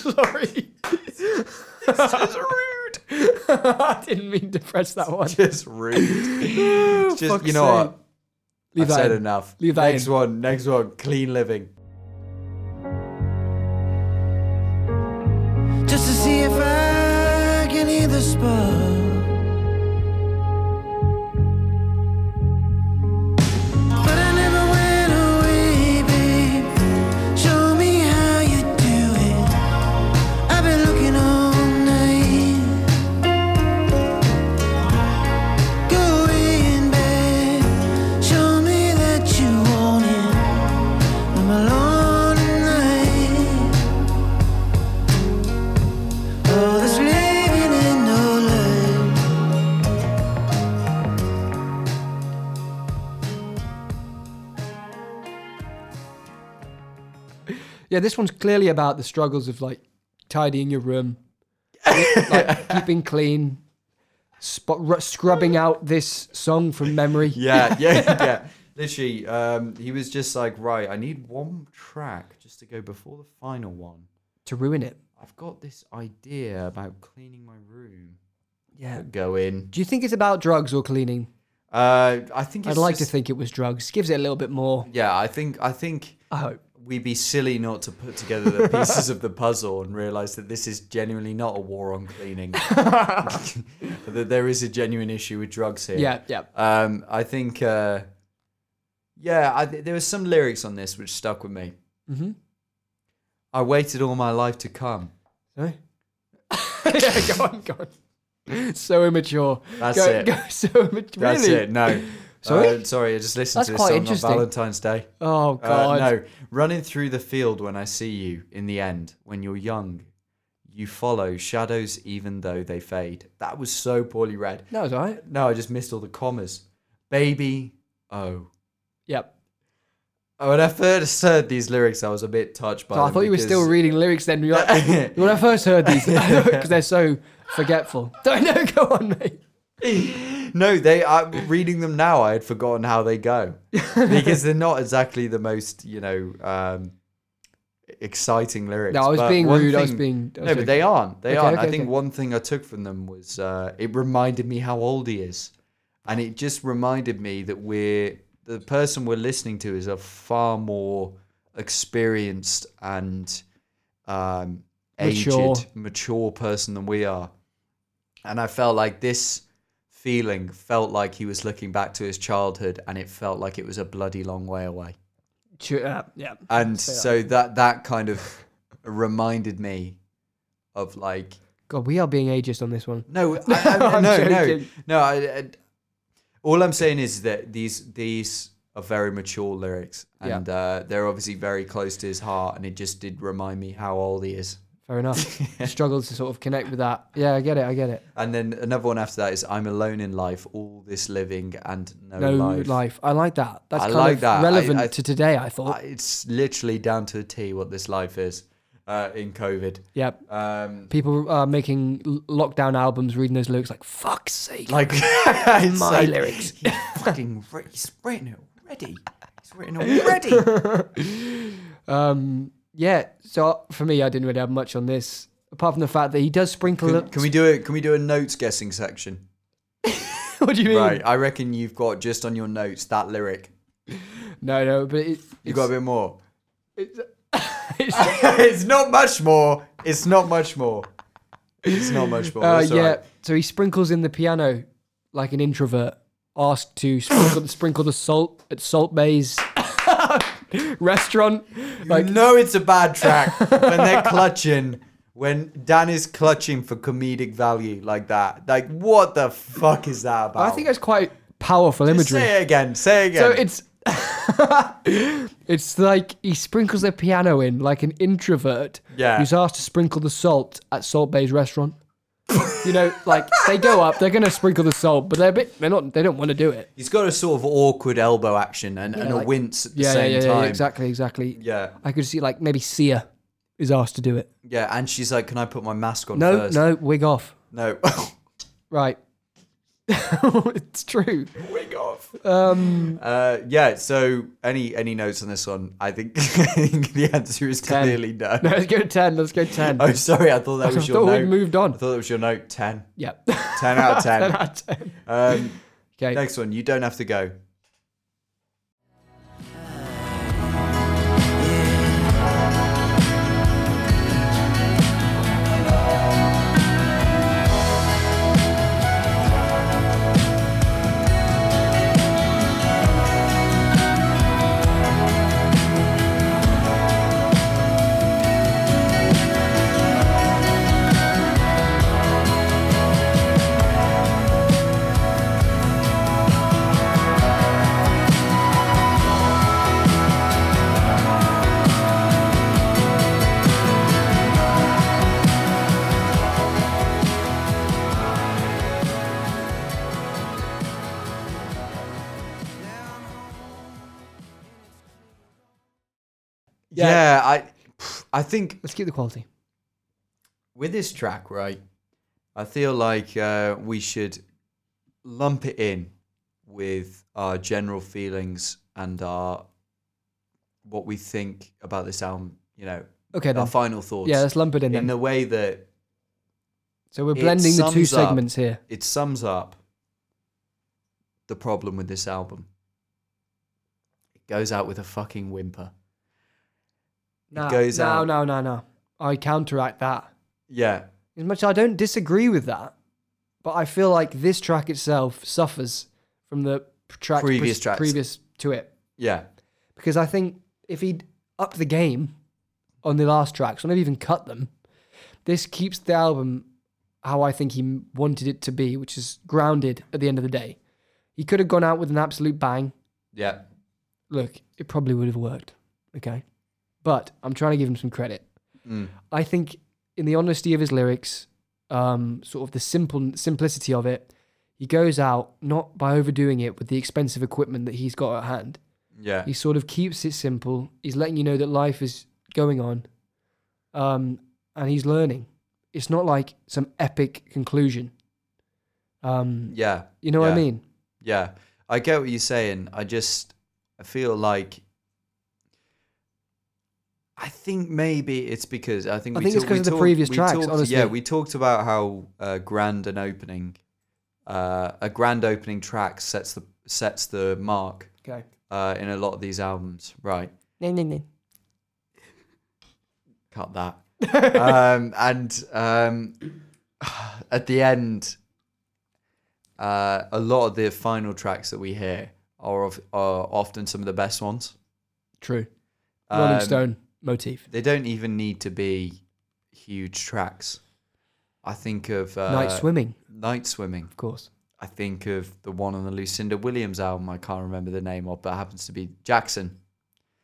[SPEAKER 1] Sorry.
[SPEAKER 2] this is rude.
[SPEAKER 1] I didn't mean to press that one.
[SPEAKER 2] Just rude. It's just
[SPEAKER 1] fuck's
[SPEAKER 2] you know
[SPEAKER 1] sake.
[SPEAKER 2] what.
[SPEAKER 1] Leave
[SPEAKER 2] I've
[SPEAKER 1] that
[SPEAKER 2] said
[SPEAKER 1] in.
[SPEAKER 2] enough.
[SPEAKER 1] Leave that
[SPEAKER 2] next
[SPEAKER 1] in.
[SPEAKER 2] one. Next one. Clean living.
[SPEAKER 4] just to see if I can hear the spark. But I never went away, babe. Show me how you do it. I've been looking all night. Go in, babe. Show me that you want it. I'm alone tonight. Oh, this living in no life.
[SPEAKER 1] Yeah, this one's clearly about the struggles of like tidying your room, like keeping clean, spot, r- scrubbing out this song from memory.
[SPEAKER 2] Yeah, yeah, yeah. Literally, um, he was just like, right, I need one track just to go before the final one.
[SPEAKER 1] To ruin it.
[SPEAKER 2] I've got this idea about cleaning my room.
[SPEAKER 1] Yeah.
[SPEAKER 2] Go in.
[SPEAKER 1] Do you think it's about drugs or cleaning?
[SPEAKER 2] Uh, I think. It's
[SPEAKER 1] I'd like
[SPEAKER 2] just-
[SPEAKER 1] to think it was drugs. Gives it a little bit more.
[SPEAKER 2] Yeah, I think. I think
[SPEAKER 1] I hope.
[SPEAKER 2] we'd be silly not to put together the pieces of the puzzle and realize that this is genuinely not a war on cleaning. that there is a genuine issue with drugs here.
[SPEAKER 1] Yeah, yeah.
[SPEAKER 2] Um, I think, uh, yeah, I th- there were some lyrics on this which stuck with me.
[SPEAKER 1] Mhm.
[SPEAKER 2] I waited all my life to come.
[SPEAKER 1] Sorry? yeah, go on, go on. So immature.
[SPEAKER 2] That's
[SPEAKER 1] Go-
[SPEAKER 2] it.
[SPEAKER 1] go- so immature.
[SPEAKER 2] That's
[SPEAKER 1] really?
[SPEAKER 2] it. No,
[SPEAKER 1] Sorry?
[SPEAKER 2] Uh, sorry. I just listened
[SPEAKER 1] That's
[SPEAKER 2] to this
[SPEAKER 1] quite
[SPEAKER 2] song
[SPEAKER 1] interesting.
[SPEAKER 2] on Valentine's Day.
[SPEAKER 1] Oh
[SPEAKER 2] Uh,
[SPEAKER 1] God.
[SPEAKER 2] no, running through the field when I see you. In the end, when you're young, you follow shadows even though they fade. That was so poorly read.
[SPEAKER 1] That was alright.
[SPEAKER 2] No, I just missed all the commas. Baby, oh.
[SPEAKER 1] Yep.
[SPEAKER 2] Oh, when I first heard these lyrics, I was a bit touched by.
[SPEAKER 1] So I
[SPEAKER 2] them
[SPEAKER 1] thought you were
[SPEAKER 2] because-
[SPEAKER 1] still reading lyrics then. You're like, when I first heard these, because they're so forgetful. Don't know. Go on, mate.
[SPEAKER 2] No, they. I'm reading them now. I had forgotten how they go because they're not exactly the most, you know, um, exciting lyrics.
[SPEAKER 1] No, I was
[SPEAKER 2] But
[SPEAKER 1] being
[SPEAKER 2] one
[SPEAKER 1] rude. I was
[SPEAKER 2] thing-
[SPEAKER 1] being. I was
[SPEAKER 2] no,
[SPEAKER 1] joking.
[SPEAKER 2] but they aren't. They
[SPEAKER 1] Okay,
[SPEAKER 2] aren't.
[SPEAKER 1] okay,
[SPEAKER 2] I think
[SPEAKER 1] okay.
[SPEAKER 2] one thing I took from them was uh, it reminded me how old he is, and it just reminded me that we're the person we're listening to is a far more experienced and um,
[SPEAKER 1] Mature.
[SPEAKER 2] aged, mature person than we are, and I felt like this feeling felt like he was looking back to his childhood and it felt like it was a bloody long way away.
[SPEAKER 1] True, uh, yeah.
[SPEAKER 2] And so that that kind of reminded me of like
[SPEAKER 1] God, we are being ageist on this one.
[SPEAKER 2] no, I, I,
[SPEAKER 1] I'm
[SPEAKER 2] no, no,
[SPEAKER 1] joking.
[SPEAKER 2] no. I, I- all I'm saying is that these these are very mature lyrics,
[SPEAKER 1] Yeah.
[SPEAKER 2] and uh, they're obviously very close to his heart. And it just did remind me how old he is.
[SPEAKER 1] Fair enough. Struggled to sort of connect with that. Yeah, I get it. I get it.
[SPEAKER 2] And then another one after that is "I'm alone in life, all this living and no,
[SPEAKER 1] No life.
[SPEAKER 2] life."
[SPEAKER 1] I like that. That's
[SPEAKER 2] I
[SPEAKER 1] kind
[SPEAKER 2] like
[SPEAKER 1] of
[SPEAKER 2] that. I-
[SPEAKER 1] relevant
[SPEAKER 2] I-
[SPEAKER 1] to today. I thought.
[SPEAKER 2] Uh, It's literally down to a T what this life is uh, in COVID.
[SPEAKER 1] yeah.
[SPEAKER 2] Um,
[SPEAKER 1] People are making l- lockdown albums, reading those lyrics like "fuck's sake."
[SPEAKER 2] like it's
[SPEAKER 1] My
[SPEAKER 2] like,
[SPEAKER 1] lyrics.
[SPEAKER 2] He fucking writ- he's written it already. He's written it already.
[SPEAKER 1] Um, yeah. So uh, for me, I didn't really have much on this, apart from the fact that he does sprinkle.
[SPEAKER 2] can, can we do it? Can we do a notes guessing section?
[SPEAKER 1] what do you mean?
[SPEAKER 2] Right, I reckon you've got just on your notes that lyric.
[SPEAKER 1] No, no. But it,
[SPEAKER 2] You got a bit more.
[SPEAKER 1] it's, it's,
[SPEAKER 2] it's not much more. It's not much more. It's not much more.
[SPEAKER 1] Uh,
[SPEAKER 2] That's all
[SPEAKER 1] yeah.
[SPEAKER 2] right.
[SPEAKER 1] So he sprinkles in the piano like an introvert, asked to sprinkle, sprinkle the salt at Salt Bay's restaurant. Like,
[SPEAKER 2] you know it's a bad track when they're clutching when Dan is clutching for comedic value like that. Like what the fuck is that
[SPEAKER 1] I
[SPEAKER 2] about?
[SPEAKER 1] think that's quite powerful imagery.
[SPEAKER 2] Say it again. Say it again.
[SPEAKER 1] So it's it's like he sprinkles the piano in like an introvert
[SPEAKER 2] Yeah.
[SPEAKER 1] who's asked to sprinkle the salt at Salt Bay's restaurant. you know, like they go up, they're gonna sprinkle the salt, but they're a bit, they're not, they don't want to do it.
[SPEAKER 2] He's got a sort of awkward elbow action and, and a
[SPEAKER 1] like-
[SPEAKER 2] wince at the
[SPEAKER 1] Yeah, yeah,
[SPEAKER 2] same
[SPEAKER 1] yeah, yeah,
[SPEAKER 2] time.
[SPEAKER 1] exactly, exactly.
[SPEAKER 2] Yeah.
[SPEAKER 1] I could see like maybe Sia is asked to do it.
[SPEAKER 2] Yeah, and she's like, "Can I put my mask on
[SPEAKER 1] No,
[SPEAKER 2] first?
[SPEAKER 1] no, wig off.
[SPEAKER 2] no,
[SPEAKER 1] Right. it's true.
[SPEAKER 2] wig off. Um, uh, yeah. So, any any notes on this one? I think, I think the answer is clearly no.
[SPEAKER 1] No, let's go 10. Let's go 10.
[SPEAKER 2] Oh, sorry, I thought that
[SPEAKER 1] I
[SPEAKER 2] was your
[SPEAKER 1] thought
[SPEAKER 2] note.
[SPEAKER 1] we moved on.
[SPEAKER 2] I thought that was your note. Ten.
[SPEAKER 1] yeah.
[SPEAKER 2] Ten out of ten. Um,
[SPEAKER 1] Okay.
[SPEAKER 2] next one. You don't have to go. Yeah, I, I think
[SPEAKER 1] Let's keep the quality.
[SPEAKER 2] with this track, right, I feel like uh, we should lump it in with our general feelings and our what we think about this album. You know,
[SPEAKER 1] Okay,
[SPEAKER 2] our
[SPEAKER 1] then.
[SPEAKER 2] final thoughts.
[SPEAKER 1] Yeah, let's lump it in
[SPEAKER 2] in
[SPEAKER 1] then.
[SPEAKER 2] the way that
[SPEAKER 1] so we're
[SPEAKER 2] it
[SPEAKER 1] blending the two
[SPEAKER 2] sums up-
[SPEAKER 1] segments here.
[SPEAKER 2] it sums up the problem with this album. It goes out with a fucking whimper.
[SPEAKER 1] No,
[SPEAKER 2] goes
[SPEAKER 1] no,
[SPEAKER 2] out.
[SPEAKER 1] no, no, no. I counteract that.
[SPEAKER 2] Yeah,
[SPEAKER 1] As much as I don't disagree with that, but I feel like this track itself suffers from the track
[SPEAKER 2] Previous tracks.
[SPEAKER 1] previous to it.
[SPEAKER 2] yeah.
[SPEAKER 1] because I think if he'd upped the game on the last tracks, or maybe even cut them, this keeps the album how I think he m- wanted it to be, which is grounded at the end of the day. He could have gone out with an absolute bang.
[SPEAKER 2] Yeah.
[SPEAKER 1] Look, it probably would have worked. Okay. But I'm trying to give him some credit. I think in the honesty of his lyrics, um, sort of the simple simplicity of it, he goes out not by overdoing it with the expensive equipment that he's got at hand.
[SPEAKER 2] Yeah.
[SPEAKER 1] He sort of keeps it simple. He's letting you know that life is going on, um, and he's learning. It's not like some epic conclusion. Um,
[SPEAKER 2] yeah.
[SPEAKER 1] you know what I
[SPEAKER 2] Yeah.
[SPEAKER 1] mean?
[SPEAKER 2] Yeah, I get what you're saying. I just I feel like I think maybe it's because I think
[SPEAKER 1] I
[SPEAKER 2] we
[SPEAKER 1] think it's
[SPEAKER 2] talk-
[SPEAKER 1] 'cause
[SPEAKER 2] we
[SPEAKER 1] of the
[SPEAKER 2] talk-
[SPEAKER 1] previous
[SPEAKER 2] we
[SPEAKER 1] tracks,
[SPEAKER 2] talked-
[SPEAKER 1] honestly.
[SPEAKER 2] yeah, we talked about how uh, grand an opening, uh, a grand opening track sets the sets the mark
[SPEAKER 1] Okay.
[SPEAKER 2] uh, in a lot of these albums, right?
[SPEAKER 1] No, no, no.
[SPEAKER 2] cut that. um, and um, at the end, uh, a lot of the final tracks that we hear are, of, are often some of the best ones.
[SPEAKER 1] True. Rolling
[SPEAKER 2] Um,
[SPEAKER 1] Stone motif.
[SPEAKER 2] They don't even need to be huge tracks. I think of uh,
[SPEAKER 1] Night swimming,
[SPEAKER 2] Night Swimming.
[SPEAKER 1] of course.
[SPEAKER 2] I think of the one on the Lucinda Williams album. I can't remember the name of, but it happens to be Jackson.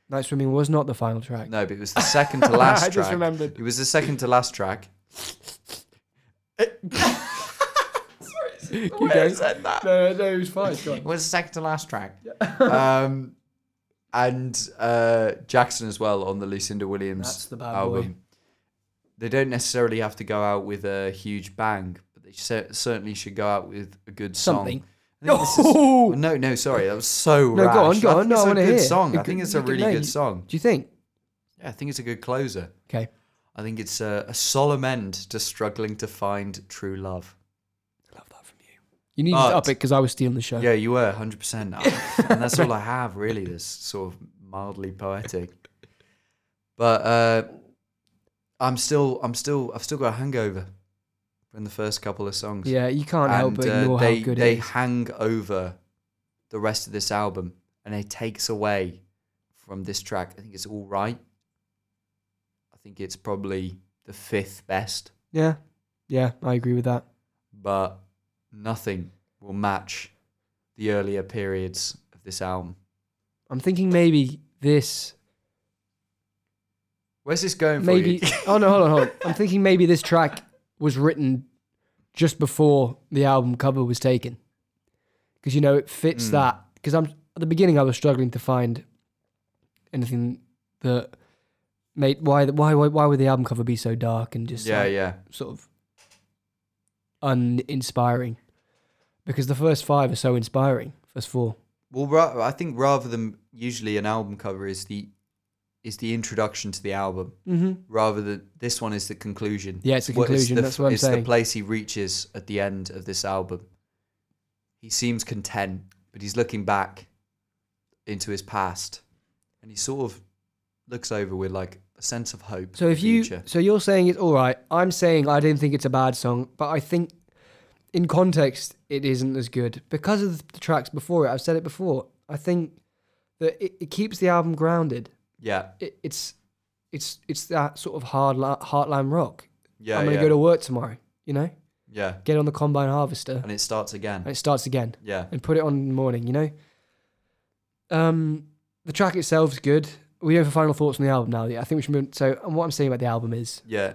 [SPEAKER 1] Night swimming was not the final track.
[SPEAKER 2] No, but it was the second to last
[SPEAKER 5] I
[SPEAKER 2] track.
[SPEAKER 5] just remembered.
[SPEAKER 2] It was the second to last track.
[SPEAKER 1] Keep going. No, no, no, it was fine. Go on.
[SPEAKER 2] It was the second to last track. um, and uh, Jackson as well on the Lucinda Williams
[SPEAKER 1] That's the bad boy.
[SPEAKER 2] album. They don't necessarily have to go out with a huge bang, but they cer- certainly should go out with a good song.
[SPEAKER 1] Something.
[SPEAKER 2] I think this is-
[SPEAKER 1] Oh!
[SPEAKER 2] no, no, sorry, that was so
[SPEAKER 1] No,
[SPEAKER 2] rash.
[SPEAKER 1] go on, go
[SPEAKER 2] I
[SPEAKER 1] on.
[SPEAKER 2] think
[SPEAKER 1] No,
[SPEAKER 2] it's
[SPEAKER 1] I
[SPEAKER 2] a
[SPEAKER 1] want to
[SPEAKER 2] good
[SPEAKER 1] hear.
[SPEAKER 2] song. I
[SPEAKER 1] It-
[SPEAKER 2] think it's
[SPEAKER 1] you
[SPEAKER 2] a
[SPEAKER 1] can-
[SPEAKER 2] really
[SPEAKER 1] no, you-
[SPEAKER 2] good song.
[SPEAKER 1] Do you think?
[SPEAKER 2] Yeah, I think it's a good closer.
[SPEAKER 1] Okay.
[SPEAKER 2] I think it's a, a solemn end to struggling to find true love.
[SPEAKER 1] Love that from you. You need to
[SPEAKER 2] But-
[SPEAKER 1] up it because I was stealing the show.
[SPEAKER 2] Yeah, you were 100% now. and that's all I have, really, this sort of mildly poetic. But uh, I'm still, I'm still, I've still got a hangover from the first couple of songs.
[SPEAKER 1] Yeah, you can't help
[SPEAKER 2] and
[SPEAKER 1] but
[SPEAKER 2] uh,
[SPEAKER 1] ignore
[SPEAKER 2] they,
[SPEAKER 1] how good
[SPEAKER 2] they
[SPEAKER 1] it is.
[SPEAKER 2] hang over the rest of this album and it takes away from this track. I think it's all right. I think it's probably the fifth best,
[SPEAKER 1] Yeah. Yeah, I agree with that.
[SPEAKER 2] but nothing will match the earlier periods of this album.
[SPEAKER 1] I'm thinking maybe this.
[SPEAKER 2] Where's this going
[SPEAKER 1] Maybe.
[SPEAKER 2] for you?
[SPEAKER 1] Oh, no, hold on, hold on. I'm thinking maybe this track was written just before the album cover was taken. Because, you know, it fits
[SPEAKER 2] Hmm.
[SPEAKER 1] that. Because I'm at the beginning, I was struggling to find anything that made. Why, why, why, why would the album cover be so dark and just.
[SPEAKER 2] yeah,
[SPEAKER 1] like,
[SPEAKER 2] yeah.
[SPEAKER 1] sort of uninspiring because the first five are so inspiring. First four,
[SPEAKER 2] Well, ra- I think rather than usually an album cover is the is the introduction to the album, mm-hmm. rather than this one is the conclusion.
[SPEAKER 1] Yeah, it's the
[SPEAKER 2] What-
[SPEAKER 1] conclusion, that's what I'm
[SPEAKER 2] it's
[SPEAKER 1] saying.
[SPEAKER 2] the place he reaches at the end of this album. He seems content, but he's looking back into his past, and he sort of looks over with like a sense of hope.
[SPEAKER 1] So
[SPEAKER 2] for
[SPEAKER 1] if
[SPEAKER 2] the
[SPEAKER 1] you,
[SPEAKER 2] future.
[SPEAKER 1] so you're saying it's all right. I'm saying I don't think it's a bad song, but I think in context it isn't as good because of the tracks before it. I've said it before. I think that it, it keeps the album grounded.
[SPEAKER 2] yeah,
[SPEAKER 1] It, it's it's it's that sort of hard li- heartline rock.
[SPEAKER 2] yeah,
[SPEAKER 1] I'm gonna
[SPEAKER 2] yeah,
[SPEAKER 1] go to work tomorrow. You know,
[SPEAKER 2] yeah,
[SPEAKER 1] get on the combine harvester
[SPEAKER 2] and it starts again.
[SPEAKER 1] and it starts again.
[SPEAKER 2] yeah,
[SPEAKER 1] and put it on in the morning, you know? Um, the track itself's good. We don't have final thoughts on the album now. yeah. I think we should move. So, and what I'm saying about the album is
[SPEAKER 2] yeah,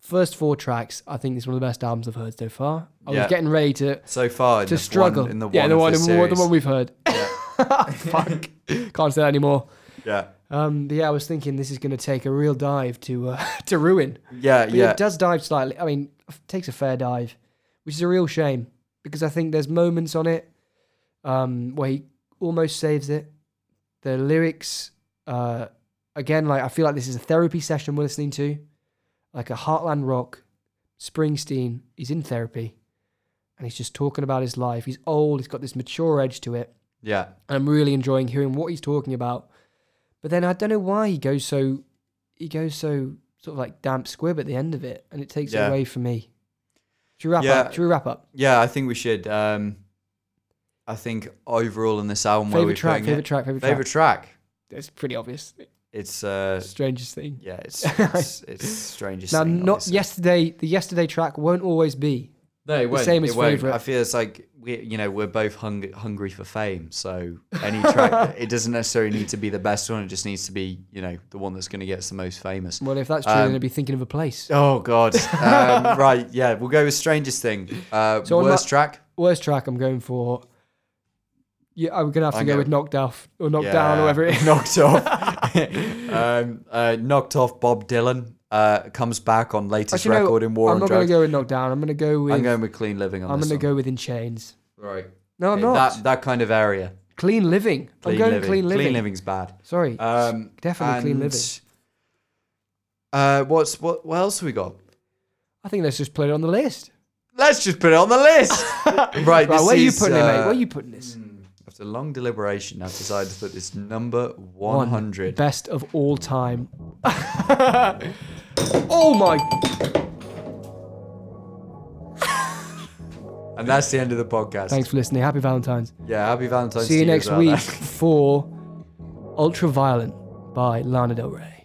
[SPEAKER 1] first four tracks, I think it's one of the best albums I've heard so far. I
[SPEAKER 2] Yeah.
[SPEAKER 1] was getting ready to,
[SPEAKER 2] so far in
[SPEAKER 1] to
[SPEAKER 2] the one-
[SPEAKER 1] struggle.
[SPEAKER 2] in the one
[SPEAKER 1] yeah, the
[SPEAKER 2] of
[SPEAKER 1] one,
[SPEAKER 2] this
[SPEAKER 1] in war- the
[SPEAKER 2] series.
[SPEAKER 1] one we've heard. Ah,
[SPEAKER 2] Yeah.
[SPEAKER 1] Fuck. Can't say that anymore.
[SPEAKER 2] yeah,
[SPEAKER 1] Um, but yeah, I was thinking this is going to take a real dive to uh, to ruin.
[SPEAKER 2] yeah,
[SPEAKER 1] But
[SPEAKER 2] yeah.
[SPEAKER 1] it does dive slightly. I mean, f- takes a fair dive, which is a real shame because I think there's moments on it um, where he almost saves it. The lyrics, uh, again, like I feel like this is a therapy session we're listening to, like a Heartland rock, Springsteen. He's in therapy, and he's just talking about his life. He's old. He's got this mature edge to it.
[SPEAKER 2] yeah.
[SPEAKER 1] And I'm really enjoying hearing what he's talking about. But then I don't know why he goes so he goes so sort of like damp squib at the end of it, and it takes
[SPEAKER 2] Yeah.
[SPEAKER 1] it away from me. Should we wrap
[SPEAKER 2] Yeah.
[SPEAKER 1] up? Should we wrap up?
[SPEAKER 2] Yeah, I think we should. Um, I think overall in this album, where we're
[SPEAKER 1] Favorite track,
[SPEAKER 2] putting
[SPEAKER 1] favorite
[SPEAKER 2] it,
[SPEAKER 1] track, favorite track,
[SPEAKER 2] favorite track.
[SPEAKER 1] It's pretty obvious.
[SPEAKER 2] It's uh,
[SPEAKER 1] Strangest thing.
[SPEAKER 2] yeah, it's it's, it's strangest.
[SPEAKER 1] Now,
[SPEAKER 2] thing,
[SPEAKER 1] not
[SPEAKER 2] obviously.
[SPEAKER 1] yesterday. The yesterday track won't always be.
[SPEAKER 2] No, it won't.
[SPEAKER 1] same
[SPEAKER 2] it
[SPEAKER 1] as
[SPEAKER 2] won't.
[SPEAKER 1] favourite.
[SPEAKER 2] I feel it's like we, you know, we're both hung, hungry for fame. So any track, it doesn't necessarily need to be the best one. It just needs to be, you know, the one that's going to get us the most famous.
[SPEAKER 1] Well, if that's true,
[SPEAKER 2] Um,
[SPEAKER 1] then I'd be thinking of a place.
[SPEAKER 2] Oh God! um, right, yeah, we'll go with strangest thing. Uh,
[SPEAKER 1] So on
[SPEAKER 2] worst
[SPEAKER 1] that-
[SPEAKER 2] track.
[SPEAKER 1] Worst track I'm going for. Yeah, I'm gonna have to
[SPEAKER 2] I'm
[SPEAKER 1] go
[SPEAKER 2] go-
[SPEAKER 1] with knocked off or knocked down or
[SPEAKER 2] Yeah,
[SPEAKER 1] whatever it is.
[SPEAKER 2] knocked off. um, uh, knocked off. Bob Dylan uh, comes back on latest
[SPEAKER 1] Actually, no,
[SPEAKER 2] record in War
[SPEAKER 1] I'm
[SPEAKER 2] on
[SPEAKER 1] not gonna
[SPEAKER 2] Drugs.
[SPEAKER 1] go with knocked down. I'm gonna go with.
[SPEAKER 2] I'm going with Clean Living on
[SPEAKER 1] I'm
[SPEAKER 2] this
[SPEAKER 1] gonna
[SPEAKER 2] one.
[SPEAKER 1] go with in chains.
[SPEAKER 2] right.
[SPEAKER 1] No, I'm
[SPEAKER 2] Okay,
[SPEAKER 1] not.
[SPEAKER 2] That that kind of area.
[SPEAKER 1] Clean living.
[SPEAKER 2] Clean
[SPEAKER 1] I'm going
[SPEAKER 2] living.
[SPEAKER 1] clean living.
[SPEAKER 2] living's bad.
[SPEAKER 1] Sorry.
[SPEAKER 2] Um,
[SPEAKER 1] definitely clean
[SPEAKER 2] and,
[SPEAKER 1] living.
[SPEAKER 2] Uh, what's what? What else have we got?
[SPEAKER 1] I think let's just put it on the list.
[SPEAKER 2] Let's just put it on the list. right.
[SPEAKER 1] Right,
[SPEAKER 2] this
[SPEAKER 1] where are you
[SPEAKER 2] is,
[SPEAKER 1] putting it, mate? Where
[SPEAKER 2] uh,
[SPEAKER 1] are you putting this?
[SPEAKER 2] After long deliberation, I've decided to put this number
[SPEAKER 1] One.
[SPEAKER 2] one hundred.
[SPEAKER 1] Best of all time. oh my.
[SPEAKER 2] And that's the end of the podcast.
[SPEAKER 1] Thanks for listening. Happy Valentine's.
[SPEAKER 2] Yeah, happy Valentine's
[SPEAKER 1] See you
[SPEAKER 2] to
[SPEAKER 1] next
[SPEAKER 2] as well,
[SPEAKER 1] week
[SPEAKER 2] then.
[SPEAKER 1] for Ultraviolent by Lana Del Rey.